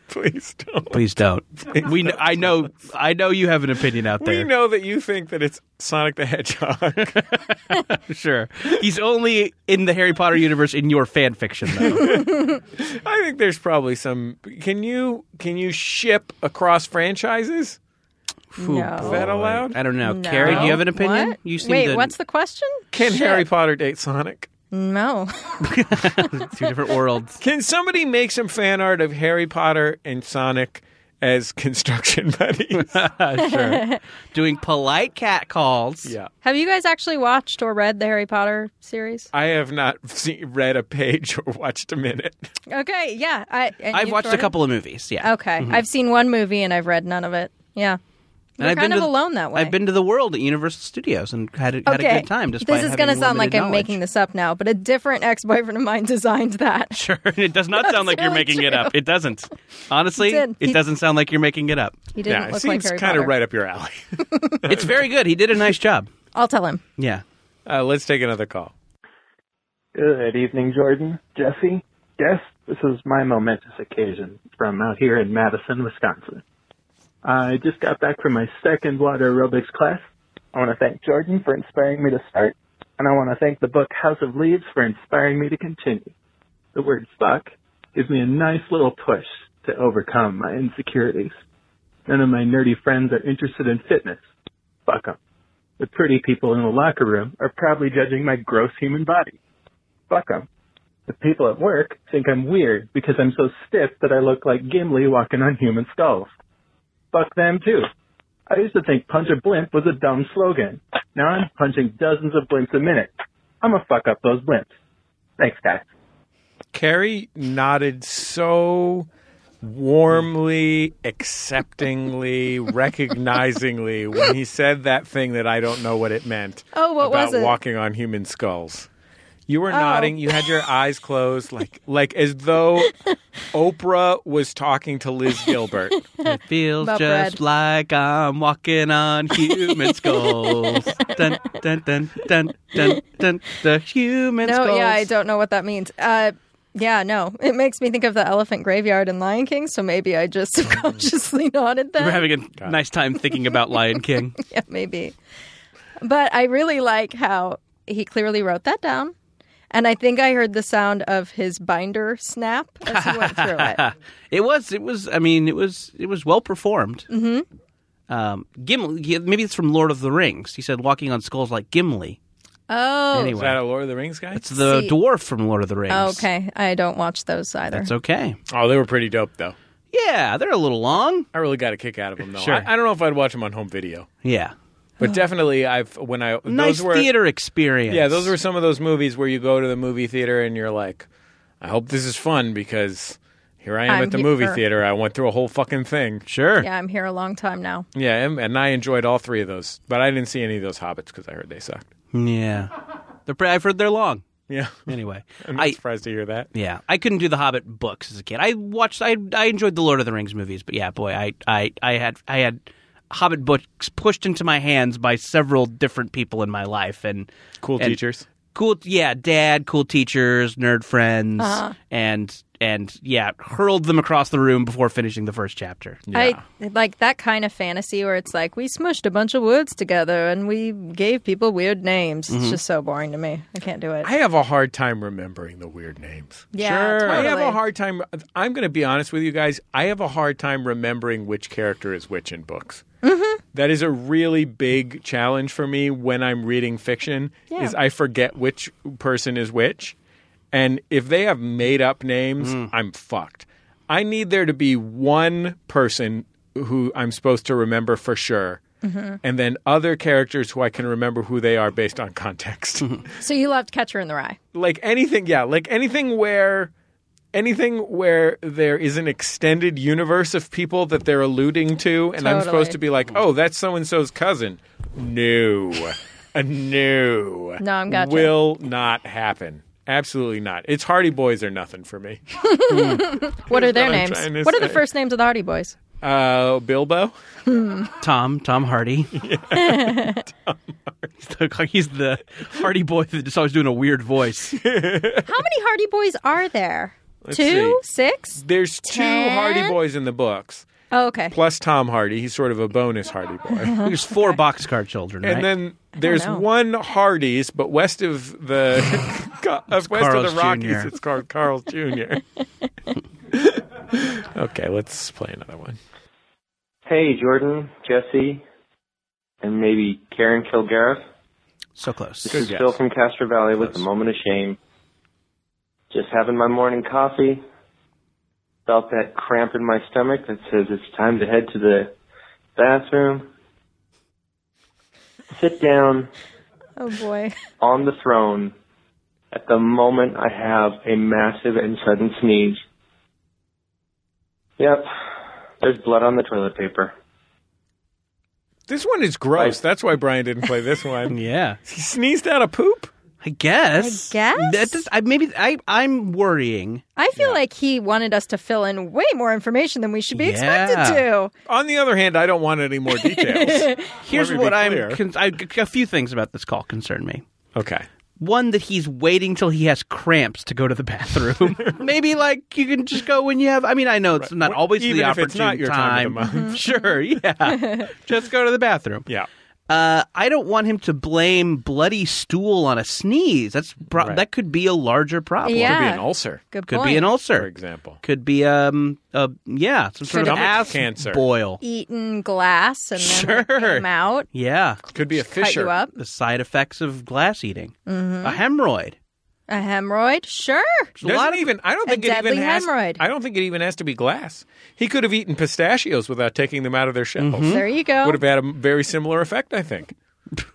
Speaker 2: Please don't.
Speaker 3: Please don't. We kn- I know I know you have an opinion out
Speaker 2: We
Speaker 3: there.
Speaker 2: know that you think that it's Sonic the Hedgehog.
Speaker 3: Sure. He's only in the Harry Potter universe in your fan fiction though.
Speaker 2: I think there's probably some. Can you can you ship across franchises?
Speaker 3: Phew,
Speaker 4: No. Is
Speaker 2: that
Speaker 3: boy.
Speaker 2: allowed?
Speaker 3: I don't know.
Speaker 4: No.
Speaker 3: Carrie, do you have an opinion?
Speaker 4: What?
Speaker 3: You seem
Speaker 4: Wait,
Speaker 3: to
Speaker 4: what's the question?
Speaker 2: Can Harry Potter date Sonic?
Speaker 4: No.
Speaker 3: two different worlds.
Speaker 2: Can somebody make some fan art of Harry Potter and Sonic as construction buddies?
Speaker 3: sure. Doing polite cat calls.
Speaker 2: yeah.
Speaker 4: Have you guys actually watched or read the Harry Potter series?
Speaker 2: I have not seen, read a page or watched a minute.
Speaker 4: Okay, yeah. I, and
Speaker 3: I've
Speaker 4: you,
Speaker 3: watched a
Speaker 4: Jordan?
Speaker 3: couple of movies. Yeah. Mm-hmm.
Speaker 4: Okay, I've seen one movie and I've read none of it. Yeah,
Speaker 3: And
Speaker 4: we're
Speaker 3: I've
Speaker 4: kind of
Speaker 3: been to-
Speaker 4: alone that way.
Speaker 3: I've been to the world at Universal Studios and had, a- had
Speaker 4: okay.
Speaker 3: a good time. Despite
Speaker 4: this is
Speaker 3: going to
Speaker 4: sound like I'm making this up now, but a different ex-boyfriend of mine designed that.
Speaker 3: Sure, it does not sound like you're
Speaker 4: really
Speaker 3: making it up. It doesn't. Honestly,
Speaker 4: It did.
Speaker 3: it,
Speaker 4: He-
Speaker 3: doesn't sound like you're making it up.
Speaker 4: He didn't
Speaker 2: yeah, it
Speaker 4: look
Speaker 2: seems
Speaker 4: like Harry
Speaker 2: kind
Speaker 4: Potter.
Speaker 2: of right up your alley.
Speaker 3: It's very good. He did a nice job.
Speaker 4: I'll tell him.
Speaker 3: Yeah.
Speaker 2: Uh, let's take another call.
Speaker 8: Good evening, Jordan, Jesse. Yes, this is my momentous occasion from out here in Madison, Wisconsin. I just got back from my second water aerobics class. I want to thank Jordan for inspiring me to start, and I want to thank the book House of Leaves for inspiring me to continue. The word fuck gives me a nice little push to overcome my insecurities. None of my nerdy friends are interested in fitness. Fuck 'em. The pretty people in the locker room are probably judging my gross human body fuck 'em. The people at work think I'm weird because I'm so stiff that I look like Gimli walking on human skulls. Fuck them too. I used to think punch a blimp was a dumb slogan. Now I'm punching dozens of blimps a minute. I'm gonna fuck up those blimps. Thanks, guys.
Speaker 2: Carrie nodded so warmly, acceptingly, recognizingly when he said that thing that I don't know what it meant.
Speaker 4: Oh, what
Speaker 2: about
Speaker 4: was it?
Speaker 2: Walking on human skulls. You
Speaker 3: Oh.
Speaker 2: were nodding. You had your eyes closed, like like as though Oprah was talking to Liz Gilbert.
Speaker 3: It feels
Speaker 4: About
Speaker 3: just
Speaker 4: bread.
Speaker 3: like I'm walking on human skulls. dun, dun, dun, dun, dun, dun, the human
Speaker 4: No,
Speaker 3: skulls.
Speaker 4: yeah, I don't know what that means. Uh, yeah, no, it makes me think of the elephant graveyard in Lion King. So maybe I just subconsciously nodded that.
Speaker 3: We're having a nice time thinking about Lion King.
Speaker 4: yeah, maybe. But I really like how he clearly wrote that down. And I think I heard the sound of his binder snap as he went through it.
Speaker 3: It was. It was. I mean, it was. It was well performed. Mm-hmm. Um, Gimli. yeah, Maybe it's from Lord of the Rings. He said walking on skulls like Gimli.
Speaker 4: Oh,
Speaker 2: Is
Speaker 3: Anyway,
Speaker 2: that a Lord of the Rings guy?
Speaker 3: it's the
Speaker 4: See- Oh,
Speaker 3: dwarf from Lord of the Rings.
Speaker 4: okay. I don't watch those either.
Speaker 3: that's okay.
Speaker 2: Oh, they were pretty dope though.
Speaker 3: Yeah, they're a little long.
Speaker 2: I really got a kick out of them though.
Speaker 3: Sure.
Speaker 2: I, I don't know if I'd watch them on home video,
Speaker 3: Yeah,
Speaker 2: but definitely I've when I
Speaker 3: nice
Speaker 2: those were
Speaker 3: theater experience.
Speaker 2: Yeah, those were some of those movies where you go to the movie theater and you're like, I hope this is fun because here I am
Speaker 4: I'm
Speaker 2: at the
Speaker 4: here.
Speaker 2: movie theater. I went through a whole fucking thing.
Speaker 3: sure.
Speaker 4: Yeah, I'm here a long time now.
Speaker 2: Yeah, and, and I enjoyed all three of those, but I didn't see any of those Hobbits because I heard they sucked.
Speaker 3: Yeah, they're. Pre- I've heard they're long.
Speaker 2: Yeah,
Speaker 3: Anyway,
Speaker 2: I'm not
Speaker 3: I
Speaker 2: surprised to hear that.
Speaker 3: yeah, I couldn't do the Hobbit books as a kid. I watched. I I enjoyed the Lord of the Rings movies, but yeah, boy, I I I had I had Hobbit books pushed into my hands by several different people in my life, and
Speaker 2: Cool
Speaker 3: and
Speaker 2: teachers.
Speaker 3: cool. Yeah, dad, cool teachers, nerd friends, and and yeah, hurled them across the room before finishing the first chapter.
Speaker 4: I like that kind of fantasy where it's like we smushed a bunch of words together and we gave people weird names. It's just so boring to me. I can't do it.
Speaker 2: Mm-hmm. I have a hard time remembering the weird names.
Speaker 4: yeah,
Speaker 2: I have
Speaker 4: totally.
Speaker 2: a hard time. I'm going to be honest with you guys. I have a hard time remembering which character is which in books.
Speaker 4: Mm-hmm.
Speaker 2: That is a really big challenge for me when I'm reading fiction. Is I forget which person is which, and if they have made up names, I'm fucked. I need there to be one person who I'm supposed to remember for sure.
Speaker 4: Mm-hmm.
Speaker 2: And then other characters who I can remember who they are based on context
Speaker 4: So you loved Catcher in the Rye.
Speaker 2: like anything yeah like anything where anything where there is an extended universe of people that they're alluding to and i'm
Speaker 4: Totally.
Speaker 2: supposed to be like oh that's so and so's cousin no Uh, no
Speaker 4: No, I'm gotcha.
Speaker 2: will not happen absolutely not it's hardy boys or nothing for me
Speaker 4: What are their
Speaker 2: what I'm
Speaker 4: names?
Speaker 2: hmm. trying to
Speaker 4: What are the
Speaker 2: say.
Speaker 4: first names of the Hardy Boys? Hmm.
Speaker 2: uh bilbo
Speaker 3: Tom, Tom Hardy. He's the- He's the Hardy boy that just always doing a weird voice.
Speaker 4: How many Hardy Boys are there? Two, six.
Speaker 2: there's two
Speaker 4: Ten?
Speaker 2: hardy boys in the books
Speaker 4: Oh, okay.
Speaker 2: plus tom hardy he's sort of a bonus hardy boy
Speaker 3: There's four boxcar children, right?
Speaker 2: And then there's
Speaker 4: know.
Speaker 2: one Hardee's, but west of the of west of
Speaker 3: Carl's
Speaker 2: the Rockies,
Speaker 3: Jr..
Speaker 2: it's called Carl's Jr. okay, let's play another one.
Speaker 5: Hey, Jordan, Jesse, and maybe Karen Kilgariff.
Speaker 3: so close.
Speaker 5: This
Speaker 2: Good
Speaker 5: is
Speaker 2: guess.
Speaker 5: Phil from Castro Valley with
Speaker 2: Close.
Speaker 5: a moment of shame. Just having my morning coffee. Felt that cramp in my stomach that says it's time to head to the bathroom. Sit down
Speaker 4: Oh boy.
Speaker 5: on the throne. At the moment, I have a massive and sudden sneeze. Yep, there's blood on the toilet paper.
Speaker 2: This one is gross. That's why Brian didn't play this one.
Speaker 3: Yeah,
Speaker 2: he sneezed out a poop.
Speaker 3: I guess.
Speaker 4: I guess?
Speaker 3: that does, I, maybe I. I'm worrying.
Speaker 4: I feel like he wanted us to fill in way more information than we should be expected
Speaker 3: Yeah.
Speaker 4: to.
Speaker 2: On the other hand, I don't want any more details.
Speaker 3: Here's
Speaker 2: Let me be
Speaker 3: what I'm.
Speaker 2: clear.
Speaker 3: Con- I, a few things about this call concern me.
Speaker 2: okay.
Speaker 3: One that he's waiting till he has cramps to go to the bathroom. maybe like you can just go when you have. I mean, I know it's not always
Speaker 2: Even
Speaker 3: the
Speaker 2: if
Speaker 3: opportune
Speaker 2: it's not your time of the month.
Speaker 3: Sure, yeah. just go to the bathroom.
Speaker 2: Yeah.
Speaker 3: Uh, I don't want him to blame bloody stool on a sneeze. That's pro-
Speaker 2: Right.
Speaker 3: that could be a larger problem.
Speaker 4: Yeah.
Speaker 2: Could be an ulcer,
Speaker 4: Good
Speaker 3: Could
Speaker 4: point.
Speaker 3: be an
Speaker 2: for
Speaker 3: ulcer.
Speaker 2: example.
Speaker 3: Could be um uh yeah some sort of
Speaker 2: Stomach
Speaker 3: ass
Speaker 2: cancer.
Speaker 3: boil.
Speaker 4: Eaten glass and then
Speaker 3: Sure.
Speaker 4: came out.
Speaker 3: Yeah,
Speaker 2: Could be a
Speaker 4: Cut you
Speaker 2: fissure.
Speaker 4: up. Mm-hmm.
Speaker 3: the side effects of glass eating. A hemorrhoid.
Speaker 4: A hemorrhoid. Sure.
Speaker 2: Doesn't
Speaker 3: lot of-
Speaker 2: even. I don't
Speaker 4: a
Speaker 2: think it even
Speaker 4: deadly
Speaker 2: has.
Speaker 4: hemorrhoid.
Speaker 2: I don't think it even has to be glass. He could have eaten pistachios without taking them out of their shells.
Speaker 4: Mm-hmm. There you go.
Speaker 2: would have had a very similar effect, I think.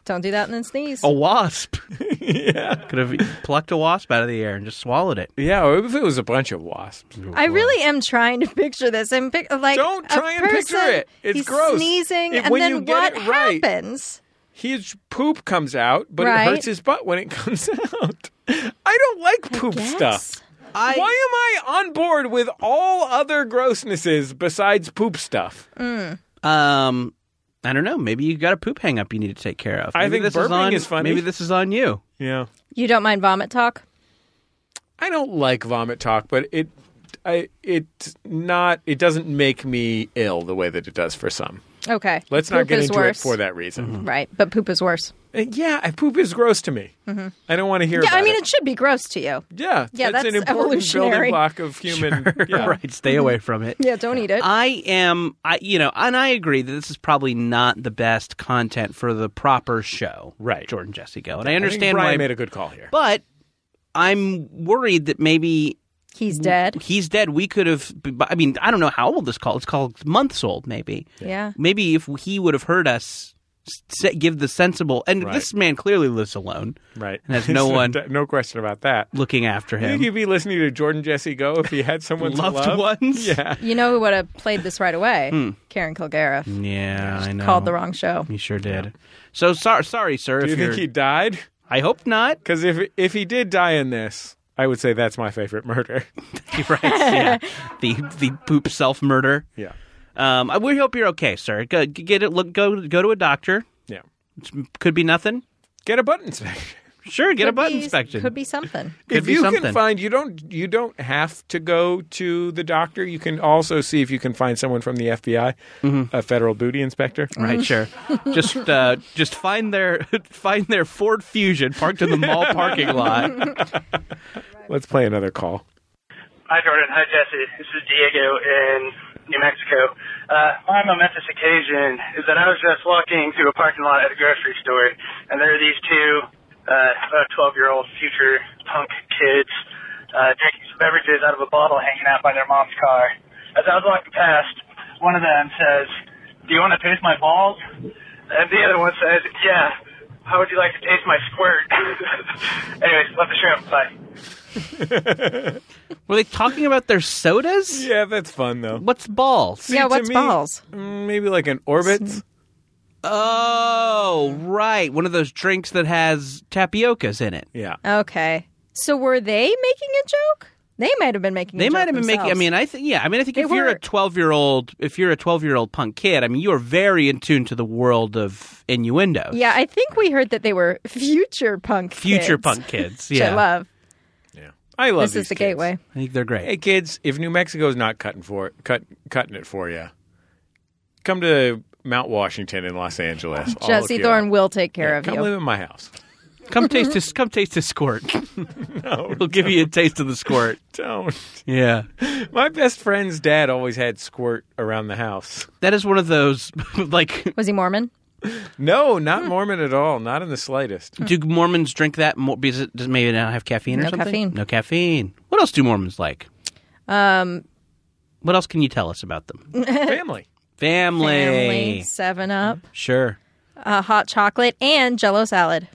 Speaker 4: Don't do that and then sneeze.
Speaker 3: A wasp.
Speaker 2: yeah.
Speaker 3: Could have plucked a wasp out of the air and just swallowed it.
Speaker 2: Yeah, or if it was a bunch of wasps.
Speaker 4: I really am trying to picture this. I'm pic- like,
Speaker 2: Don't
Speaker 4: a
Speaker 2: try and picture
Speaker 4: person,
Speaker 2: it. It's
Speaker 4: he's
Speaker 2: gross.
Speaker 4: Sneezing,
Speaker 2: It-
Speaker 4: and
Speaker 2: when
Speaker 4: then
Speaker 2: you get
Speaker 4: what
Speaker 2: it right-
Speaker 4: happens?
Speaker 2: His poop comes out, but
Speaker 4: Right.
Speaker 2: it hurts his butt when it comes out. I don't like poop
Speaker 4: Yes.
Speaker 2: stuff.
Speaker 3: I,
Speaker 2: Why am I on board with all other grossnesses besides poop stuff?
Speaker 4: Mm.
Speaker 3: Um, I don't know. Maybe you got a poop hang up you need to take care of.
Speaker 2: I
Speaker 3: Maybe
Speaker 2: think
Speaker 3: this
Speaker 2: burping
Speaker 3: is, on,
Speaker 2: is funny.
Speaker 3: Maybe this is on you.
Speaker 2: Yeah.
Speaker 4: You don't mind vomit talk?
Speaker 2: I don't like vomit talk, but it I it's not it doesn't make me ill the way that it does for some.
Speaker 4: Okay.
Speaker 2: Let's
Speaker 4: poop
Speaker 2: not get
Speaker 4: is
Speaker 2: into
Speaker 4: worse.
Speaker 2: it for that
Speaker 3: Mm-hmm.
Speaker 2: reason.
Speaker 4: Right, but poop is worse.
Speaker 2: Mm-hmm.
Speaker 4: Mm-hmm.
Speaker 2: Uh, Yeah, I- poop is gross to me. I don't want to hear
Speaker 4: Yeah,
Speaker 2: about
Speaker 4: I mean,
Speaker 2: it.
Speaker 4: it. should be gross to you.
Speaker 2: Yeah,
Speaker 4: Yeah,
Speaker 2: it's an
Speaker 4: that's
Speaker 2: important
Speaker 4: evolutionary.
Speaker 2: building block of human. Yeah.
Speaker 3: right. Stay away from it.
Speaker 4: Yeah, don't eat it.
Speaker 3: I am, I you know, and I agree that this is probably not the best content for the proper show.
Speaker 2: Right.
Speaker 3: Jordan Jesse Go, and I
Speaker 2: I think
Speaker 3: understand
Speaker 2: Brian
Speaker 3: why,
Speaker 2: made a good call here.
Speaker 3: but I'm worried that maybe
Speaker 4: He's dead.
Speaker 3: he's dead. We could have. I mean, I don't know how old this call. It's called months old, maybe.
Speaker 4: Yeah.
Speaker 3: Maybe if he would have heard us se- give the sensible, and
Speaker 2: Right.
Speaker 3: this man clearly lives alone,
Speaker 2: Right.
Speaker 3: And there's no one
Speaker 2: No question about that.
Speaker 3: looking after
Speaker 2: I think
Speaker 3: him.
Speaker 2: he'd be listening to Jordan Jesse Go if he had someone to
Speaker 3: Loved
Speaker 2: love.
Speaker 3: ones.
Speaker 2: Yeah.
Speaker 4: You know who would have played this right away?
Speaker 2: Hmm.
Speaker 4: Karen Kilgariff.
Speaker 3: Yeah, I know.
Speaker 4: Called the wrong show.
Speaker 3: He sure did. So sorry, sorry, sir.
Speaker 2: Do you
Speaker 3: if
Speaker 2: think
Speaker 3: you're-
Speaker 2: he died?
Speaker 3: I hope not.
Speaker 2: Because if if he did die in this, I would say that's my favorite murder.
Speaker 3: He writes, yeah, the the poop self murder.
Speaker 2: Yeah.
Speaker 3: Um, I- we hope you're okay, sir. Go, get it. Look, go go to a doctor.
Speaker 2: Yeah.
Speaker 3: It's, could be nothing.
Speaker 2: Get a butt inspection.
Speaker 3: Sure, get a
Speaker 4: Could
Speaker 3: butt
Speaker 4: be-
Speaker 3: inspection.
Speaker 4: Could be something.
Speaker 3: Could
Speaker 2: if
Speaker 3: be
Speaker 2: you
Speaker 3: something.
Speaker 2: can find you don't you don't have to go to the doctor. You can also see if you can find someone from the FBI, a federal booty inspector.
Speaker 3: Mm-hmm. Right, sure. Just uh, just find their find their Ford Fusion parked in the mall parking lot.
Speaker 2: Let's play another call.
Speaker 9: Hi, Jordan. Hi, Jesse. This is Diego in New Mexico. Uh, my momentous occasion is that I was just walking through a parking lot at a grocery store, and there are these two uh, about 12-year-old future punk kids uh, drinking some beverages out of a bottle hanging out by their mom's car. As I was walking past, one of them says, "Do you want to taste my balls?" And the other one says, "Yeah. How would you like to taste my squirt?" Anyways, love the show. Bye.
Speaker 3: Were they talking about their sodas?
Speaker 2: Yeah, that's fun though.
Speaker 3: What's balls?
Speaker 4: yeah,
Speaker 2: to
Speaker 4: what's
Speaker 2: me-
Speaker 4: balls?
Speaker 2: Mm, Maybe like an orbit.
Speaker 3: Oh, right. One of those drinks that has tapiocas in it.
Speaker 2: Yeah.
Speaker 4: Okay. So were they making a joke? They might have been making
Speaker 3: They
Speaker 4: a joke
Speaker 3: might have been making. I
Speaker 4: themselves.
Speaker 3: mean, I think. Yeah, I mean, I think
Speaker 4: They
Speaker 3: if you're a
Speaker 4: were-
Speaker 3: twelve-year-old, if you're a twelve-year-old punk kid, I mean, you are very in tune to the world of innuendo.
Speaker 4: Yeah, I think we heard that they were future punk
Speaker 3: future
Speaker 4: kids,
Speaker 3: punk kids.
Speaker 4: Which
Speaker 3: Yeah,
Speaker 4: I love.
Speaker 2: I love
Speaker 4: this is
Speaker 2: these
Speaker 4: the
Speaker 2: kids.
Speaker 4: gateway.
Speaker 3: I think they're great.
Speaker 2: Hey kids, if New Mexico's not cutting for cut cutting it for you, come to Mount Washington in Los Angeles. I'll
Speaker 4: Jesse
Speaker 2: hook you
Speaker 4: Thorne
Speaker 2: up.
Speaker 4: will take care
Speaker 2: Yeah,
Speaker 4: of
Speaker 2: come
Speaker 4: you.
Speaker 2: live in my house.
Speaker 3: Come taste this. Come taste this squirt. we'll give you a taste of the squirt.
Speaker 2: Don't.
Speaker 3: Yeah.
Speaker 2: My best friend's dad always had squirt around the house.
Speaker 3: That is one of those like
Speaker 4: Was he Mormon?
Speaker 2: No, not Mormon at all. Not in the slightest.
Speaker 3: do Mormons drink that more because it does maybe not have caffeine or
Speaker 4: No
Speaker 3: something?
Speaker 4: caffeine.
Speaker 3: No caffeine. What else do Mormons like?
Speaker 4: Um,
Speaker 3: What else can you tell us about them?
Speaker 2: Family.
Speaker 3: Family.
Speaker 4: family, Seven Up,
Speaker 3: Sure.
Speaker 4: uh, hot chocolate, and Jello salad.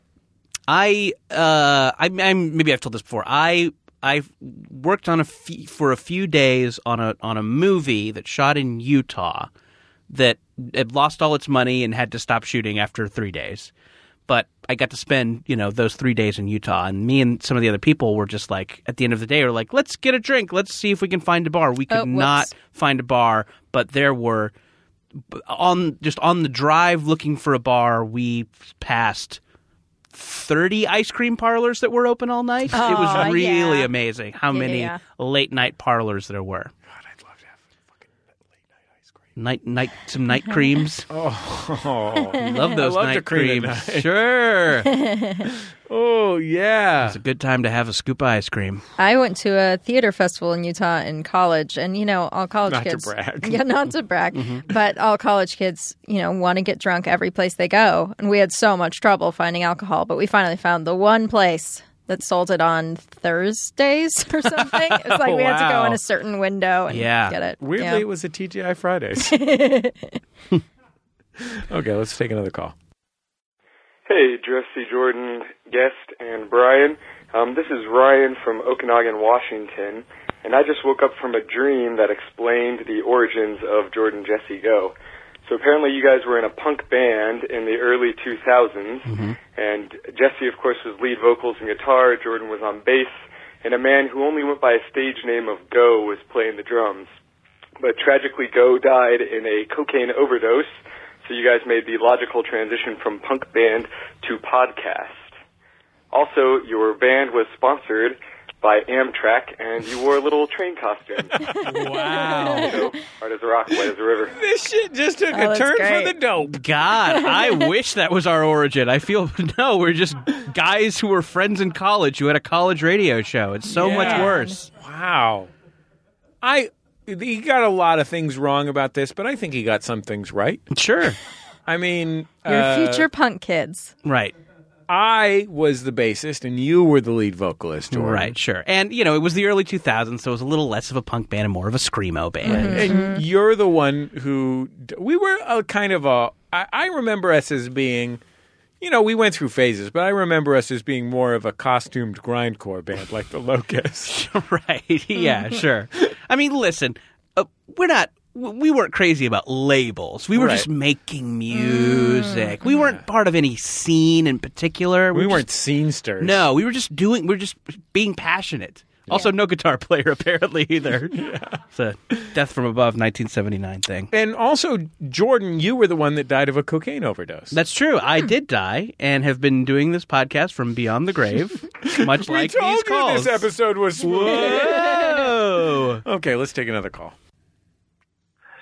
Speaker 3: I uh I I'm, maybe I've told this before. I I worked on a fe- for a few days on a on a movie that shot in Utah that had lost all its money and had to stop shooting after 3 days. But I got to spend, you know, those 3 days in Utah and me and some of the other people were just like at the end of the day were like, "Let's get a drink. Let's see if we can find a bar." We could
Speaker 4: Oh, whoops.
Speaker 3: not find a bar, but there were on just on the drive looking for a bar, we passed 30 ice cream parlors that were open all night. it
Speaker 4: Aw,
Speaker 3: was really
Speaker 4: Oh, yeah.
Speaker 3: amazing how
Speaker 4: Yeah,
Speaker 3: many
Speaker 4: yeah,
Speaker 3: late night parlors there were.
Speaker 2: God, I'd love to have fucking late night ice cream.
Speaker 3: Night night some night creams.
Speaker 2: Oh,
Speaker 3: Love those
Speaker 2: love to
Speaker 3: night
Speaker 2: cream at
Speaker 3: creams. Sure. it's
Speaker 2: oh yeah.
Speaker 3: a good time to have a scoop of ice cream.
Speaker 4: I went to a theater festival in Utah in college, and you know, all college
Speaker 2: Not to
Speaker 4: kids.
Speaker 2: brag. Mm-hmm.
Speaker 4: Yeah, not to brag, but all college kids, you know, want to get drunk every place they go, and we had so much trouble finding alcohol, but we finally found the one place that sold it on Thursdays or something. It's like we had to go
Speaker 3: Wow.
Speaker 4: in a certain window and
Speaker 3: Yeah.
Speaker 4: get it.
Speaker 2: Weirdly,
Speaker 4: Yeah.
Speaker 2: it was a TGI Fridays. okay, let's take another call.
Speaker 10: Jesse Jordan, guest, and Brian. Um, this is Ryan from Okanagan, Washington, and I just woke up from a dream that explained the origins of Jordan Jesse Go. So apparently, you guys were in a punk band in the early 2000s, and Jesse, of course, was lead vocals and guitar. Jordan was on bass, and a man who only went by a stage name of Go was playing the drums. But tragically, Go died in a cocaine overdose. So you guys made the logical transition from punk band to podcast. Also, your band was sponsored by Amtrak, and you wore a little train costume.
Speaker 3: Wow.
Speaker 10: So, hard as a rock, white as a river.
Speaker 2: This shit just took
Speaker 4: Oh,
Speaker 2: a
Speaker 4: it's
Speaker 2: turn
Speaker 4: great.
Speaker 2: for the dope.
Speaker 3: God, I wish that was our origin. I feel no, we're just guys who were friends in college who had a college radio show. It's so much
Speaker 2: Yeah.
Speaker 3: worse.
Speaker 2: Wow. I he got a lot of things wrong about this, but I think he got some things right.
Speaker 3: Sure.
Speaker 2: I mean,
Speaker 4: Your
Speaker 2: uh,
Speaker 4: future punk kids.
Speaker 3: Right.
Speaker 2: I was the bassist and you were the lead vocalist, Jordan.
Speaker 3: Right, sure. And you know, it was the early 2000s, so it was a little less of a punk band and more of a screamo band.
Speaker 2: And you're the one who we were a kind of a. I, I remember us as being, you know, we went through phases, but I remember us as being more of a costumed grindcore band like the Locusts.
Speaker 3: right. Yeah, sure. I mean, listen, uh, we're not. w- We weren't crazy about labels. We were
Speaker 2: Right.
Speaker 3: just making music. We weren't part of any scene in particular.
Speaker 2: We
Speaker 3: were
Speaker 2: weren't
Speaker 3: just-
Speaker 2: scenesters.
Speaker 3: no, we were just doing. We were just being passionate. Also, no guitar player apparently either. It's a death from above 1979 thing.
Speaker 2: And also, Jordan, you were the one that died of a cocaine overdose.
Speaker 3: That's true. I did die and have been doing this podcast from beyond the grave, much
Speaker 2: we
Speaker 3: like
Speaker 2: told
Speaker 3: these
Speaker 2: you
Speaker 3: calls. Oh.
Speaker 2: this episode was smooth.
Speaker 3: Whoa.
Speaker 2: okay, let's take another call.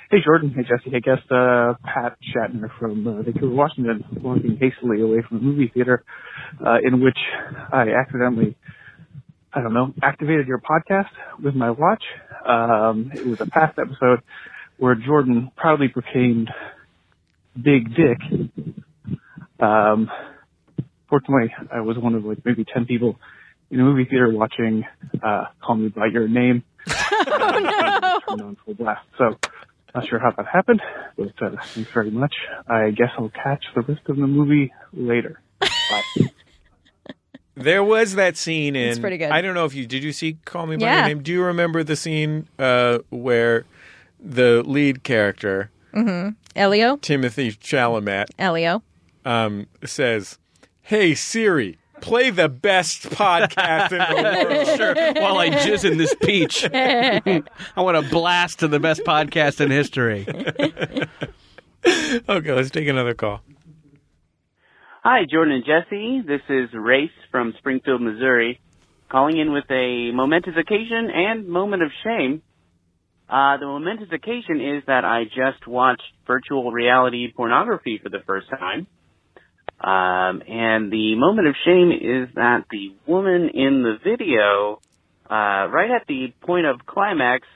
Speaker 8: Hey Jordan, hey Jesse, hey guest, uh, Pat Shatner from uh, Vancouver, Washington, walking hastily away from a movie theater, uh, in which I accidentally, I don't know, activated your podcast with my watch. Um, it was a past episode where Jordan proudly proclaimed Big Dick. Um, fortunately, I was one of like maybe 10 people in a movie theater watching, uh, Call Me By Your Name. turned on full blast. So, not sure how that happened, but uh, thanks very much. I guess I'll catch the rest of the movie later. Bye.
Speaker 2: There was that scene in.
Speaker 4: It's pretty good.
Speaker 2: I don't know if you did. You see, call me by
Speaker 4: Yeah.
Speaker 2: your name. Do you remember the scene uh, where the lead character
Speaker 4: Mm-hmm. Elio?
Speaker 2: Timothy Chalamet
Speaker 4: Elio.
Speaker 2: um, says, "Hey Siri, play the best podcast in the world."
Speaker 3: sure. While I jizz in this peach, I want to blast to the best podcast in history.
Speaker 2: Okay, let's take another call.
Speaker 11: Hi, Jordan and Jesse. This is Race from Springfield, Missouri, calling in with a momentous occasion and moment of shame. Uh, the momentous occasion is that I just watched virtual reality pornography for the first time. Um, and the moment of shame is that the woman in the video, uh, right at the point of climax,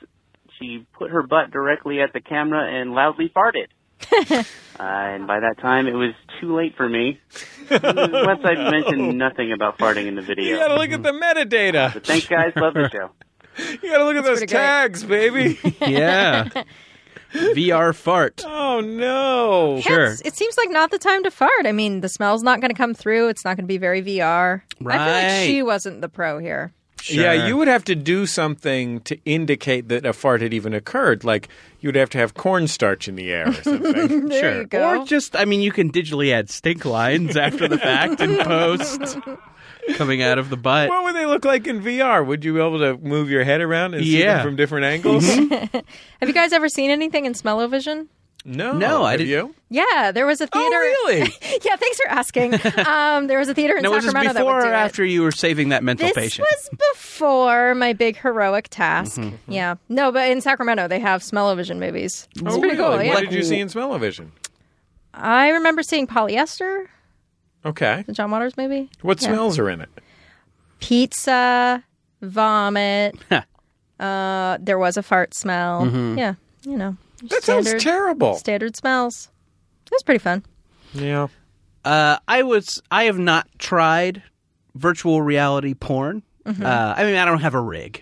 Speaker 11: she put her butt directly at the camera and loudly farted. Uh, and by that time, it was too late for me. Once I mentioned nothing about farting in the
Speaker 2: You
Speaker 11: video.
Speaker 2: gotta look at the metadata.
Speaker 11: But thanks, guys. Love the show.
Speaker 2: You gotta look at those
Speaker 4: pretty great.
Speaker 2: tags, baby.
Speaker 3: Yeah. VR fart.
Speaker 2: oh no!
Speaker 3: Sure.
Speaker 4: That's- It seems like not the time to fart. I mean, the smell's not going to come through. It's not going to be very VR. I feel
Speaker 3: Right.
Speaker 4: like she wasn't the pro here.
Speaker 2: Yeah, you would have to do something to indicate that a fart had even occurred. Like you would have to have cornstarch in the air or something.
Speaker 4: There
Speaker 3: Sure.
Speaker 4: you go.
Speaker 3: Or just, I mean, you can digitally add stink lines after the fact and post coming out of the butt.
Speaker 2: what would they look like in VR? Would you be able to move your head around and see
Speaker 3: Yeah. Mm-hmm.
Speaker 2: them from different angles?
Speaker 4: Have you guys ever seen anything in Smellovision?
Speaker 2: no,
Speaker 3: No, I
Speaker 2: Have
Speaker 3: didn't-
Speaker 2: You?
Speaker 4: Yeah, there was a theater.
Speaker 2: Oh, really?
Speaker 4: yeah, thanks for asking. Um, there was a theater in
Speaker 3: now, was this
Speaker 4: Sacramento that would
Speaker 3: before
Speaker 4: do
Speaker 3: or
Speaker 4: it.
Speaker 3: after you were saving that mental
Speaker 4: This
Speaker 3: patient? Mm-hmm,
Speaker 4: was before my big heroic task. Yeah, no, but in Sacramento they have Smellovision movies. It's
Speaker 2: oh, really?
Speaker 4: pretty cool. Yeah,
Speaker 2: What did you see in Smellovision?
Speaker 4: I remember seeing Polyester,
Speaker 2: Okay,
Speaker 4: the John Waters movie.
Speaker 2: what
Speaker 4: Yeah.
Speaker 2: smells are in it?
Speaker 4: Pizza, vomit.
Speaker 3: Huh. Mm-hmm.
Speaker 4: uh, there was a fart smell. Yeah, you know,
Speaker 2: That
Speaker 4: standard-
Speaker 2: sounds terrible.
Speaker 4: standard smells. It was pretty fun.
Speaker 2: yeah.
Speaker 3: Uh, I was. I have not tried virtual reality porn.
Speaker 4: Mm-hmm.
Speaker 3: Uh, I mean, I don't have a rig.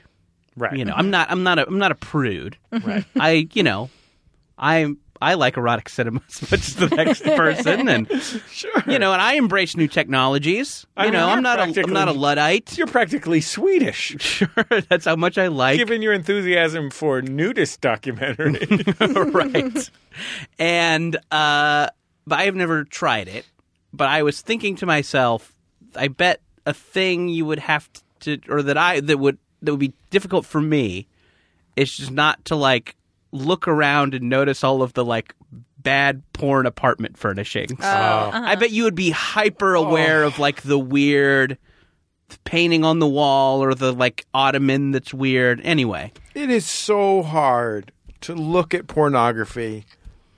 Speaker 2: Right.
Speaker 4: Mm-hmm.
Speaker 3: You know, I'm not. I'm not. A, I'm not a prude. Right. I. You know, I. I like erotic cinema as much as the next person, and you know, and I embrace new technologies. You
Speaker 2: I mean,
Speaker 3: know,
Speaker 2: you're
Speaker 3: I'm not a, I'm
Speaker 2: practically-
Speaker 3: not a luddite.
Speaker 2: You're practically Swedish,
Speaker 3: Sure, that's how much I like.
Speaker 2: given your enthusiasm for nudist documentary.
Speaker 3: right. And uh but I have never tried it. But I was thinking to myself, I bet a thing you would have to or that I that would that would be difficult for me is just not to like look around and notice all of the like bad porn apartment furnishings. I bet you would be hyper aware of like the weird painting on the wall or the like ottoman that's weird. Anyway,
Speaker 12: It is so hard to look at pornography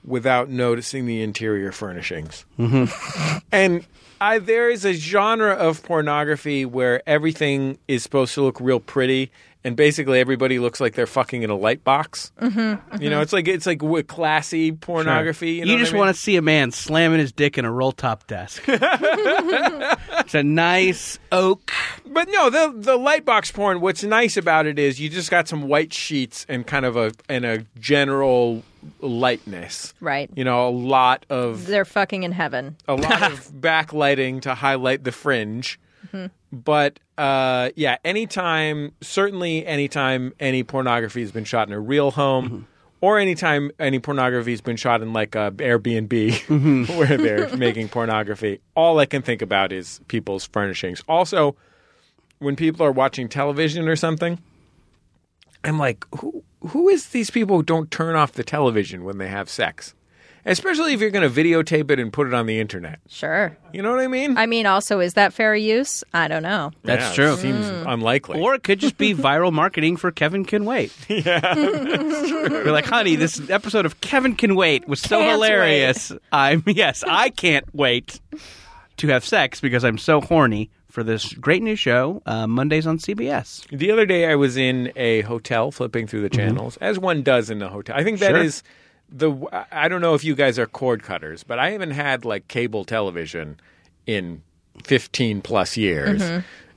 Speaker 12: without noticing the interior furnishings.
Speaker 2: Mm-hmm. and I, there is a genre of pornography where everything is supposed to look real pretty, and basically everybody looks like they're fucking in a light box. Mm-hmm, You know, it's like it's like wi- classy pornography. You, know
Speaker 3: You, just want
Speaker 2: want
Speaker 3: to see a man slamming his dick in a roll top desk. it's a nice oak.
Speaker 2: but no, the the light box porn. What's nice about it is you just got some white sheets and kind of a and a general lightness.
Speaker 4: Right.
Speaker 2: You know, a lot of
Speaker 4: They're fucking in heaven.
Speaker 2: a
Speaker 3: Oh.
Speaker 2: lot of backlighting to highlight the fringe.
Speaker 4: Mm-hmm.
Speaker 2: But uh, yeah, anytime, certainly anytime any pornography has been shot in a real home, or anytime any pornography has been shot in like a Airbnb where they're making pornography, all I can think about is people's furnishings. Also, when people are watching television or something, I'm like, who who is these people who don't turn off the television when they have sex? Especially if you're going to videotape it and put it on the internet.
Speaker 4: Sure.
Speaker 2: You know what I mean?
Speaker 4: I mean, also, is that fair use? I don't know. Mm.
Speaker 3: That's
Speaker 2: Yeah,
Speaker 3: true.
Speaker 2: Seems unlikely.
Speaker 3: Mm. Or it could just be viral marketing for Kevin Can Wait. Yeah. Oh, We're like, honey, this episode of Kevin Can Wait was so
Speaker 4: Can't
Speaker 3: hilarious. I'm yes, I can't wait to have sex because I'm so horny for this great new show, uh, Mondays on CBS.
Speaker 2: the other day, I was in a hotel flipping through the channels, as one does in a hotel. I think that
Speaker 3: Sure.
Speaker 2: is the. I- I don't know if you guys are cord cutters, but I haven't had like cable television in fifteen plus years.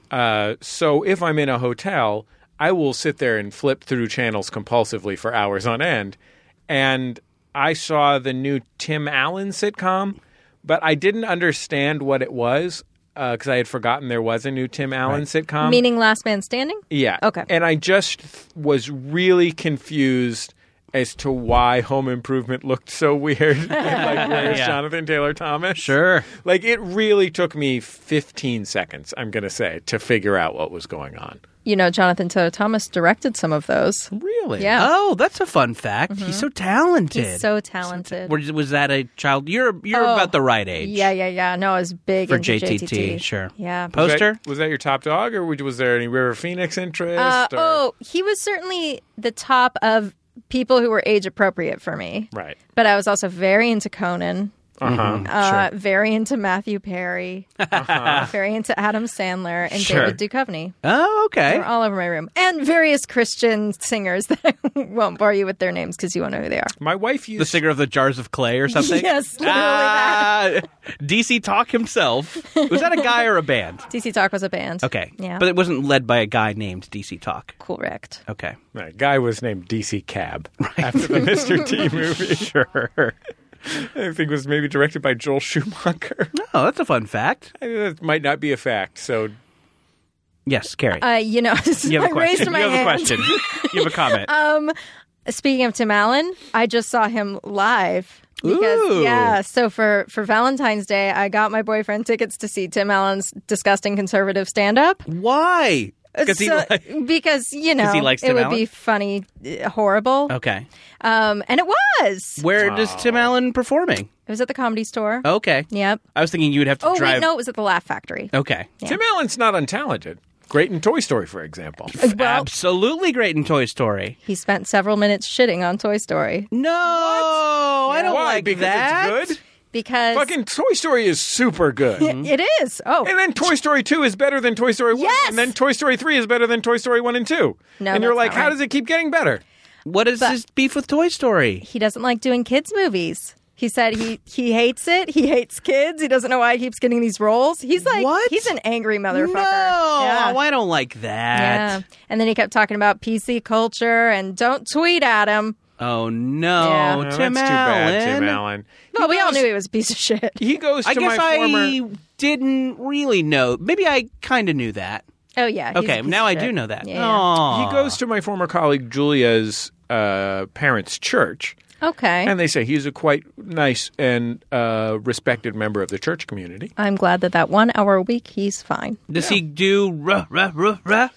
Speaker 2: Uh, so if I'm in a hotel, I will sit there and flip through channels compulsively for hours on end. And I saw the new Tim Allen sitcom, but I didn't understand what it was because I had forgotten there was a new Tim Allen sitcom.
Speaker 4: Meaning last man standing?
Speaker 2: Yeah.
Speaker 4: Okay.
Speaker 2: And I just th- was really confused as to why Home Improvement looked so weird. and like, where's
Speaker 3: Yeah.
Speaker 2: Jonathan Taylor Thomas?
Speaker 3: Sure.
Speaker 2: Like, it really took me 15 seconds, I'm going to say, to figure out what was going on.
Speaker 4: You know, Jonathan Taylor Thomas directed some of those.
Speaker 2: Really?
Speaker 4: Yeah. Mm-hmm.
Speaker 3: Oh, that's a fun fact. He's so talented.
Speaker 4: He's so talented.
Speaker 3: Were- was that a child? You're you're
Speaker 4: Oh.
Speaker 3: about the right age.
Speaker 4: Yeah, yeah, yeah. No, I was big
Speaker 3: For
Speaker 4: into
Speaker 3: JTT,
Speaker 4: JTT.
Speaker 3: sure.
Speaker 4: Yeah.
Speaker 2: Was that-
Speaker 3: Poster?
Speaker 2: Was that, your top dog, or would- was there any River Phoenix interest?
Speaker 4: Uh,
Speaker 2: or-
Speaker 4: oh, he was certainly the top of people who were age appropriate for me.
Speaker 2: Right.
Speaker 4: But I was also very into Conan.
Speaker 3: Mm-hmm.
Speaker 2: Uh-huh.
Speaker 3: Mm,
Speaker 4: Uh, Very into Matthew Perry, very into Adam Sandler and
Speaker 3: Uh-huh. Sure.
Speaker 4: David Duchovny.
Speaker 3: Oh, okay.
Speaker 4: They're all over my room, and various Christian singers that I won't bore you with their names because you won't know who they are.
Speaker 2: My wife used
Speaker 3: the singer of the Jars of Clay or something.
Speaker 4: Yes, literally
Speaker 3: ah, DC Talk himself. Was that a guy or a band?
Speaker 4: DC Talk was a band.
Speaker 3: Okay.
Speaker 4: Yeah.
Speaker 3: But it wasn't led by a guy named DC Talk.
Speaker 4: Correct.
Speaker 3: Okay.
Speaker 2: That guy was named DC Cab after the Mr. T movie. Sure. I think it was maybe directed by Joel Schumacher.
Speaker 3: Oh, that's a fun fact.
Speaker 2: I mean, That might not be a fact. So
Speaker 3: Yes, Carrie.
Speaker 4: Uh, you know,
Speaker 3: you have
Speaker 4: I
Speaker 3: a question.
Speaker 4: raised my
Speaker 3: you have
Speaker 4: hand. Um,
Speaker 3: a question. you have a comment.
Speaker 4: Speaking of Tim Allen, I just saw him live. Because
Speaker 3: Ooh.
Speaker 4: yeah, so for for Valentine's Day, I got my boyfriend tickets to see Tim Allen's disgusting conservative stand up.
Speaker 3: Why? Because he.
Speaker 4: So-
Speaker 3: Like,
Speaker 4: because you know
Speaker 3: he likes
Speaker 4: it
Speaker 3: Tim
Speaker 4: would
Speaker 3: Allen?
Speaker 4: be funny, uh, horrible.
Speaker 3: okay.
Speaker 4: Um, and it was.
Speaker 3: Where does Tim Allen performing?
Speaker 4: It was at the comedy store.
Speaker 3: Okay.
Speaker 4: Yep.
Speaker 3: I was thinking you would have to
Speaker 4: Oh
Speaker 3: drive. Oh.
Speaker 4: wait, no, it was at the Laugh Factory.
Speaker 3: Okay.
Speaker 2: Tim Allen's not untalented. Great in Toy Story, for example.
Speaker 4: Uh, Well,
Speaker 3: Absolutely great in Toy Story.
Speaker 4: he spent several minutes shitting on Toy Story
Speaker 3: No, I don't
Speaker 2: Why?
Speaker 3: like
Speaker 2: because
Speaker 3: that.
Speaker 2: it's good.
Speaker 4: because
Speaker 2: Fucking Toy Story is super good.
Speaker 4: it is. Oh,
Speaker 2: And then Toy Story 2 is better than Toy Story 1.
Speaker 4: Yes!
Speaker 2: And then Toy Story 3 is better than Toy Story 1 and 2.
Speaker 4: No,
Speaker 2: and you're
Speaker 4: that's
Speaker 2: like,
Speaker 4: not
Speaker 2: how
Speaker 4: right.
Speaker 2: does it keep getting better?
Speaker 3: What is his beef with Toy Story?
Speaker 4: he doesn't like doing kids movies. He said he he hates it. He hates kids. He doesn't know why he keeps getting these roles. He's like
Speaker 3: What?
Speaker 4: he's an angry motherfucker.
Speaker 3: No,
Speaker 4: yeah.
Speaker 3: Oh, I don't like that.
Speaker 4: Yeah. And then he kept talking about PC culture and don't tweet at him.
Speaker 3: Oh no,
Speaker 2: Yeah,
Speaker 3: Tim
Speaker 2: that's too
Speaker 3: Allen.
Speaker 2: bad, Tim Allen.
Speaker 4: Well, we all knew he was a piece of shit.
Speaker 2: He goes
Speaker 3: I
Speaker 2: to
Speaker 3: guess
Speaker 2: my
Speaker 3: I
Speaker 2: former.
Speaker 3: didn't really know. Maybe I kind of knew that.
Speaker 4: Oh yeah. he's a
Speaker 3: Okay,
Speaker 4: piece
Speaker 3: now
Speaker 4: of
Speaker 3: I
Speaker 4: shit.
Speaker 3: do know that.
Speaker 4: Yeah.
Speaker 3: Aw.
Speaker 2: He goes to my former colleague Julia's uh, parents' church,
Speaker 4: Okay.
Speaker 2: and they say he's a quite nice and uh, respected member of the church community.
Speaker 4: I'm glad that that one hour a week he's fine.
Speaker 3: Does he do ruh, ruh, ruh, ruh?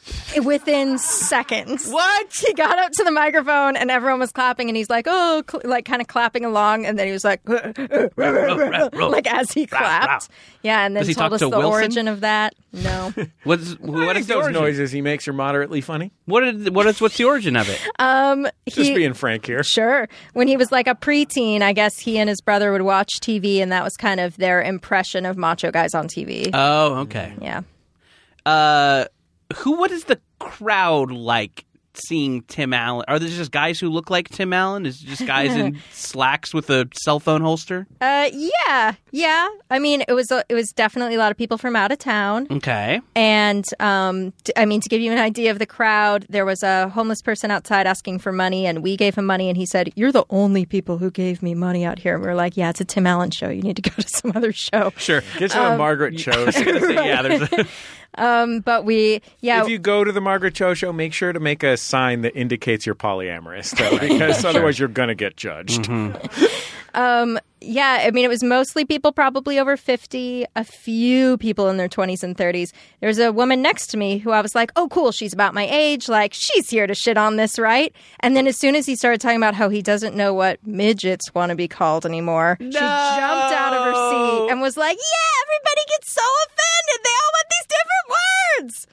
Speaker 4: Within seconds.
Speaker 3: What?
Speaker 4: He got up to the microphone and everyone was clapping and he's like, oh, cl-, like kind of clapping along. And then he was like, like as he clapped. Yeah. And then
Speaker 3: Does he
Speaker 4: told
Speaker 3: talk
Speaker 4: us
Speaker 3: to
Speaker 4: the
Speaker 3: Wilson?
Speaker 4: origin of that. No.
Speaker 3: What's what
Speaker 2: I think
Speaker 3: is the
Speaker 2: those
Speaker 3: origin?
Speaker 2: noises he makes are moderately funny.
Speaker 3: What is what is what's the origin of it?
Speaker 2: Just
Speaker 4: Um, He-
Speaker 2: being frank here.
Speaker 4: Sure. When he was like a preteen, I guess he and his brother would watch TV, and that was kind of their impression of macho guys on TV.
Speaker 3: oh, okay.
Speaker 4: yeah.
Speaker 3: Uh, who? What is the crowd like seeing Tim Allen? Are there just guys who look like Tim Allen? Is it just guys in slacks with a cell phone holster?
Speaker 4: Uh, yeah, yeah. I mean, it was a, it was definitely a lot of people from out of town,
Speaker 3: Okay.
Speaker 4: and um, t- I mean, to give you an idea of the crowd, there was a homeless person outside asking for money, and we gave him money, and he said, "You're the only people who gave me money out here." And we were like, "Yeah, it's a Tim Allen show. You need to go to some other show." Um,
Speaker 3: Sure.
Speaker 2: Get to the Margaret Cho. show.
Speaker 3: yeah. There's a,
Speaker 4: But we, yeah,
Speaker 2: if you go to the Margaret Cho show, make sure to make a sign that indicates you're polyamorous, though, because otherwise you're going to get judged.
Speaker 3: Mm-hmm.
Speaker 4: um, Yeah, I mean, it was mostly people probably over 50, a few people in their 20s and 30s. There's a woman next to me who I was like, oh, cool, she's about my age. Like, she's here to shit on this, right? And then as soon as he started talking about how he doesn't know what midgets want to be called anymore, she jumped out of her seat and was like, yeah, everybody gets so offended. They all want these different words.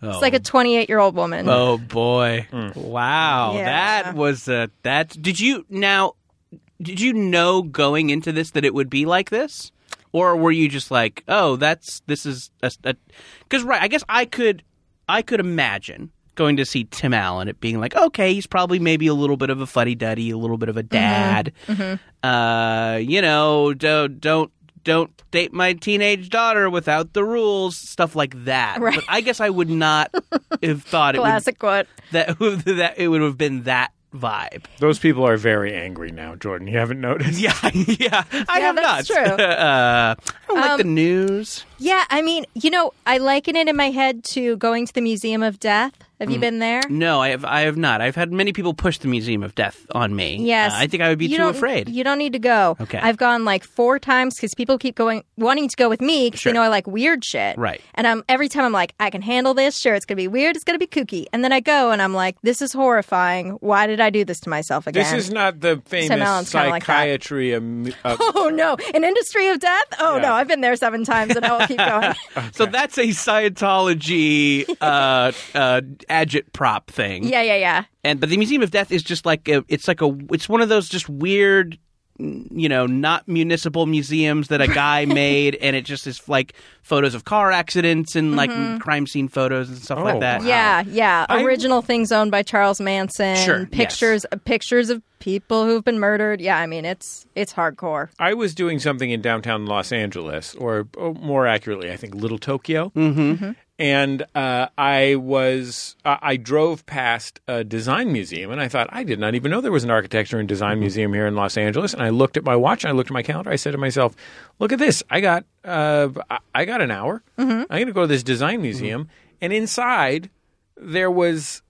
Speaker 4: It's like a 28 year old woman.
Speaker 3: Oh boy! Wow,
Speaker 4: Yeah.
Speaker 3: that was a that. Did you now? Did you know going into this that it would be like this, or were you just like, oh, that's this is a because right? I guess I could I could imagine going to see Tim Allen it being like, okay, he's probably maybe a little bit of a fuddy duddy, a little bit of a dad,
Speaker 4: Mm-hmm.
Speaker 3: uh, you know, don't don't. Don't date my teenage daughter without the rules, stuff like that.
Speaker 4: Right.
Speaker 3: But I guess I would not have thought it would
Speaker 4: Classic quote.
Speaker 3: that that it would have been that vibe.
Speaker 2: Those people are very angry now, Jordan. You haven't noticed?
Speaker 3: Yeah, yeah. I
Speaker 4: Yeah,
Speaker 3: have
Speaker 4: that's
Speaker 3: not.
Speaker 4: true.
Speaker 3: uh, I
Speaker 4: Um,
Speaker 3: don't like the news.
Speaker 4: Yeah, I mean, you know, I liken it in my head to going to the Museum of Death. Have
Speaker 3: Mm.
Speaker 4: you been there?
Speaker 3: No, I have. I have not. I've had many people push the Museum of Death on me.
Speaker 4: Yes.
Speaker 3: Uh, I think I would be
Speaker 4: You
Speaker 3: too
Speaker 4: don't-
Speaker 3: afraid.
Speaker 4: You don't need to go.
Speaker 3: Okay.
Speaker 4: I've gone like four times because people keep going, wanting to go with me because
Speaker 3: Sure.
Speaker 4: they know I like weird shit.
Speaker 3: Right.
Speaker 4: And I'm every time I'm like, I can handle this. Sure, it's gonna be weird. It's gonna be kooky. And then I go and I'm like, this is horrifying. Why did I do this to myself again?
Speaker 2: This is not the famous
Speaker 4: Allen's kinda like that.
Speaker 2: psychiatry. am- uh,
Speaker 4: Oh no! An industry of death? Oh
Speaker 2: Yeah.
Speaker 4: no! I've been there seven times, and I will keep going.
Speaker 3: So that's a Scientology uh, uh, agitprop thing.
Speaker 4: yeah, yeah, yeah.
Speaker 3: And but the Museum of Death is just like a, it's like a it's one of those just weird you know not municipal museums that a guy made and it just is like photos of car accidents and like crime scene photos and stuff
Speaker 2: Oh,
Speaker 3: like that.
Speaker 4: Yeah, yeah. Original things owned by Charles Manson.
Speaker 3: Sure,
Speaker 4: Pictures, uh, pictures of people who've been murdered. Yeah, I mean it's it's hardcore.
Speaker 2: I was doing something in downtown Los Angeles, or oh, more accurately, I think Little Tokyo. And uh, I was I I drove past a design museum, and I thought I did not even know there was an architecture and design museum here in Los Angeles. And I looked at my watch, and I looked at my calendar. I said to myself, "Look at this! I got uh, I- I got an hour.
Speaker 11: Mm-hmm.
Speaker 2: I'm going to go to this design museum." And inside there was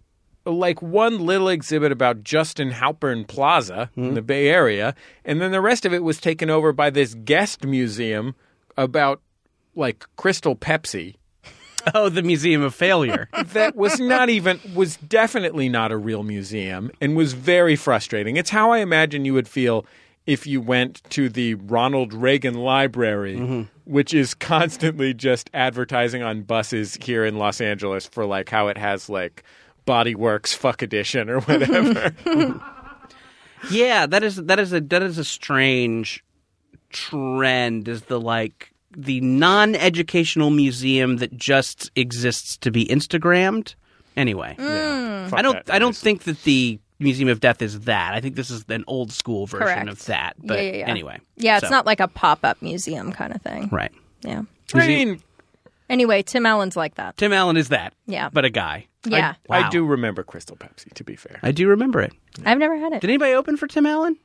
Speaker 2: like one little exhibit about Justin Halpern Plaza in the Bay Area, and then the rest of it was taken over by this guest museum about like Crystal Pepsi
Speaker 3: Oh, the Museum of Failure.
Speaker 2: that was not even was definitely not a real museum and was very frustrating. It's how I imagine you would feel if you went to the Ronald Reagan Library,
Speaker 3: Mm-hmm.
Speaker 2: which is constantly just advertising on buses here in Los Angeles for like how it has like Body Works Fuck Edition or whatever.
Speaker 3: yeah, that is that is a that is a strange trend is the like the non-educational museum that just exists to be instagrammed. Anyway.
Speaker 4: Mm.
Speaker 2: Yeah, fuck
Speaker 3: I don't.
Speaker 2: that
Speaker 3: I don't
Speaker 2: noise.
Speaker 3: think that the Museum of Death is that. I think this is an old school version
Speaker 4: Correct.
Speaker 3: of that.
Speaker 4: Yeah,
Speaker 3: But
Speaker 4: yeah, yeah.
Speaker 3: anyway,
Speaker 4: Yeah, it's
Speaker 3: So-
Speaker 4: not like a pop up museum kind of thing.
Speaker 3: right.
Speaker 4: Yeah.
Speaker 2: I mean,
Speaker 4: Anyway, Tim Allen's like that.
Speaker 3: Tim Allen is that.
Speaker 4: Yeah.
Speaker 3: but a guy.
Speaker 4: Yeah.
Speaker 2: I,
Speaker 3: Wow.
Speaker 2: I do remember Crystal Pepsi. To be fair,
Speaker 3: I do remember it.
Speaker 4: I've never had it.
Speaker 3: Did anybody open for Tim Allen?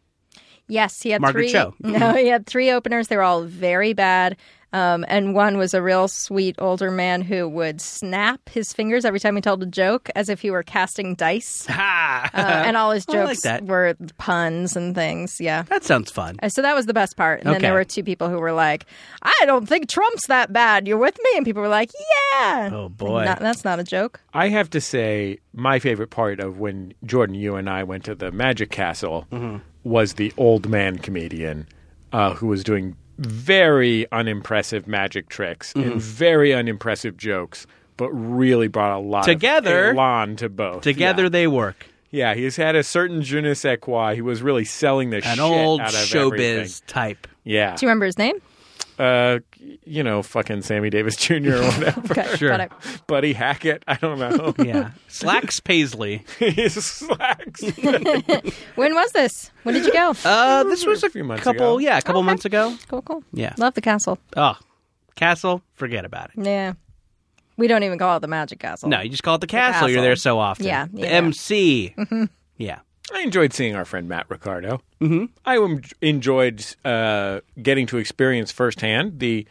Speaker 4: Yes, he had
Speaker 3: Margaret
Speaker 4: three.
Speaker 3: Cho.
Speaker 4: No, he had three openers. They were all very bad. Um, and one was a real sweet older man who would snap his fingers every time he told a joke, as if he were casting dice.
Speaker 3: Ha!
Speaker 4: Uh, and all his
Speaker 3: I like
Speaker 4: jokes
Speaker 3: that.
Speaker 4: were puns and things. Yeah.
Speaker 3: That sounds fun.
Speaker 4: Uh, So that was the best part. And then there
Speaker 3: Okay.
Speaker 4: were two people who were like, "I don't think Trump's that bad. You're with me?" And people were like, "Yeah."
Speaker 2: Oh,
Speaker 4: Like,
Speaker 2: boy.
Speaker 4: not- that's not a joke.
Speaker 2: I have to say my favorite part of when Jordan, you and I went to the Magic Castle
Speaker 3: Mm-hmm.
Speaker 2: was the old man comedian uh, who was doing very unimpressive magic tricks
Speaker 3: Mhm.
Speaker 2: and very unimpressive jokes, but really brought a lot
Speaker 3: Together-
Speaker 2: of elan to both.
Speaker 3: Together
Speaker 2: yeah.
Speaker 3: they work.
Speaker 2: Yeah, he's had a certain je ne sais quoi. He was really selling the
Speaker 3: An
Speaker 2: shit
Speaker 3: old
Speaker 2: out of
Speaker 3: showbiz
Speaker 2: everything.
Speaker 3: type.
Speaker 2: Yeah,
Speaker 4: Do you remember his name?
Speaker 2: uh, you know, fucking Sammy Davis Jr. or whatever.
Speaker 4: Okay, Sure. got it.
Speaker 2: Buddy Hackett. I don't know.
Speaker 3: yeah, Slacks Paisley.
Speaker 2: Slacks.
Speaker 4: When was this? When did you go?
Speaker 3: Uh, this was a
Speaker 2: months
Speaker 3: couple,
Speaker 2: ago.
Speaker 3: yeah, a couple months ago.
Speaker 4: Cool, cool.
Speaker 3: Yeah.
Speaker 4: Love the castle.
Speaker 3: Oh, Castle, forget about it.
Speaker 4: Yeah. We don't even call it the Magic Castle.
Speaker 3: No, you just call it the castle. You're there so often.
Speaker 4: Yeah,
Speaker 3: The
Speaker 4: yeah.
Speaker 3: MC.
Speaker 4: Mhm.
Speaker 3: Yeah.
Speaker 2: I enjoyed seeing our friend Matt Ricardo. Mm-hmm. I em- enjoyed uh, getting to experience firsthand the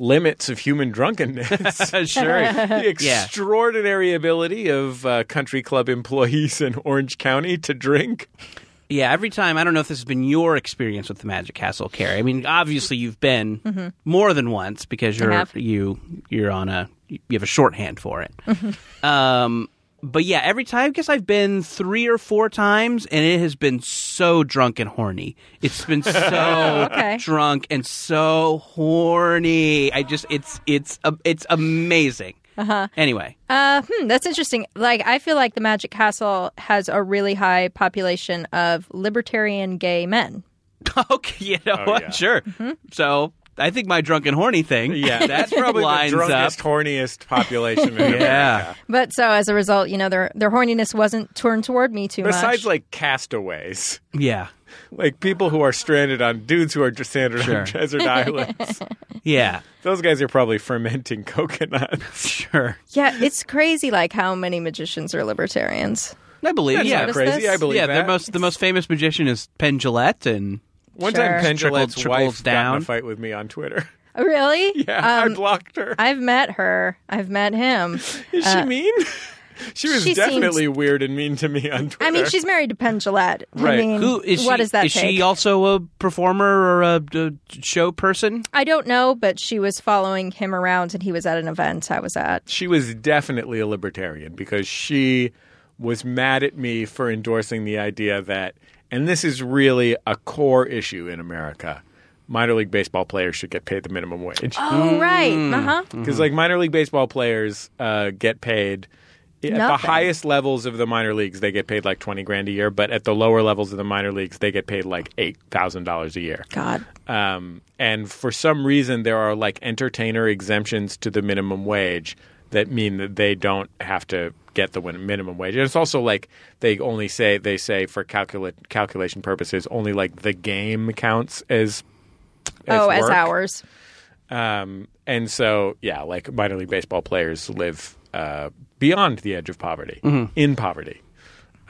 Speaker 2: limits of human drunkenness.
Speaker 3: Sure.
Speaker 2: The
Speaker 3: Yeah.
Speaker 2: extraordinary ability of uh, country club employees in Orange County to drink.
Speaker 3: Yeah, every time, I don't know if this has been your experience with the Magic Castle, Carrie. I mean, obviously you've been
Speaker 4: Mhm.
Speaker 3: more than once because
Speaker 4: I
Speaker 3: you're
Speaker 4: have.
Speaker 3: you you're on a you have a shorthand for it.
Speaker 4: Mm-hmm.
Speaker 3: Um, but yeah, every time, I guess I've been three or four times, and it has been so drunk and horny. It's been so
Speaker 4: okay.
Speaker 3: drunk and so horny. I just, it's, it's, uh, it's amazing.
Speaker 4: Uh-huh.
Speaker 3: Anyway,
Speaker 4: Uh, hmm, that's interesting. Like, I feel like the Magic Castle has a really high population of libertarian gay men.
Speaker 3: okay, you
Speaker 2: Oh,
Speaker 3: know what? Sure.
Speaker 4: Mm-hmm.
Speaker 3: So I think my drunk and horny thing.
Speaker 2: Yeah, that's
Speaker 3: that
Speaker 2: probably
Speaker 3: lines
Speaker 2: the drunkest,
Speaker 3: up.
Speaker 2: horniest population in
Speaker 3: Yeah.
Speaker 2: America.
Speaker 4: But so as a result, you know, their their horniness wasn't turned toward me too much.
Speaker 2: Besides, like castaways,
Speaker 3: Yeah.
Speaker 2: like people who are stranded on dudes who are just stranded
Speaker 3: Sure.
Speaker 2: on desert islands.
Speaker 3: Yeah.
Speaker 2: Those guys are probably fermenting coconuts.
Speaker 3: Sure.
Speaker 4: yeah, it's crazy like how many magicians are libertarians.
Speaker 3: I believe.
Speaker 2: That's
Speaker 3: yeah.
Speaker 2: not crazy.
Speaker 4: this?
Speaker 2: I believe
Speaker 3: yeah,
Speaker 2: that.
Speaker 3: the most the most famous magician is Penn Jillette, and
Speaker 2: One
Speaker 4: Sure.
Speaker 2: time, Penn
Speaker 3: Trickle-
Speaker 2: Jillette's
Speaker 3: trickles
Speaker 2: wife got
Speaker 3: down.
Speaker 2: in a fight with me on Twitter.
Speaker 4: Oh, Really?
Speaker 2: Yeah, I
Speaker 4: Um,
Speaker 2: blocked her.
Speaker 4: I've met her. I've met him.
Speaker 2: Is she
Speaker 4: uh,
Speaker 2: mean? she was
Speaker 4: she seems-
Speaker 2: definitely weird and mean to me on Twitter.
Speaker 4: I mean, she's married to Penn Jillette. I
Speaker 2: Right.
Speaker 4: mean,
Speaker 3: who is
Speaker 4: what
Speaker 3: she?
Speaker 4: does that
Speaker 3: is
Speaker 4: take?
Speaker 3: she also a performer or a, a show person?
Speaker 4: I don't know, but she was following him around, and he was at an event I was at.
Speaker 2: she was definitely a libertarian because she was mad at me for endorsing the idea that, and this is really a core issue in America. Minor league baseball players should get paid the minimum wage.
Speaker 4: Oh, right. Uh huh.
Speaker 2: because like minor league baseball players uh, get paid at the
Speaker 4: Nothing.
Speaker 2: highest levels of the minor leagues they get paid like 20 grand a year but at the lower levels of the minor leagues they get paid like $8000 a year
Speaker 4: God.
Speaker 2: um, and for some reason there are like entertainer exemptions to the minimum wage that mean that they don't have to get the win- minimum wage and it's also like they only say they say for calcula- calculation purposes only like the game counts as, as
Speaker 4: oh, as
Speaker 2: work.
Speaker 4: ours.
Speaker 2: Um, and so, yeah, like minor league baseball players live uh, beyond the edge of poverty, in poverty,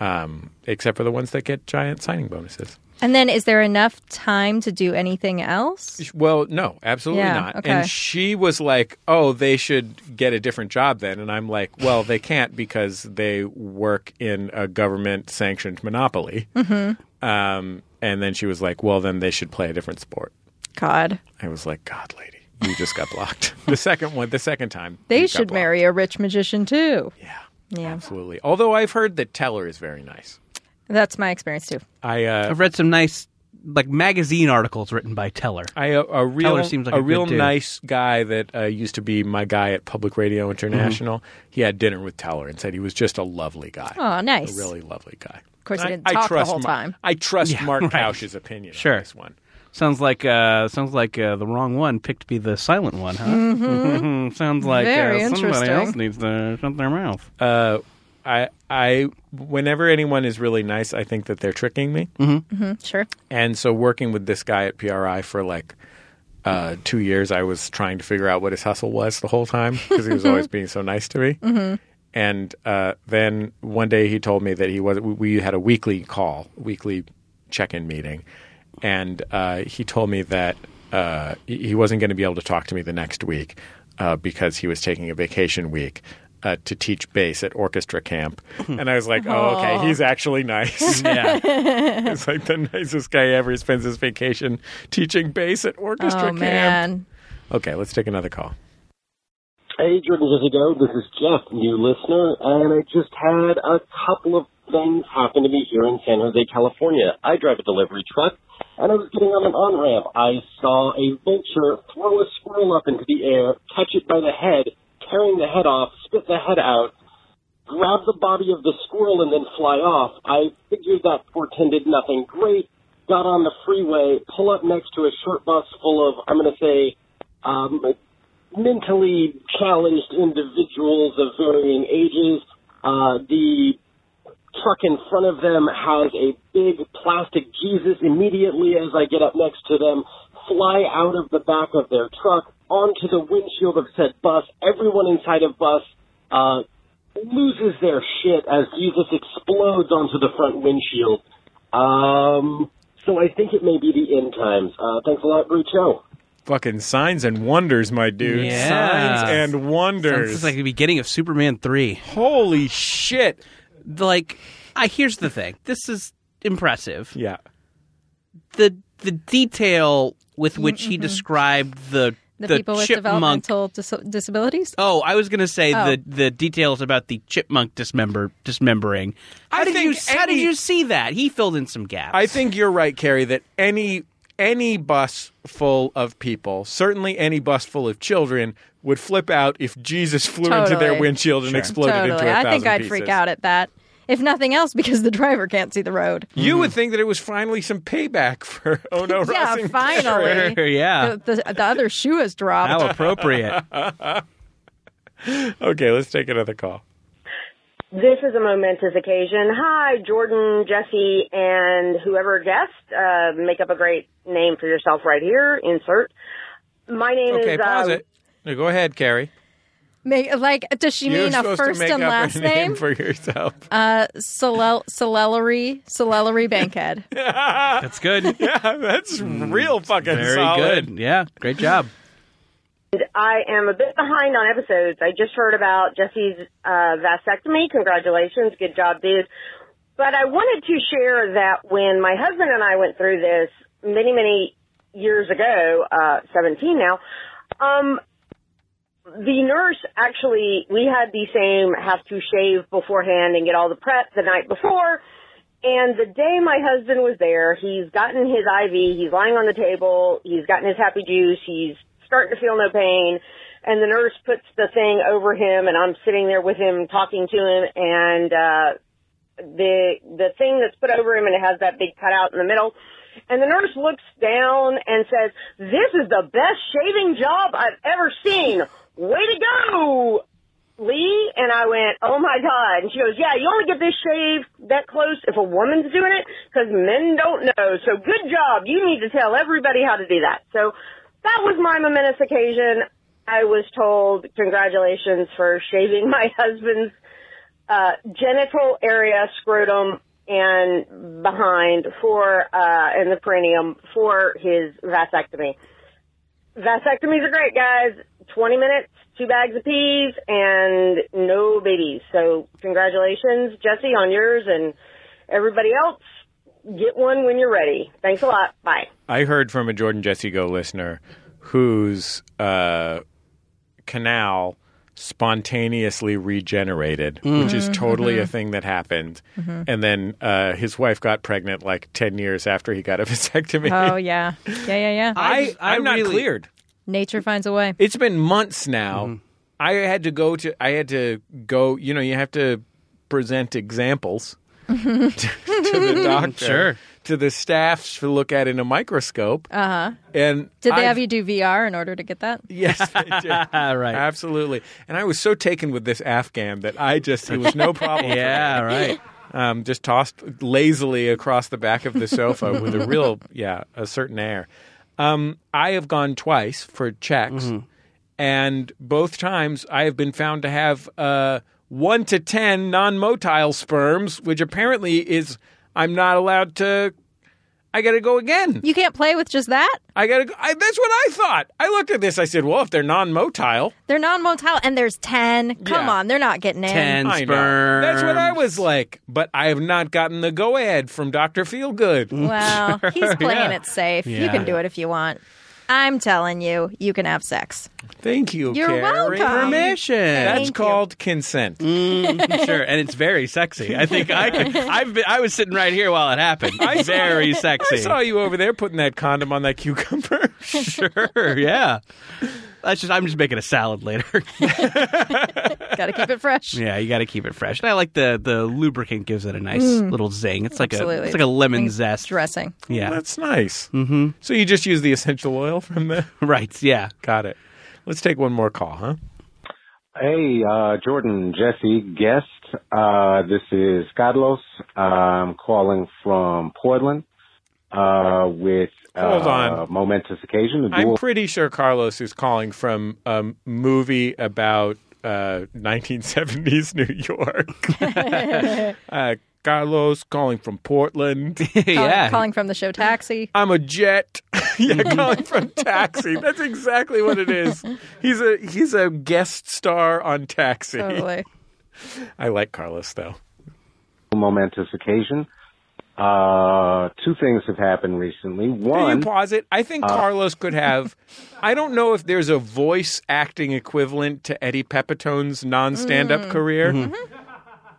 Speaker 2: um, except for the ones that get giant signing bonuses.
Speaker 4: And then, is there enough time to do anything else?
Speaker 2: Well, no, absolutely
Speaker 4: Yeah,
Speaker 2: not.
Speaker 4: okay.
Speaker 2: And she was like, "Oh, they should get a different job then." And I'm like, "Well, they can't because they work in a government-sanctioned monopoly."
Speaker 4: Mm-hmm.
Speaker 2: Um, and then she was like, "Well, then they should play a different sport."
Speaker 4: God,
Speaker 2: I was like, "God, lady, you just got blocked." the second one, the second time, you
Speaker 4: they
Speaker 2: got
Speaker 4: should
Speaker 2: blocked.
Speaker 4: marry a rich magician too.
Speaker 2: Yeah.
Speaker 4: Yeah,
Speaker 2: Absolutely. Although I've heard that Teller is very nice.
Speaker 4: that's my experience too.
Speaker 2: I uh,
Speaker 3: I've read some nice like magazine articles written by Teller.
Speaker 2: I a, a real
Speaker 3: Teller seems like a
Speaker 2: a
Speaker 3: good
Speaker 2: real
Speaker 3: dude.
Speaker 2: nice guy that uh, used to be my guy at Public Radio International. He had dinner with Teller and said he was just a lovely guy.
Speaker 4: Oh, nice.
Speaker 2: A really lovely guy. Of
Speaker 4: course, he didn't talk the whole time.
Speaker 2: I trust
Speaker 3: Yeah,
Speaker 2: Mark
Speaker 3: right.
Speaker 2: Kaush's opinion
Speaker 3: Sure.
Speaker 2: on this one.
Speaker 3: Sounds like uh, sounds like uh, the wrong one picked to be the silent one, huh? sounds like
Speaker 4: Mm-hmm. Very
Speaker 3: uh, somebody
Speaker 4: interesting.
Speaker 3: else needs to shut their mouth.
Speaker 2: Uh, I I whenever anyone is really nice, I think that they're tricking me.
Speaker 3: Mm-hmm.
Speaker 4: Mm, Sure.
Speaker 2: And so working with this guy at PRI for like uh, two
Speaker 4: Mm-hmm.
Speaker 2: years, I was trying to figure out what his hustle was the whole time because he was always being so nice to me. And uh, then one day he told me that he was. We had a weekly call, weekly check-in meeting, and uh, he told me that uh, he he wasn't going to be able to talk to me the next week uh, because he was taking a vacation week. Uh, to teach bass at orchestra camp, and I was like, "Oh, okay,
Speaker 13: Aw.
Speaker 2: he's actually nice."
Speaker 13: Yeah.
Speaker 2: it's like the nicest guy ever spends his vacation teaching bass at orchestra
Speaker 4: oh
Speaker 2: camp.
Speaker 4: man.
Speaker 2: Okay, let's take another call.
Speaker 14: Hey, Jordan Jessica, this is Jeff, new listener, and I just had a couple of things happen to me here in San Jose, California. I drive a delivery truck, and I was getting on an on ramp. I saw a vulture throw a squirrel up into the air, catch it by the head, tearing the head off, spit the head out, grab the body of the squirrel, and then fly off. I figured that portended nothing great. Got on the freeway, pull up next to a short bus full of, I'm going to say, um, mentally challenged individuals of varying ages. Uh, the truck in front of them has a big plastic Jesus. Immediately as I get up next to them, fly out of the back of their truck onto the windshield of said bus. Everyone inside of bus uh, loses their shit as Jesus explodes onto the front windshield. Um, so I think it may be the end times. Uh, thanks a lot, great show.
Speaker 2: Fucking signs and wonders, my dude.
Speaker 3: Yeah.
Speaker 2: Signs and
Speaker 3: Sounds
Speaker 2: wonders.
Speaker 3: just like the beginning of Superman three.
Speaker 2: Holy shit!
Speaker 3: Like, I here's the thing. This is impressive.
Speaker 2: Yeah.
Speaker 3: The the detail with which he described the
Speaker 4: The, people with
Speaker 3: chipmunk.
Speaker 4: developmental dis- disabilities.
Speaker 3: Oh, I was gonna say
Speaker 4: Oh.
Speaker 3: the the details about the chipmunk dismember dismembering. How did you how did
Speaker 2: any-
Speaker 3: you see that? He filled in some gaps.
Speaker 2: I think you're right, Carrie. That any any bus full of people, certainly any bus full of children, would flip out if Jesus flew into their
Speaker 4: Totally.
Speaker 2: windshield and exploded
Speaker 4: totally.
Speaker 2: into a thousand
Speaker 4: I think I'd
Speaker 2: pieces.
Speaker 4: freak out at that. If nothing else, because the driver can't see the road.
Speaker 2: You would think that it was finally some payback for Oh No
Speaker 4: yeah,
Speaker 2: Ross and
Speaker 4: finally.
Speaker 2: Carrie.
Speaker 4: The, the, the other shoe has dropped.
Speaker 2: okay, let's take another call.
Speaker 15: This is a momentous occasion. Hi, Jordan, Jesse, and whoever guessed. Uh, make up a great name for yourself right here. Insert. My name
Speaker 2: Okay,
Speaker 15: is.
Speaker 2: pause
Speaker 15: um,
Speaker 2: it. uh, No, go ahead, Carrie.
Speaker 4: Make, like, does she
Speaker 2: You're
Speaker 4: mean a
Speaker 2: supposed to
Speaker 4: first
Speaker 2: make
Speaker 4: and
Speaker 2: up a
Speaker 4: last
Speaker 2: name, for yourself.
Speaker 4: Uh, solel- solelary, solelary bankhead.
Speaker 3: that's good. Mm,
Speaker 2: yeah, that's real fucking
Speaker 3: very
Speaker 2: solid.
Speaker 3: good. Yeah, great job.
Speaker 15: And I am a bit behind on episodes. I just heard about Jesse's uh, vasectomy. Congratulations. Good job, dude. But I wanted to share that when my husband and I went through this many, many years ago, uh, 17 now, um, the nurse actually, we had the same have to shave beforehand and get all the prep the night before. And the day my husband was there, he's gotten his IV, he's lying on the table, he's gotten his happy juice, he's starting to feel no pain, and the nurse puts the thing over him and I'm sitting there with him talking to him and uh the the thing that's put over him and it has that big cutout in the middle. And the nurse looks down and says, "This is the best shaving job I've ever seen. Way to go, Lee." And I went, "Oh my god!" And she goes, "Yeah, you only get this shave that close if a woman's doing it because men don't know. So good job. You need to tell everybody how to do that." So that was my momentous occasion. I was told, "Congratulations for shaving my husband's uh, genital area, scrotum, and behind for uh, and the perineum for his vasectomy. Vasectomies are great, guys. Twenty minutes, two bags of peas, and no babies. So congratulations, Jesse, on yours, and everybody else. Get one when you're ready. Thanks a lot. Bye.
Speaker 2: I heard from a Jordan Jesse Go listener whose uh, canal spontaneously regenerated,
Speaker 13: Mm.
Speaker 4: Mm-hmm.
Speaker 2: which is totally a
Speaker 13: Mhm.
Speaker 2: thing that happened.
Speaker 4: Mhm.
Speaker 2: And then uh, his wife got pregnant like 10 years after he got a vasectomy.
Speaker 4: Oh, yeah. Yeah, yeah, yeah.
Speaker 2: I, I, am not cleared.
Speaker 4: Nature finds a way.
Speaker 2: It's been months now. I had to go to, I had to go, you know, you have to present examples to the doctor,
Speaker 3: Sure.
Speaker 2: to the staffs to look at in a microscope.
Speaker 4: Uh huh.
Speaker 2: And
Speaker 4: Did they
Speaker 2: I've-
Speaker 4: have you do VR in order to get that?
Speaker 2: Yes, they did.
Speaker 3: right.
Speaker 2: Absolutely. And I was so taken with this Afghan that I just, it was no problem. for
Speaker 3: Yeah,
Speaker 2: me.
Speaker 3: right.
Speaker 2: Um, just tossed lazily across the back of the sofa with a real, yeah, a certain air. Um, I have gone twice
Speaker 4: Mm-hmm.
Speaker 2: for checks, and both times I have been found to have uh, 1 to 10 non motile sperms, which apparently is I'm not allowed to. I got to go again.
Speaker 4: You can't play with just that?
Speaker 2: I got to go. I, that's what I thought. I looked at this. I said, well, if they're non motile,
Speaker 4: They're non-motile, and there's ten. Come
Speaker 2: Yeah.
Speaker 4: on, they're not getting in.
Speaker 2: I know. That's what I was like. But I have not gotten the go ahead from Dr. Feelgood.
Speaker 4: Well, he's playing it safe. You
Speaker 2: Yeah.
Speaker 4: can do it if you want. I'm telling you, you can have sex.
Speaker 2: Thank you,
Speaker 4: You're
Speaker 2: Carrie.
Speaker 4: welcome.
Speaker 3: Permission.
Speaker 2: That's
Speaker 4: Thank you.
Speaker 2: called consent.
Speaker 3: Mm, sure, and it's very sexy. I think I could. I've been, I was sitting right here while it happened. very sexy.
Speaker 2: I saw you over there putting that condom on that cucumber.
Speaker 3: sure, yeah. That's just I'm just making a salad later.
Speaker 4: Got to keep it fresh.
Speaker 3: yeah, you got to keep it fresh. And I like the the lubricant gives it a nice
Speaker 4: Mm.
Speaker 3: little zing. It's like a
Speaker 4: Absolutely.
Speaker 3: it's like a lemon
Speaker 4: Like
Speaker 3: zest.
Speaker 4: dressing.
Speaker 3: Yeah,
Speaker 2: that's nice. Mm-hmm. So you just use the essential oil from the
Speaker 3: right. Yeah,
Speaker 2: got it. Let's take one more call, huh?
Speaker 13: Hey, uh, Jordan, Jesse, guest. Uh, this is Carlos. I'm calling from Portland uh, with uh,
Speaker 2: Hold on.
Speaker 13: momentous occasion. The
Speaker 2: I'm
Speaker 13: dual-
Speaker 2: pretty sure Carlos is calling from a movie about uh, 1970s New York. uh, Carlos calling from Portland.
Speaker 4: Calling, calling from the show Taxi.
Speaker 2: I'm a jet. yeah, calling from Taxi. That's exactly what it is. He's a he's a guest star on Taxi.
Speaker 4: Totally.
Speaker 2: I like Carlos though.
Speaker 13: momentous occasion. Uh, two things have happened recently.
Speaker 2: Can
Speaker 13: One,
Speaker 2: you pause it? I think
Speaker 13: Uh,
Speaker 2: Carlos could have. I don't know if there's a voice acting equivalent to Eddie Pepitone's non-stand-up
Speaker 12: Mm.
Speaker 2: career,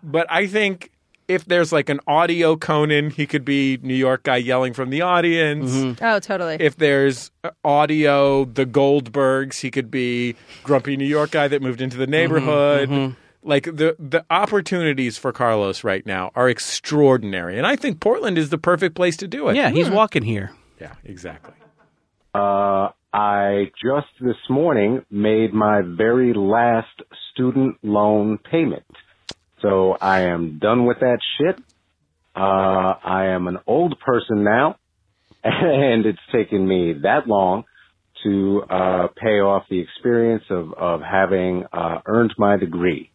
Speaker 2: but I think if there's like an audio Conan, he could be New York guy yelling from the audience.
Speaker 3: Mm-hmm.
Speaker 4: Oh, totally.
Speaker 2: If there's uh, audio, the Goldbergs, he could be grumpy New York guy that moved into
Speaker 3: Mm-hmm.
Speaker 2: the neighborhood.
Speaker 3: mhm.
Speaker 2: Like the the opportunities for Carlos right now are extraordinary, and I think Portland is the perfect place to do it.
Speaker 3: yeah. He's walking here.
Speaker 2: Yeah, exactly.
Speaker 13: uh, I just this morning made my very last student loan payment. So I am done with that shit. Uh, I am an old person now, and it's taken me that long to uh, pay off the experience of, of having uh, earned my degree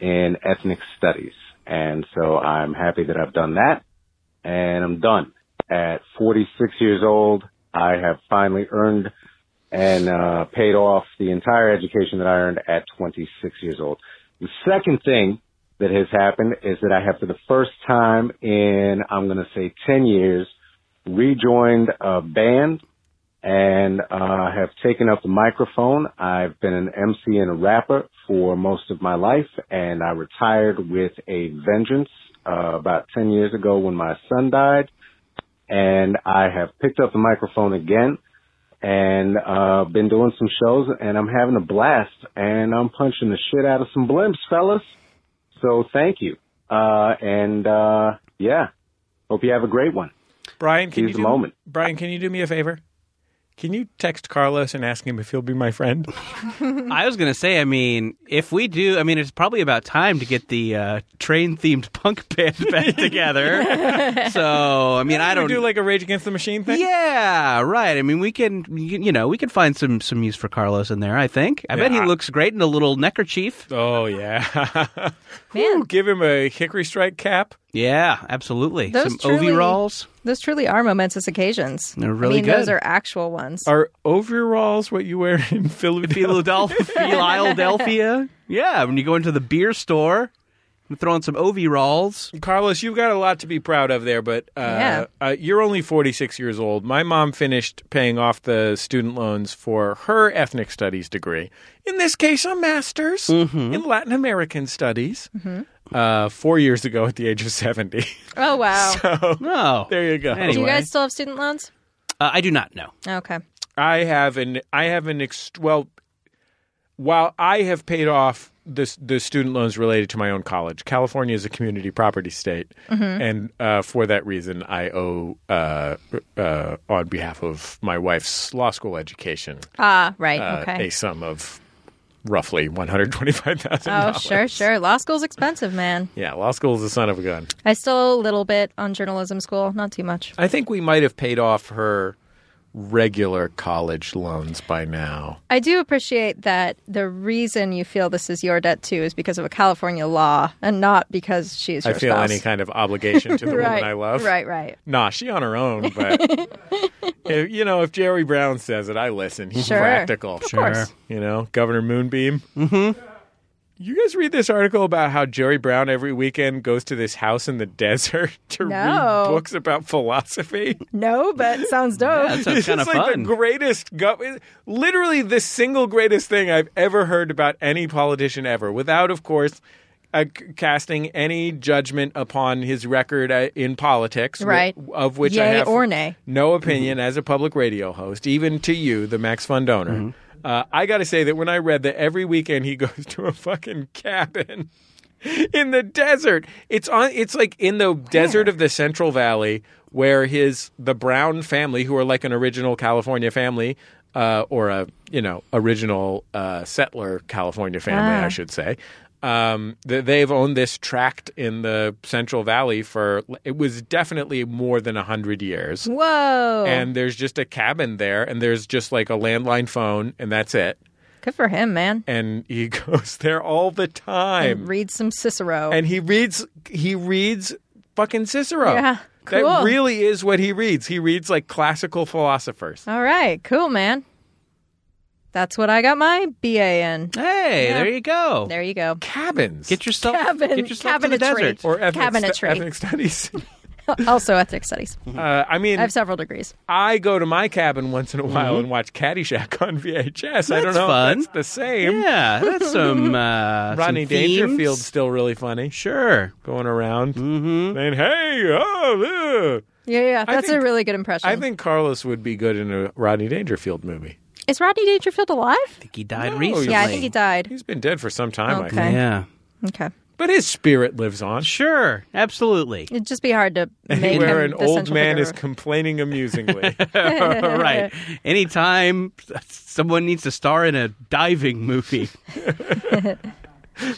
Speaker 13: in ethnic studies. And so I'm happy that I've done that, and I'm done. At 46 years old, I have finally earned and uh, paid off the entire education that I earned at 26 years old. The second thing that has happened is that I have, for the first time in, I'm going to say 10 years, rejoined a band and uh, have taken up the microphone. I've been an MC and a rapper for most of my life, and I retired with a vengeance uh, about 10 years ago when my son died. And I have picked up the microphone again and uh, been doing some shows, and I'm having a blast, and I'm punching the shit out of some blimps, fellas. So thank you. Uh, and uh, yeah, hope you have a great one.
Speaker 2: Brian, can
Speaker 13: Seize
Speaker 2: you
Speaker 13: the
Speaker 2: do,
Speaker 13: moment.
Speaker 2: Brian, can you do me a favor? Can you text Carlos and ask him if he'll be my friend?
Speaker 3: I was gonna say, I mean, if we do, I mean, it's probably about time to get the uh, train themed punk band back together. so, I mean, I
Speaker 2: We
Speaker 3: don't
Speaker 2: do like a Rage Against the Machine thing.
Speaker 3: Yeah, right. I mean, we can, you know, we can find some some use for Carlos in there. I think. I bet he
Speaker 2: Yeah.
Speaker 3: looks great in a little neckerchief.
Speaker 2: Oh yeah, Whew, give him a hickory strike cap.
Speaker 3: yeah, absolutely.
Speaker 4: Those
Speaker 3: some
Speaker 4: truly,
Speaker 3: overalls.
Speaker 4: Those truly are momentous occasions.
Speaker 3: They're really
Speaker 4: I mean, those
Speaker 3: good.
Speaker 4: are actual ones.
Speaker 2: Are overalls what you wear in Philadelphia?
Speaker 3: Philadelphia, Philadelphia. Yeah, when you go into the beer store and throw in some overalls.
Speaker 2: Carlos, you've got a lot to be proud of there, but uh,
Speaker 3: Yeah.
Speaker 2: uh, you're only 46 years old. My mom finished paying off the student loans for her ethnic studies degree. In this case, a master's
Speaker 3: Mm-hmm.
Speaker 2: in Latin American studies.
Speaker 4: Mhm.
Speaker 2: Uh, four years ago, at the age of 70.
Speaker 4: Oh wow.
Speaker 2: So
Speaker 3: no,
Speaker 2: there you go.
Speaker 4: Do you guys still have student loans?
Speaker 3: uh, I do not know.
Speaker 4: Okay.
Speaker 2: I have an I have an ex- well, while I have paid off this the student loans related to my own college. California is a community property state,
Speaker 4: Mm-hmm.
Speaker 12: Mhm.
Speaker 2: and uh, for that reason, I owe uh, uh, on behalf of my wife's law school education.
Speaker 4: Ah, right.
Speaker 2: uh,
Speaker 4: okay.
Speaker 2: A sum of roughly one hundred twenty five thousand.
Speaker 4: Oh, sure, sure. Law school's expensive, man.
Speaker 2: Yeah, law school is a son of a gun.
Speaker 4: I still owe a little bit on journalism school, not too much.
Speaker 2: I think we might have paid off her
Speaker 12: regular college loans by now.
Speaker 4: I do appreciate that the reason you feel this is your debt too is because of a California law and not because she is
Speaker 2: I
Speaker 4: your
Speaker 2: feel
Speaker 4: spouse.
Speaker 2: any kind of obligation to the
Speaker 4: right,
Speaker 2: woman I love.
Speaker 4: Right, right.
Speaker 2: Nah, she on her own, but if, you know, if Jerry Brown says it, I listen. He's
Speaker 4: Sure.
Speaker 2: practical.
Speaker 4: Of Sure. course.
Speaker 2: You know, Governor Moonbeam. Mm-hmm. You guys read this article about how Jerry Brown every weekend goes to this house in the desert to
Speaker 4: No.
Speaker 2: read books about philosophy?
Speaker 4: No, but it sounds dope.
Speaker 2: It's like the greatest, go- literally the single greatest thing I've ever heard about any politician ever, without, of course, uh, c- casting any judgment upon his record uh, in politics, wh-
Speaker 4: right.
Speaker 2: of which
Speaker 4: Yay
Speaker 2: I have
Speaker 4: or nay.
Speaker 2: no opinion as a public radio host, even to you, the Max Fun donor. Uh, I got to say that when I read that every weekend he goes to a fucking cabin in the desert, it's on. It's like in the desert of the Central Valley, where his the Brown family, who are like an original California family, uh, or a you know original uh, settler California family,
Speaker 12: Ah.
Speaker 2: I should say. Um, th- they've owned this tract in the Central Valley for it was definitely more than hundred years.
Speaker 4: Whoa.
Speaker 2: And there's just a cabin there, and there's just like a landline phone, and that's it.
Speaker 4: Good for him, man.
Speaker 2: And he goes there all the time,
Speaker 4: And read some Cicero.
Speaker 2: and he reads he reads fucking Cicero.
Speaker 4: Yeah, cool.
Speaker 2: That really is what he reads. He reads like classical philosophers.
Speaker 4: All right, cool, man. That's what I got my BA in.
Speaker 3: Hey, there you go.
Speaker 4: There you go.
Speaker 2: Cabins.
Speaker 3: Get yourself
Speaker 4: Cabin-
Speaker 3: get yourself to the
Speaker 4: cabinetry.
Speaker 3: desert
Speaker 4: Or ethnic stu- Cabinetry. ethnic
Speaker 2: studies.
Speaker 4: also ethnic studies.
Speaker 2: Uh, I mean,
Speaker 4: I have several degrees.
Speaker 2: I go to my cabin once in a while
Speaker 3: Mhm.
Speaker 2: and watch Caddyshack on VHS. I don't
Speaker 3: That's
Speaker 2: know
Speaker 3: fun.
Speaker 2: if that's the same.
Speaker 3: Yeah, that's some, uh, some
Speaker 2: Rodney
Speaker 3: themes.
Speaker 2: Dangerfield's still really funny.
Speaker 3: Sure,
Speaker 2: going around mm-hmm. saying, "Hey, oh, ugh."
Speaker 4: Yeah, yeah.
Speaker 2: I
Speaker 4: That's a
Speaker 2: think-
Speaker 4: really good impression.
Speaker 2: I think Carlos would be good in a Rodney Dangerfield movie.
Speaker 4: Is Rodney Dangerfield alive?
Speaker 3: think he died
Speaker 4: Yeah, I think he died.
Speaker 2: Oh, He's been dead for some time.
Speaker 4: Okay.
Speaker 2: I think.
Speaker 3: Yeah.
Speaker 4: Okay.
Speaker 2: But his spirit lives on.
Speaker 3: Sure, absolutely.
Speaker 4: It'd just be hard to make
Speaker 2: Where
Speaker 4: him
Speaker 2: an
Speaker 4: the
Speaker 2: old
Speaker 4: central
Speaker 2: man
Speaker 4: figure.
Speaker 2: is complaining amusingly.
Speaker 3: right. Anytime someone needs to star in a diving movie.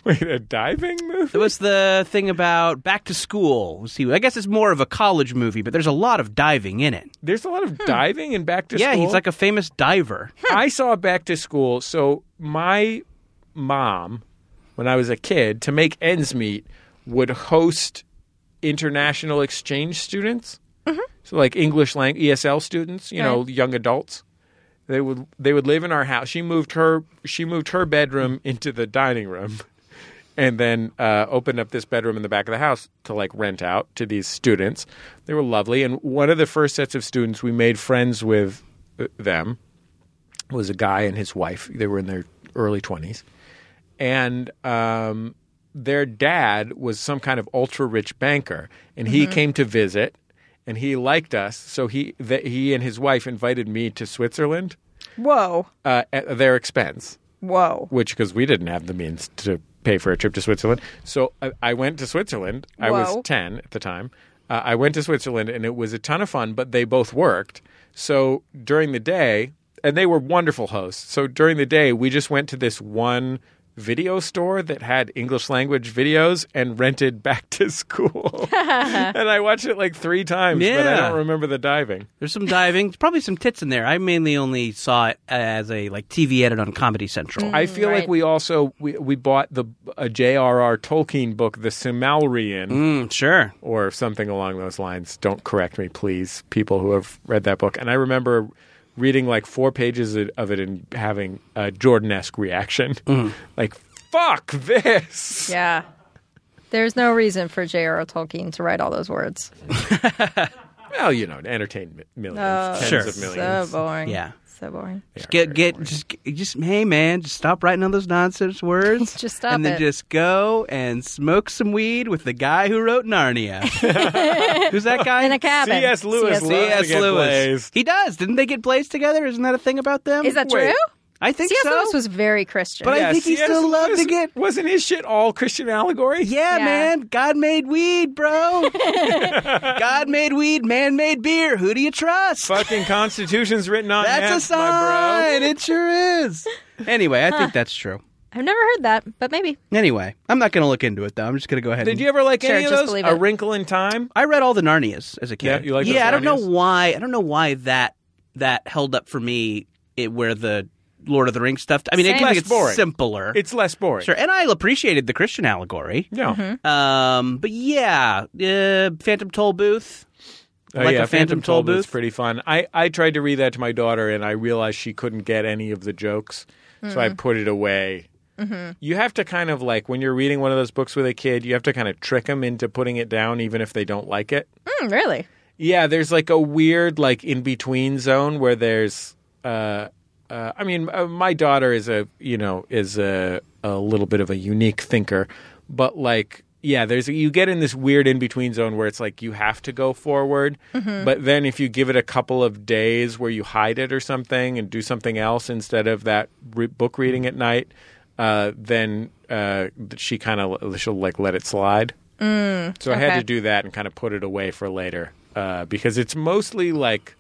Speaker 2: Wait, a diving movie?
Speaker 3: There was the thing about Back to School. See, I guess it's more of a college movie, but there's a lot of diving in it.
Speaker 2: There's a lot of diving and back to
Speaker 3: yeah,
Speaker 2: school.
Speaker 3: he's like a famous diver.
Speaker 2: I saw Back to School. So my mom, when I was a kid, to make ends meet, would host international exchange students. So like English language ESL students, you know,
Speaker 12: Right.
Speaker 2: young adults. They would they would live in our house. She moved her she moved her bedroom into the dining room. And then uh, opened up this bedroom in the back of the house to like rent out to these students. They were lovely, and one of the first sets of students we made friends with uh, them was a guy and his wife. They were in their early 20s. And um, their dad was some kind of ultra rich banker. And he
Speaker 4: Mm-hmm.
Speaker 12: Mhm.
Speaker 2: came to visit and he liked us. So he, th- he and his wife invited me to Switzerland
Speaker 4: Whoa.
Speaker 2: uh, at their expense
Speaker 4: Whoa.
Speaker 2: which because we didn't have the means to pay for a trip to Switzerland. So I, I went to Switzerland. I was
Speaker 12: Whoa.
Speaker 2: 10 at the time. Uh, I went to Switzerland and it was a ton of fun, but they both worked. So during the day, and they were wonderful hosts. So during the day, we just went to this one video store that had English language videos and rented back to school. and I watched it like three times, but I
Speaker 3: Yeah.
Speaker 2: don't remember the diving.
Speaker 3: There's some diving, probably some tits in there. I mainly only saw it as a like TV edit on Comedy Central.
Speaker 2: I feel like we also we, we bought the a J.R.R. Tolkien book, The Silmarillion,
Speaker 3: sure,
Speaker 2: or something along those lines. Don't correct me, please, people who have read that book. And I remember reading like four pages of it and having a Jordan-esque reaction, like "fuck this."
Speaker 4: Yeah. There's no reason for J.R.R. Tolkien to write all those words.
Speaker 2: Well, you know, to entertain mi- millions,
Speaker 4: Oh,
Speaker 2: tens
Speaker 3: Sure.
Speaker 2: of
Speaker 4: So
Speaker 2: millions.
Speaker 4: boring.
Speaker 3: Yeah.
Speaker 4: So boring.
Speaker 3: Just get get just just hey man, just stop writing all those nonsense words.
Speaker 4: Just stop
Speaker 3: and then
Speaker 4: it.
Speaker 3: just go and smoke some weed with the guy who wrote Narnia. Who's that guy?
Speaker 4: In a cabin.
Speaker 3: C.S. Lewis.
Speaker 4: C.S. Lewis.
Speaker 3: C.S. Lewis. He does. Didn't they get blazed together? Isn't that a thing about them?
Speaker 4: Is that
Speaker 3: Wait.
Speaker 4: true?
Speaker 3: I think
Speaker 4: C.S.
Speaker 3: so.
Speaker 4: Lewis was very Christian.
Speaker 3: But I think he still loved to get.
Speaker 2: Wasn't his shit all Christian allegory?
Speaker 3: Yeah, man. God made weed, bro. God made weed. Man made beer. Who do you trust?
Speaker 2: Fucking Constitution's written on
Speaker 3: That's a
Speaker 2: hemp, my bro.
Speaker 3: sign. It sure is. Anyway, I
Speaker 4: Huh.
Speaker 3: think that's true.
Speaker 4: I've never heard that, but maybe.
Speaker 3: Anyway, I'm not going to look into it though. I'm just going to go ahead.
Speaker 2: Did
Speaker 3: and-
Speaker 2: you ever like
Speaker 4: Sure,
Speaker 2: any of
Speaker 4: just
Speaker 2: those?
Speaker 4: believe
Speaker 2: A
Speaker 4: it.
Speaker 2: Wrinkle in Time.
Speaker 3: I read all the Narnias as a kid.
Speaker 2: Yeah, you like
Speaker 3: yeah,
Speaker 2: those
Speaker 3: I don't know
Speaker 2: Narnias?
Speaker 3: why. I don't know why that that held up for me it, where the Lord of the Rings stuff. I mean,
Speaker 2: Same.
Speaker 3: I guess
Speaker 2: Less
Speaker 3: it's
Speaker 2: boring.
Speaker 3: simpler.
Speaker 2: It's less boring.
Speaker 3: Sure, and I appreciated the Christian allegory.
Speaker 2: Yeah. Mhm.
Speaker 4: Mm-hmm.
Speaker 3: Um, but yeah, uh, Phantom Toll Booth.
Speaker 2: Oh,
Speaker 3: like
Speaker 2: yeah,
Speaker 3: a Phantom, Toll Booth.
Speaker 2: It's pretty fun. I, I tried to read that to my daughter, and I realized she couldn't get any of the jokes, so I
Speaker 3: Mm.
Speaker 2: put it away.
Speaker 4: Mm-hmm.
Speaker 3: Mhm.
Speaker 2: You have to kind of like when you're reading one of those books with a kid, you have to kind of trick them into putting it down, even if they don't like it.
Speaker 4: Mm, really?
Speaker 2: Yeah, there's like a weird like in between zone where there's. Uh, uh, I mean, uh, my daughter is a you know is a a little bit of a unique thinker, but like yeah, there's you get in this weird in between zone where it's like you have to go forward,
Speaker 16: Mhm.
Speaker 2: but then if you give it a couple of days where you hide it or something and do something else instead of that re- book reading at night, uh, then uh, she kind of she'll like let it slide.
Speaker 16: Mm,
Speaker 2: so I had
Speaker 16: okay.
Speaker 2: to do that and kind of put it away for later uh, because it's mostly like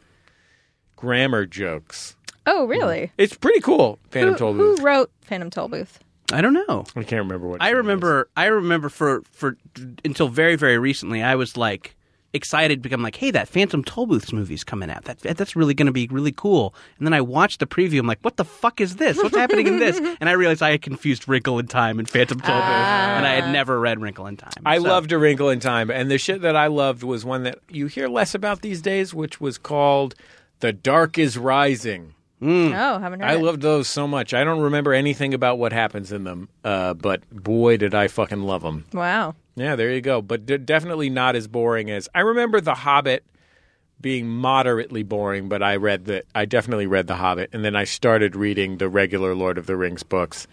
Speaker 2: grammar jokes.
Speaker 4: Oh, really?
Speaker 2: It's pretty cool. Phantom
Speaker 4: who,
Speaker 2: Toll
Speaker 4: who
Speaker 2: Booth.
Speaker 4: wrote Phantom Tollbooth?
Speaker 3: I don't know.
Speaker 2: I can't remember what.
Speaker 3: I remember. I remember for for until very very recently, I was like excited because I'm like, hey, that Phantom Toll Booth's movie's coming out. That that's really going to be really cool. And then I watched the preview. I'm like, what the fuck is this? What's happening in this? And I realized I had confused Wrinkle in Time and Phantom Toll Booth, and I
Speaker 4: Ah.
Speaker 3: had never read Wrinkle in Time.
Speaker 2: I
Speaker 3: So-
Speaker 2: loved A Wrinkle in Time, and the shit that I loved was one that you hear less about these days, which was called "The Dark Is Rising."
Speaker 3: Mm.
Speaker 4: Oh, haven't heard
Speaker 2: I
Speaker 4: it.
Speaker 2: loved those so much. I don't remember anything about what happens in them, uh, but boy, did I fucking love them.
Speaker 4: Wow.
Speaker 2: Yeah, there you go. But d- definitely not as boring as I remember The Hobbit being moderately boring, but I read the I definitely read The Hobbit, and then I started reading the regular Lord of the Rings books,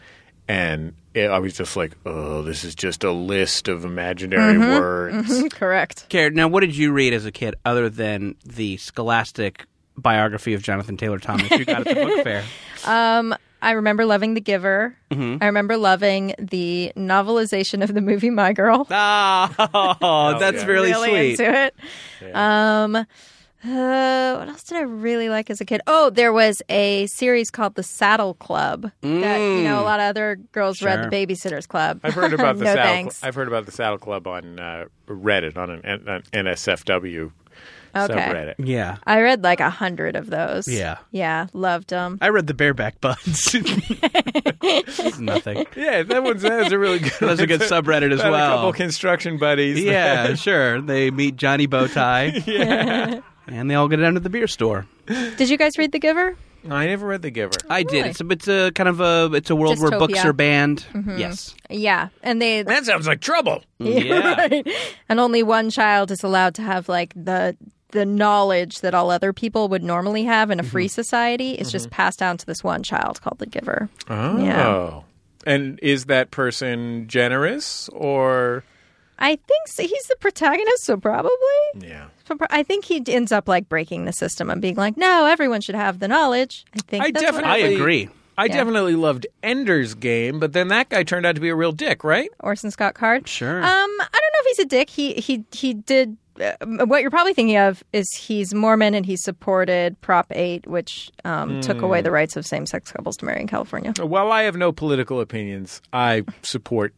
Speaker 2: and it, I was just like, oh, this is just a list of imaginary
Speaker 4: Mhm,
Speaker 2: words.
Speaker 4: mhm, Correct.
Speaker 3: Garrett, now what did you read as a kid other than the scholastic biography of Jonathan Taylor Thomas you got at the book fair?
Speaker 4: Um, I remember loving The Giver.
Speaker 3: Mhm.
Speaker 4: I remember loving the novelization of the movie My Girl.
Speaker 3: Oh, that's
Speaker 4: yeah.
Speaker 3: really, sweet.
Speaker 4: into it. Um, uh, what else did I really like as a kid? Oh, there was a series called The Saddle Club that you know
Speaker 2: Mm.
Speaker 4: a lot of other girls read
Speaker 2: Sure.
Speaker 4: The Babysitters Club.
Speaker 2: I've heard about the
Speaker 4: no
Speaker 2: saddle.
Speaker 4: thanks.
Speaker 2: Cl- I've heard about the Saddle Club on uh, Reddit on an, N- an NSFW
Speaker 4: Okay.
Speaker 2: subreddit.
Speaker 3: Yeah,
Speaker 4: I read like a hundred of those.
Speaker 2: Yeah.
Speaker 4: yeah, loved them.
Speaker 3: I read the bareback buds. Nothing.
Speaker 2: Yeah, that one's that was a really good.
Speaker 3: That was a good subreddit as
Speaker 2: Had
Speaker 3: well.
Speaker 2: A couple construction buddies.
Speaker 3: Yeah, sure. They meet Johnny Bowtie.
Speaker 2: Yeah.
Speaker 3: And they all go down to the beer store.
Speaker 4: Did you guys read The Giver?
Speaker 2: I never read The Giver.
Speaker 3: I did.
Speaker 4: Really?
Speaker 3: It's a, it's a kind of a it's a world where books
Speaker 4: Dystopia.
Speaker 3: are banned.
Speaker 4: Mhm.
Speaker 3: Yes.
Speaker 4: Yeah, and they
Speaker 2: that sounds like trouble.
Speaker 3: Yeah.
Speaker 4: right. And only one child is allowed to have like the the knowledge that all other people would normally have in a free
Speaker 2: Mm-hmm.
Speaker 4: society is just passed down to this one child called the giver.
Speaker 2: Oh.
Speaker 4: Yeah.
Speaker 2: And is that person generous or
Speaker 4: I think so. he's the protagonist, so probably.
Speaker 2: Yeah.
Speaker 4: I think he ends up like breaking the system and being like, "No, everyone should have the knowledge." I think that's what
Speaker 2: definitely- I
Speaker 4: Yeah.
Speaker 2: definitely loved Ender's Game, but then that guy turned out to be a real dick, right?
Speaker 4: Orson Scott Card.
Speaker 3: Sure.
Speaker 4: Um, I don't know if he's a dick. He he he did. Uh, what you're probably thinking of is he's Mormon and he supported Prop 8, which um, took
Speaker 2: Hmm.
Speaker 4: away the rights of same-sex couples to marry in California.
Speaker 2: While I have no political opinions, I support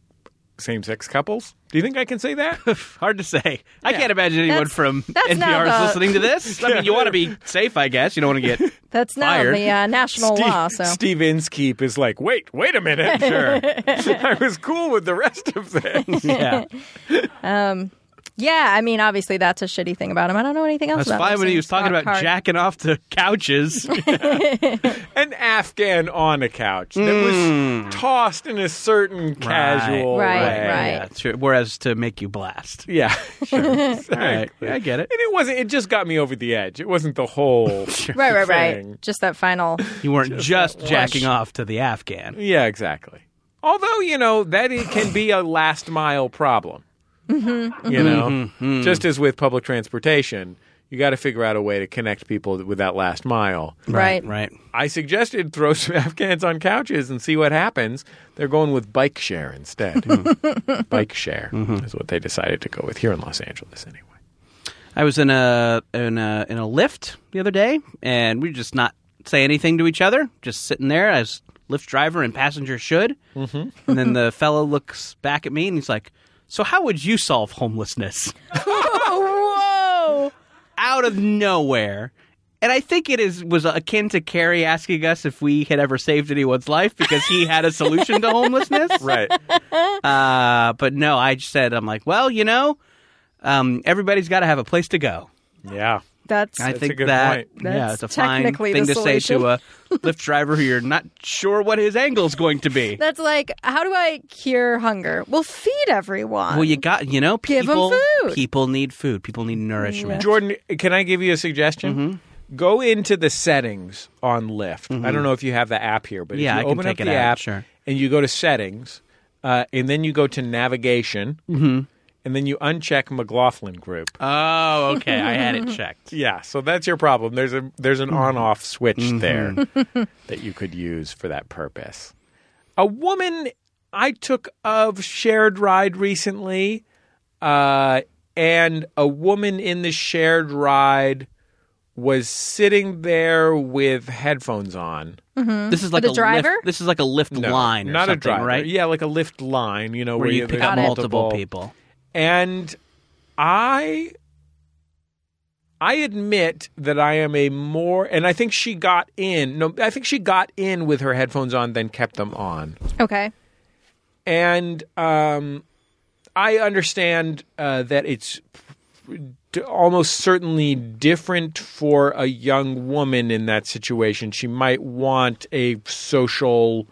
Speaker 2: same-sex couples. Do you think I can say that?
Speaker 3: Hard to say. I can't imagine anyone
Speaker 4: That's-
Speaker 3: from
Speaker 4: that's now
Speaker 3: NPR is
Speaker 4: the-
Speaker 3: listening to this. I mean, you want to be safe, I guess. You don't want to get
Speaker 4: That's now
Speaker 3: Fired.
Speaker 4: the uh, national
Speaker 2: Steve,
Speaker 4: law. So
Speaker 2: Steve Inskeep is like, wait, wait a minute.
Speaker 4: Sure.
Speaker 2: I was cool with the rest of this.
Speaker 4: Yeah. um, yeah, I mean, obviously that's a shitty thing about him. I don't know anything else
Speaker 3: That's
Speaker 4: about
Speaker 3: fine
Speaker 4: him.
Speaker 3: when he
Speaker 4: So
Speaker 3: was talking
Speaker 4: Scott
Speaker 3: about
Speaker 4: Card-
Speaker 3: jacking off to couches.
Speaker 2: An Afghan on a couch that
Speaker 3: Mm.
Speaker 2: was
Speaker 3: Mm-hmm.
Speaker 2: tossed in a certain casual way.
Speaker 3: Yeah, true. Whereas to make you blast.
Speaker 2: Yeah, sure.
Speaker 3: All right.
Speaker 2: Exactly.
Speaker 3: I get it.
Speaker 2: And it wasn't. It just got me over the edge. It wasn't the whole
Speaker 4: Right, right, right.
Speaker 2: thing.
Speaker 4: Just that final.
Speaker 3: You weren't just,
Speaker 2: that
Speaker 3: jacking
Speaker 2: one.
Speaker 3: off to the Afghan.
Speaker 2: Yeah, exactly. Although you know that it can be a last mile problem.
Speaker 4: Mm-hmm,
Speaker 2: You know,
Speaker 3: mhm.
Speaker 2: just as with public transportation, you got to figure out a way to connect people with that last mile.
Speaker 4: Right.
Speaker 3: Right.
Speaker 2: I suggested throw some Afghans on couches and see what happens. They're going with bike share instead. bike share is what they decided to go with here in Los Angeles, anyway.
Speaker 3: I was in a in a in a lift the other day, and we just not say anything to each other, just sitting there as lift driver and passenger should.
Speaker 16: Mhm.
Speaker 2: Mm-hmm.
Speaker 3: And then the fellow looks back at me and he's like, "So how would you solve homelessness?"
Speaker 4: Whoa!
Speaker 3: Out of nowhere. And I think it is was akin to Carrie asking us if we had ever saved anyone's life because he had a solution to homelessness.
Speaker 2: Right.
Speaker 3: Uh, but no, I just said I'm like, well, you know, um, everybody's got to have a place to go.
Speaker 2: Yeah.
Speaker 4: That's-
Speaker 3: I
Speaker 4: That's a
Speaker 3: think
Speaker 4: good
Speaker 3: that
Speaker 4: point.
Speaker 3: yeah,
Speaker 4: That's
Speaker 3: it's a fine
Speaker 4: technically
Speaker 3: thing
Speaker 4: the
Speaker 3: to say to a
Speaker 4: solution.
Speaker 3: Lyft driver who you're not sure what his angle's going to be.
Speaker 4: That's like, how do I cure hunger? Well, feed everyone.
Speaker 3: Well, you got you know
Speaker 4: Give 'em
Speaker 3: people.
Speaker 4: food.
Speaker 3: People need food. People need nourishment. Mm-hmm.
Speaker 2: Jordan, can I give you a suggestion? Go into the settings on Lyft. I don't know if you have the app here, but
Speaker 3: Yeah,
Speaker 2: if
Speaker 3: I
Speaker 2: you
Speaker 3: can
Speaker 2: open
Speaker 3: take
Speaker 2: up
Speaker 3: it
Speaker 2: the
Speaker 3: out,
Speaker 2: app
Speaker 3: sure.
Speaker 2: and you go to settings, uh, and then you go to navigation,
Speaker 3: Mhm.
Speaker 2: and then you uncheck McLaughlin Group.
Speaker 3: Oh, okay. I had it checked.
Speaker 2: Yeah, so that's your problem. There's a there's
Speaker 3: Mm-hmm.
Speaker 2: an on-off switch there that you could use for that purpose. A woman I took of shared ride recently, uh, and a woman in the shared ride was sitting there with headphones on.
Speaker 4: Mhm.
Speaker 3: This is like
Speaker 4: the
Speaker 3: a
Speaker 4: driver.
Speaker 3: Lyft, this is like a Lyft
Speaker 2: No,
Speaker 3: line, or
Speaker 2: not a
Speaker 3: something,
Speaker 2: driver,
Speaker 3: right?
Speaker 2: Yeah, like a lift line. You know,
Speaker 3: Where
Speaker 2: where,
Speaker 3: you
Speaker 2: you-
Speaker 3: pick
Speaker 2: there's
Speaker 3: up multiple people.
Speaker 2: And I, I admit that I am a more, and I think she got in. No, I think she got in with her headphones on, then kept them on.
Speaker 4: Okay.
Speaker 2: And um, I understand uh, that it's d- almost certainly different for a young woman in that situation. She might want a social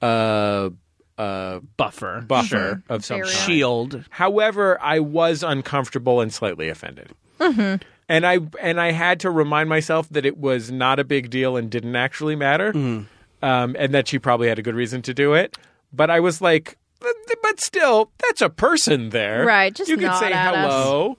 Speaker 2: uh, uh,
Speaker 3: buffer,
Speaker 2: buffer of some
Speaker 3: Barrier.
Speaker 2: kind.
Speaker 3: shield.
Speaker 2: However, I was uncomfortable and slightly offended.
Speaker 4: Mm-hmm.
Speaker 2: And I and I had to remind myself that it was not a big deal and didn't actually matter,
Speaker 3: Mm.
Speaker 2: um, and that she probably had a good reason to do it. But I was like, but but still, that's a person there,
Speaker 4: Right, just
Speaker 2: you could
Speaker 4: nod
Speaker 2: say
Speaker 4: at us.
Speaker 2: hello.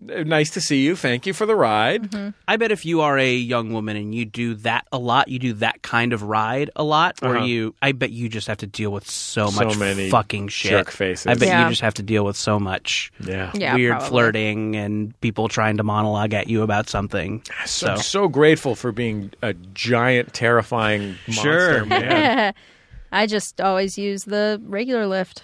Speaker 2: Nice to see you. Thank you for the ride.
Speaker 4: Mm-hmm.
Speaker 3: I bet if you are a young woman and you do that a lot, you do that kind of ride a lot, where
Speaker 2: Uh-huh.
Speaker 3: you, I bet you just have to deal with so
Speaker 2: So
Speaker 3: much
Speaker 2: many
Speaker 3: fucking shit.
Speaker 2: jerk faces.
Speaker 3: I bet
Speaker 2: Yeah.
Speaker 3: you just have to deal with so much
Speaker 2: Yeah.
Speaker 4: Yeah,
Speaker 3: weird
Speaker 4: probably.
Speaker 3: flirting and people trying to monologue at you about something.
Speaker 2: So,
Speaker 3: So,
Speaker 2: I'm so grateful for being a giant, terrifying monster.
Speaker 3: Sure.
Speaker 2: man.
Speaker 4: I just always use the regular lift.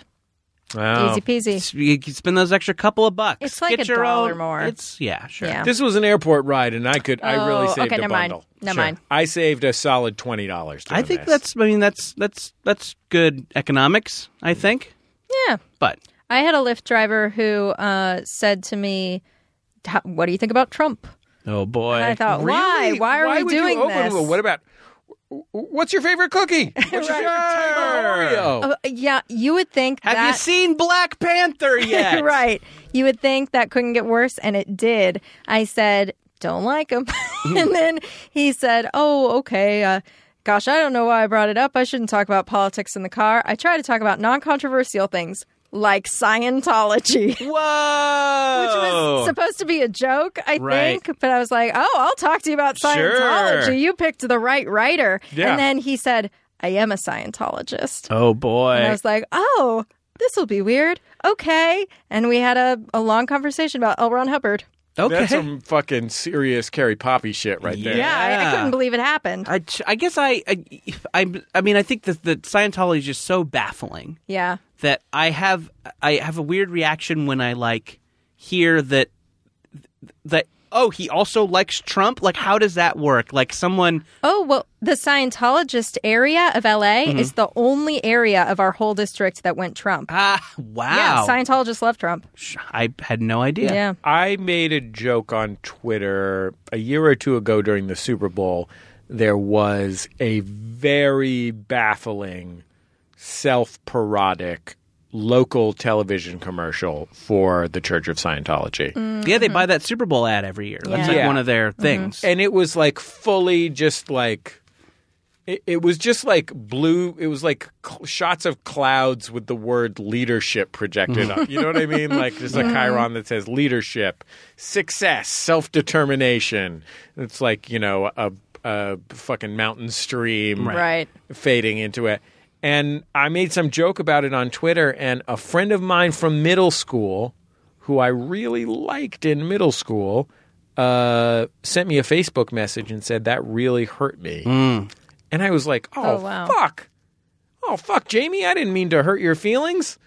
Speaker 4: Easy peasy.
Speaker 3: You can spend those extra couple of bucks.
Speaker 4: It's like a
Speaker 3: Get your
Speaker 4: dollar
Speaker 3: own-
Speaker 4: more.
Speaker 3: It's yeah, sure.
Speaker 4: Yeah.
Speaker 2: This was an airport ride, and I could I really
Speaker 4: Oh,
Speaker 2: saved
Speaker 4: okay,
Speaker 2: a
Speaker 4: never mind.
Speaker 2: bundle.
Speaker 4: Never mind.
Speaker 2: I saved a solid twenty dollars.
Speaker 3: I think that's. I mean, that's that's that's good economics. I think,
Speaker 4: Yeah.
Speaker 3: but
Speaker 4: I had a Lyft driver who uh, said to me, "How- "What do you think about Trump?"
Speaker 3: oh boy,
Speaker 4: I thought, why? Why are we
Speaker 2: would
Speaker 4: doing
Speaker 2: you open
Speaker 4: this?
Speaker 2: with- What about? What's your favorite cookie? What's your favorite type of Oreo?
Speaker 4: Uh, yeah, you would think.
Speaker 3: Have you
Speaker 4: that...
Speaker 3: seen Black Panther yet?
Speaker 4: right. You would think that couldn't get worse, and it did. I said, "Don't like him," and then he said, "Oh, okay." Uh, gosh, I don't know why I brought it up. I shouldn't talk about politics in the car. I try to talk about non-controversial things like Scientology.
Speaker 3: Whoa!
Speaker 4: Which was supposed to be a joke, I
Speaker 3: Right.
Speaker 4: think, but I was like, "Oh, I'll talk to you about Scientology.
Speaker 3: Sure.
Speaker 4: You picked the right writer."
Speaker 3: Yeah.
Speaker 4: And then he said, "I am a Scientologist."
Speaker 3: Oh boy!
Speaker 4: And I was like, oh, this will be weird. Okay. And we had a, a long conversation about L. Ron Hubbard.
Speaker 2: That's some fucking serious Carrie Poppy shit right there.
Speaker 4: Yeah, I, I couldn't believe it happened.
Speaker 3: I, I guess I, I, I, I mean, I think that, that Scientology is just so baffling
Speaker 4: yeah.
Speaker 3: that I have, I have a weird reaction when I like hear that, that oh, he also likes Trump. Like, how does that work? Like, someone,
Speaker 4: Oh, well, the Scientologist area of LA
Speaker 3: Mhm.
Speaker 4: is the only area of our whole district that went Trump.
Speaker 3: Ah,
Speaker 4: Yeah,
Speaker 3: wow,
Speaker 4: Scientologists love Trump.
Speaker 3: I had no idea.
Speaker 4: Yeah.
Speaker 2: I made a joke on Twitter a year or two ago during the Super Bowl. There was a very baffling, self parodic local television commercial for the Church of Scientology.
Speaker 4: Mm-hmm.
Speaker 3: Yeah, they buy that Super Bowl ad every year. That's like
Speaker 2: Yeah.
Speaker 3: one of their things.
Speaker 2: And it was like fully just like it, it was just like blue. It was like cl- shots of clouds with the word leadership projected up. You know what I mean? Like just a
Speaker 12: Mhm.
Speaker 2: Chiron that says leadership, success, self determination. It's like you know a a fucking mountain stream
Speaker 4: Right. Right.
Speaker 2: fading into it. And I made some joke about it on Twitter, and a friend of mine from middle school, who I really liked in middle school, uh, sent me a Facebook message and said that really hurt me.
Speaker 3: Mm.
Speaker 2: And I was like, oh,
Speaker 12: Oh, wow.
Speaker 2: fuck. Oh, fuck, Jamie. I didn't mean to hurt your feelings.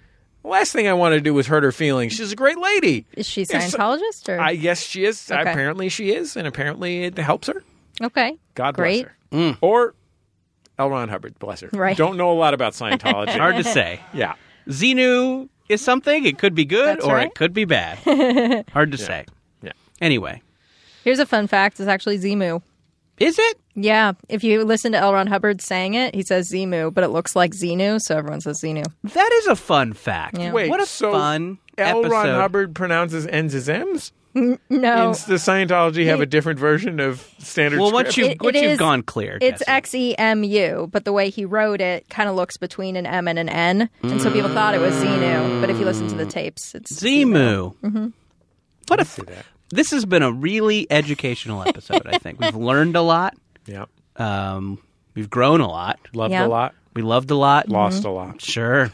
Speaker 2: Last thing I want to do was hurt her feelings. She's a great lady.
Speaker 4: Is she
Speaker 2: If so-
Speaker 4: Scientologist? Or?
Speaker 2: I guess she is.
Speaker 4: Okay.
Speaker 2: Apparently she is, and apparently it helps her.
Speaker 4: Okay.
Speaker 2: God
Speaker 4: Great.
Speaker 2: bless her.
Speaker 3: Mm.
Speaker 2: Or L. Ron Hubbard, bless her.
Speaker 4: Right.
Speaker 2: Don't know a lot about Scientology.
Speaker 3: Hard to say.
Speaker 2: Yeah.
Speaker 3: Xenu is something. It could be good
Speaker 4: That's
Speaker 3: or
Speaker 4: right.
Speaker 3: it could be bad. Hard to say.
Speaker 2: Yeah.
Speaker 3: Anyway,
Speaker 4: Here's a fun fact. It's actually Zemu.
Speaker 3: Is it?
Speaker 4: Yeah. If you listen to L. Ron Hubbard saying it, he says Zemu, but it looks like Xenu, so everyone says Xenu.
Speaker 3: that is a fun fact.
Speaker 4: Yeah.
Speaker 2: Wait,
Speaker 3: what a
Speaker 2: so
Speaker 3: fun
Speaker 2: L.
Speaker 3: episode.
Speaker 2: Ron Hubbard pronounces N's as M's?
Speaker 4: N- No.
Speaker 2: Does the Scientology have a different version of standard
Speaker 3: Well, once
Speaker 2: script?
Speaker 3: you- once you've gone clear,
Speaker 4: It's X E M U, but the way he wrote it kind of looks between an M and an N, and so people thought it was Xenu. But if you listen to the tapes, it's
Speaker 3: Zemu.
Speaker 4: Mhm.
Speaker 3: Mm-hmm. What a f- this has been a really educational episode. I think we've learned a lot.
Speaker 2: Yeah.
Speaker 3: Um, we've grown a lot.
Speaker 2: Loved Yeah. a lot.
Speaker 3: We loved a lot.
Speaker 2: Lost
Speaker 4: Mm-hmm.
Speaker 2: a lot.
Speaker 3: Sure.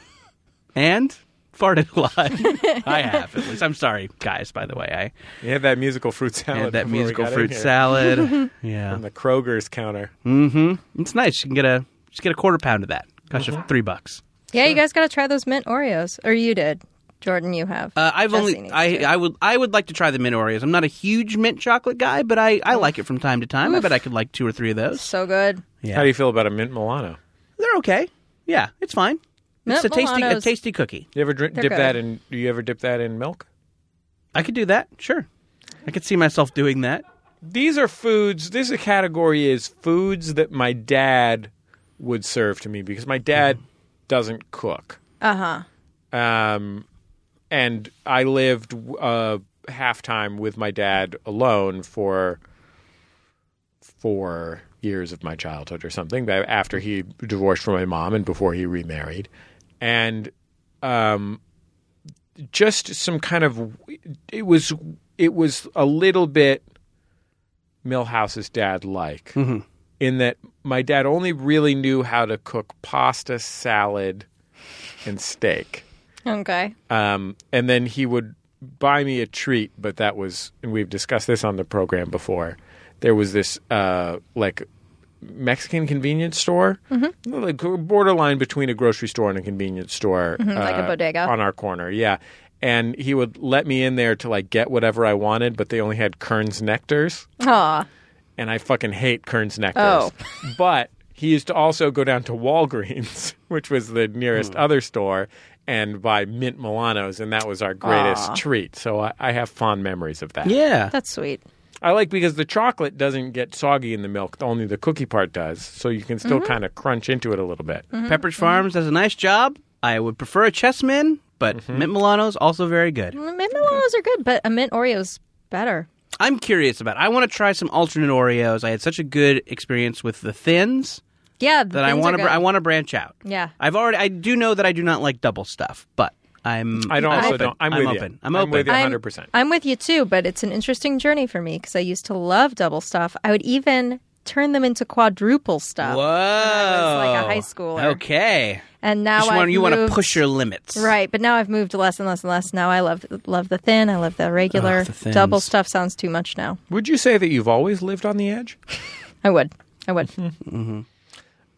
Speaker 3: And farted a lot. I have at least. I'm sorry, guys. By the way,
Speaker 2: I you had that musical fruit salad.
Speaker 3: that
Speaker 2: before we
Speaker 3: musical
Speaker 2: got in
Speaker 3: fruit
Speaker 2: here.
Speaker 3: salad. yeah.
Speaker 2: From the Kroger's counter.
Speaker 3: Mm-hmm. It's nice. You can get a just get a quarter pound of that. Gosh,
Speaker 4: Mhm.
Speaker 3: three bucks.
Speaker 4: Yeah, you guys got to try those mint Oreos, or you did, Jordan. You have.
Speaker 3: Uh, I've
Speaker 4: Jesse
Speaker 3: only
Speaker 4: needs
Speaker 3: I,
Speaker 4: to.
Speaker 3: I would I would like to try the mint Oreos. I'm not a huge mint chocolate guy, but I, I like it from time to time. I bet I could like two or three of those.
Speaker 4: so good.
Speaker 3: Yeah.
Speaker 2: How do you feel about a mint Milano?
Speaker 3: They're okay. Yeah, it's fine.
Speaker 4: Mint
Speaker 3: it's a tasty a
Speaker 4: Milanos-
Speaker 3: tasty cookie.
Speaker 2: You ever drink,
Speaker 4: They're
Speaker 2: dip that
Speaker 4: good.
Speaker 2: in? Do you ever dip that in milk?
Speaker 3: I could do that. Sure, I could see myself doing that.
Speaker 2: These are foods. This is a category is foods that my dad would serve to me because my dad doesn't cook.
Speaker 4: Uh
Speaker 3: Uh-huh.
Speaker 4: huh.
Speaker 2: um, and I lived uh, half time with my dad alone for four years of my childhood or something. But after he divorced from my mom and before he remarried, and um, just some kind of it was it was a little bit Millhouse's dad like
Speaker 3: Mhm.
Speaker 2: in that my dad only really knew how to cook pasta, salad, and steak.
Speaker 4: Okay.
Speaker 2: Um, and then he would buy me a treat, but that was, and we've discussed this on the program before. There was this uh, like Mexican convenience store, like borderline between a grocery store and a convenience store,
Speaker 4: Mhm, like a
Speaker 2: uh,
Speaker 4: bodega.
Speaker 2: on our corner. Yeah. And he would let me in there to like get whatever I wanted, but they only had Kern's Nectars
Speaker 4: Aw.
Speaker 2: and I fucking hate Kern's Nectars.
Speaker 4: Oh.
Speaker 2: but he used to also go down to Walgreens, which was the nearest other store, and buy mint Milanos, and that was our greatest
Speaker 4: Aw.
Speaker 2: treat. So I, I have fond memories of that.
Speaker 4: That's sweet.
Speaker 2: I like because the chocolate doesn't get soggy in the milk, only the cookie part does. So you can still
Speaker 4: Mm-hmm.
Speaker 3: Mhm.
Speaker 2: kind of crunch into it a little bit.
Speaker 3: Pepperidge Farms does a nice job. I would prefer a chessman, but
Speaker 2: Mm-hmm.
Speaker 3: mint Milano's also very good.
Speaker 4: Mint Milanos are good, but a mint Oreo's better.
Speaker 3: I'm curious about. It. I want to try some alternate Oreos. I had such a good experience with the thins
Speaker 4: Yeah.
Speaker 3: that I want to. Br- I want to branch out.
Speaker 4: Yeah.
Speaker 3: I've already. I do know that I do not like double stuff, but I'm.
Speaker 2: I don't- also
Speaker 3: open.
Speaker 2: don't- I'm
Speaker 3: I'm
Speaker 2: with you.
Speaker 3: open. I'm
Speaker 2: I'm
Speaker 3: open.
Speaker 2: with you 100%.
Speaker 4: I'm with you too, but it's an interesting journey for me because I used to love double stuff. I would even turn them into quadruple stuff.
Speaker 3: Whoa!
Speaker 4: I was like a high schooler.
Speaker 3: Okay.
Speaker 4: And now
Speaker 3: Just
Speaker 4: I've
Speaker 3: want- you want to
Speaker 4: moved-
Speaker 3: push your limits,
Speaker 4: Right, but now I've moved less and less and less. Now I love love the thin, I love the regular.
Speaker 2: Ugh, the thins.
Speaker 4: double stuff sounds too much now.
Speaker 2: Would you say that you've always lived on the edge?
Speaker 4: I would. I would.
Speaker 2: Mm-hmm.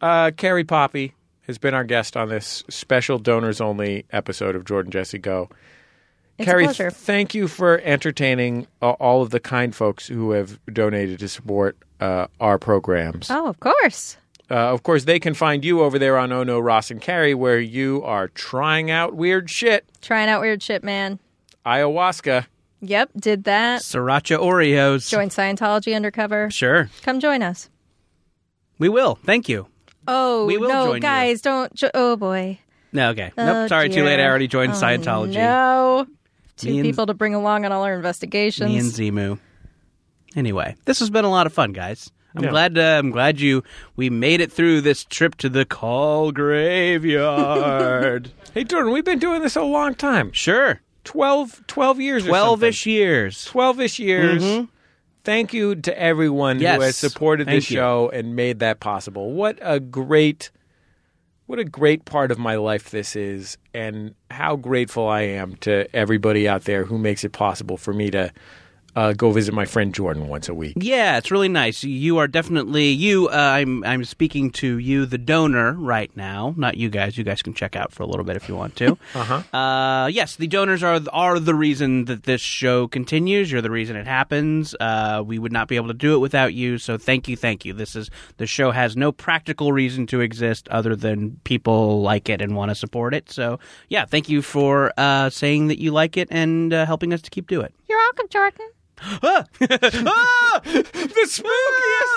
Speaker 2: Uh, Carrie Poppy has been our guest on this special donors only episode of Jordan Jesse Go.
Speaker 4: It's a
Speaker 2: Carrie,
Speaker 4: pleasure.
Speaker 2: thank you for entertaining uh, all of the kind folks who have donated to support uh, our programs.
Speaker 4: Oh, of course.
Speaker 2: Uh, of course, they can find you over there on Oh No Ross and Carrie, where you are trying out weird shit.
Speaker 4: Trying out weird shit, man.
Speaker 2: Ayahuasca,
Speaker 4: Yep, did that.
Speaker 3: Sriracha Oreos.
Speaker 4: Join Scientology undercover.
Speaker 3: Sure,
Speaker 4: Come join us.
Speaker 3: we will. Thank you.
Speaker 4: Oh
Speaker 3: We will
Speaker 4: no,
Speaker 3: join you.
Speaker 4: guys, don't. Jo- oh boy.
Speaker 3: No, okay.
Speaker 4: Oh,
Speaker 3: nope. Sorry,
Speaker 4: dear.
Speaker 3: too late. I already joined
Speaker 4: Oh,
Speaker 3: Scientology.
Speaker 4: No, two
Speaker 3: Me and-
Speaker 4: people to bring along on all our investigations.
Speaker 3: Me and Zemu. Anyway, this has been a lot of fun, guys. I'm
Speaker 4: Yeah.
Speaker 3: glad. Uh, I'm glad you. We made it through this trip to the call graveyard.
Speaker 2: hey, Jordan, we've been doing this a long time.
Speaker 3: Sure.
Speaker 2: 12, 12 years or
Speaker 3: 12-ish years.
Speaker 2: 12-ish years.
Speaker 3: Mhm.
Speaker 2: Thank you to everyone
Speaker 3: Yes.
Speaker 2: who has supported
Speaker 3: Thank
Speaker 2: this
Speaker 3: you.
Speaker 2: show and made that possible. What a great what a great part of my life this is and how grateful I am to everybody out there who makes it possible for me to uh, go visit my friend Jordan once a week.
Speaker 3: Yeah, it's really nice. You are definitely you. Uh, I'm I'm speaking to you, the donor, right now. Not you guys. You guys can check out for a little bit if you want to.
Speaker 2: Uh-huh.
Speaker 3: Uh, yes, the donors are are the reason that this show continues. You're the reason it happens. Uh, we would not be able to do it without you. So thank you, thank you. This is the show has no practical reason to exist other than people like it and want to support it. So yeah, thank you for uh, saying that you like it and uh, helping us to keep do it.
Speaker 16: You're welcome, Jordan.
Speaker 2: Ah!
Speaker 3: the spookiest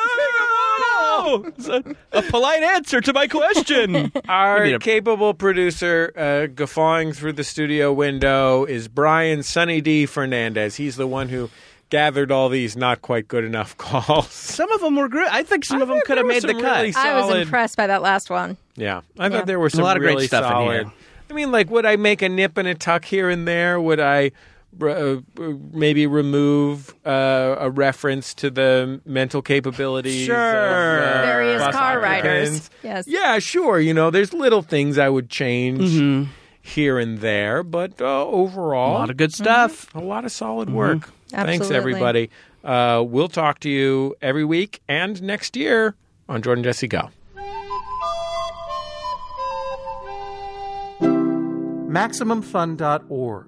Speaker 3: thing a, polite answer to my question.
Speaker 2: Our
Speaker 3: We need a-
Speaker 2: capable producer uh, guffawing through the studio window is Brian Sunny D. Fernandez. He's the one who gathered all these not quite good enough calls.
Speaker 3: Some of them were great. I think some of them could have
Speaker 2: there
Speaker 3: made
Speaker 2: were
Speaker 3: the
Speaker 2: some
Speaker 3: cut.
Speaker 2: really
Speaker 4: I was
Speaker 2: solid-
Speaker 4: impressed by that last one.
Speaker 2: Yeah, I
Speaker 4: Yeah.
Speaker 2: thought there were some
Speaker 3: a lot of
Speaker 2: really
Speaker 3: great stuff
Speaker 2: solid.
Speaker 3: in here.
Speaker 2: I mean, like, would I make a nip and a tuck here and there? Would I uh, maybe remove uh, a reference to the mental capabilities? of,
Speaker 4: Sure.
Speaker 2: uh,
Speaker 4: Various
Speaker 2: bus
Speaker 4: car riders.
Speaker 2: occupants?
Speaker 4: Yes.
Speaker 2: Yeah, sure. You know, there's little things I would change
Speaker 3: Mm-hmm.
Speaker 2: here and there, but uh, overall, mm-hmm,
Speaker 3: A lot of good stuff. Mm-hmm.
Speaker 2: A lot of solid work. Thanks,
Speaker 3: Absolutely.
Speaker 2: everybody. Uh, we'll talk to you every week and next year on Jordan Jesse Go.
Speaker 17: MaximumFun.org.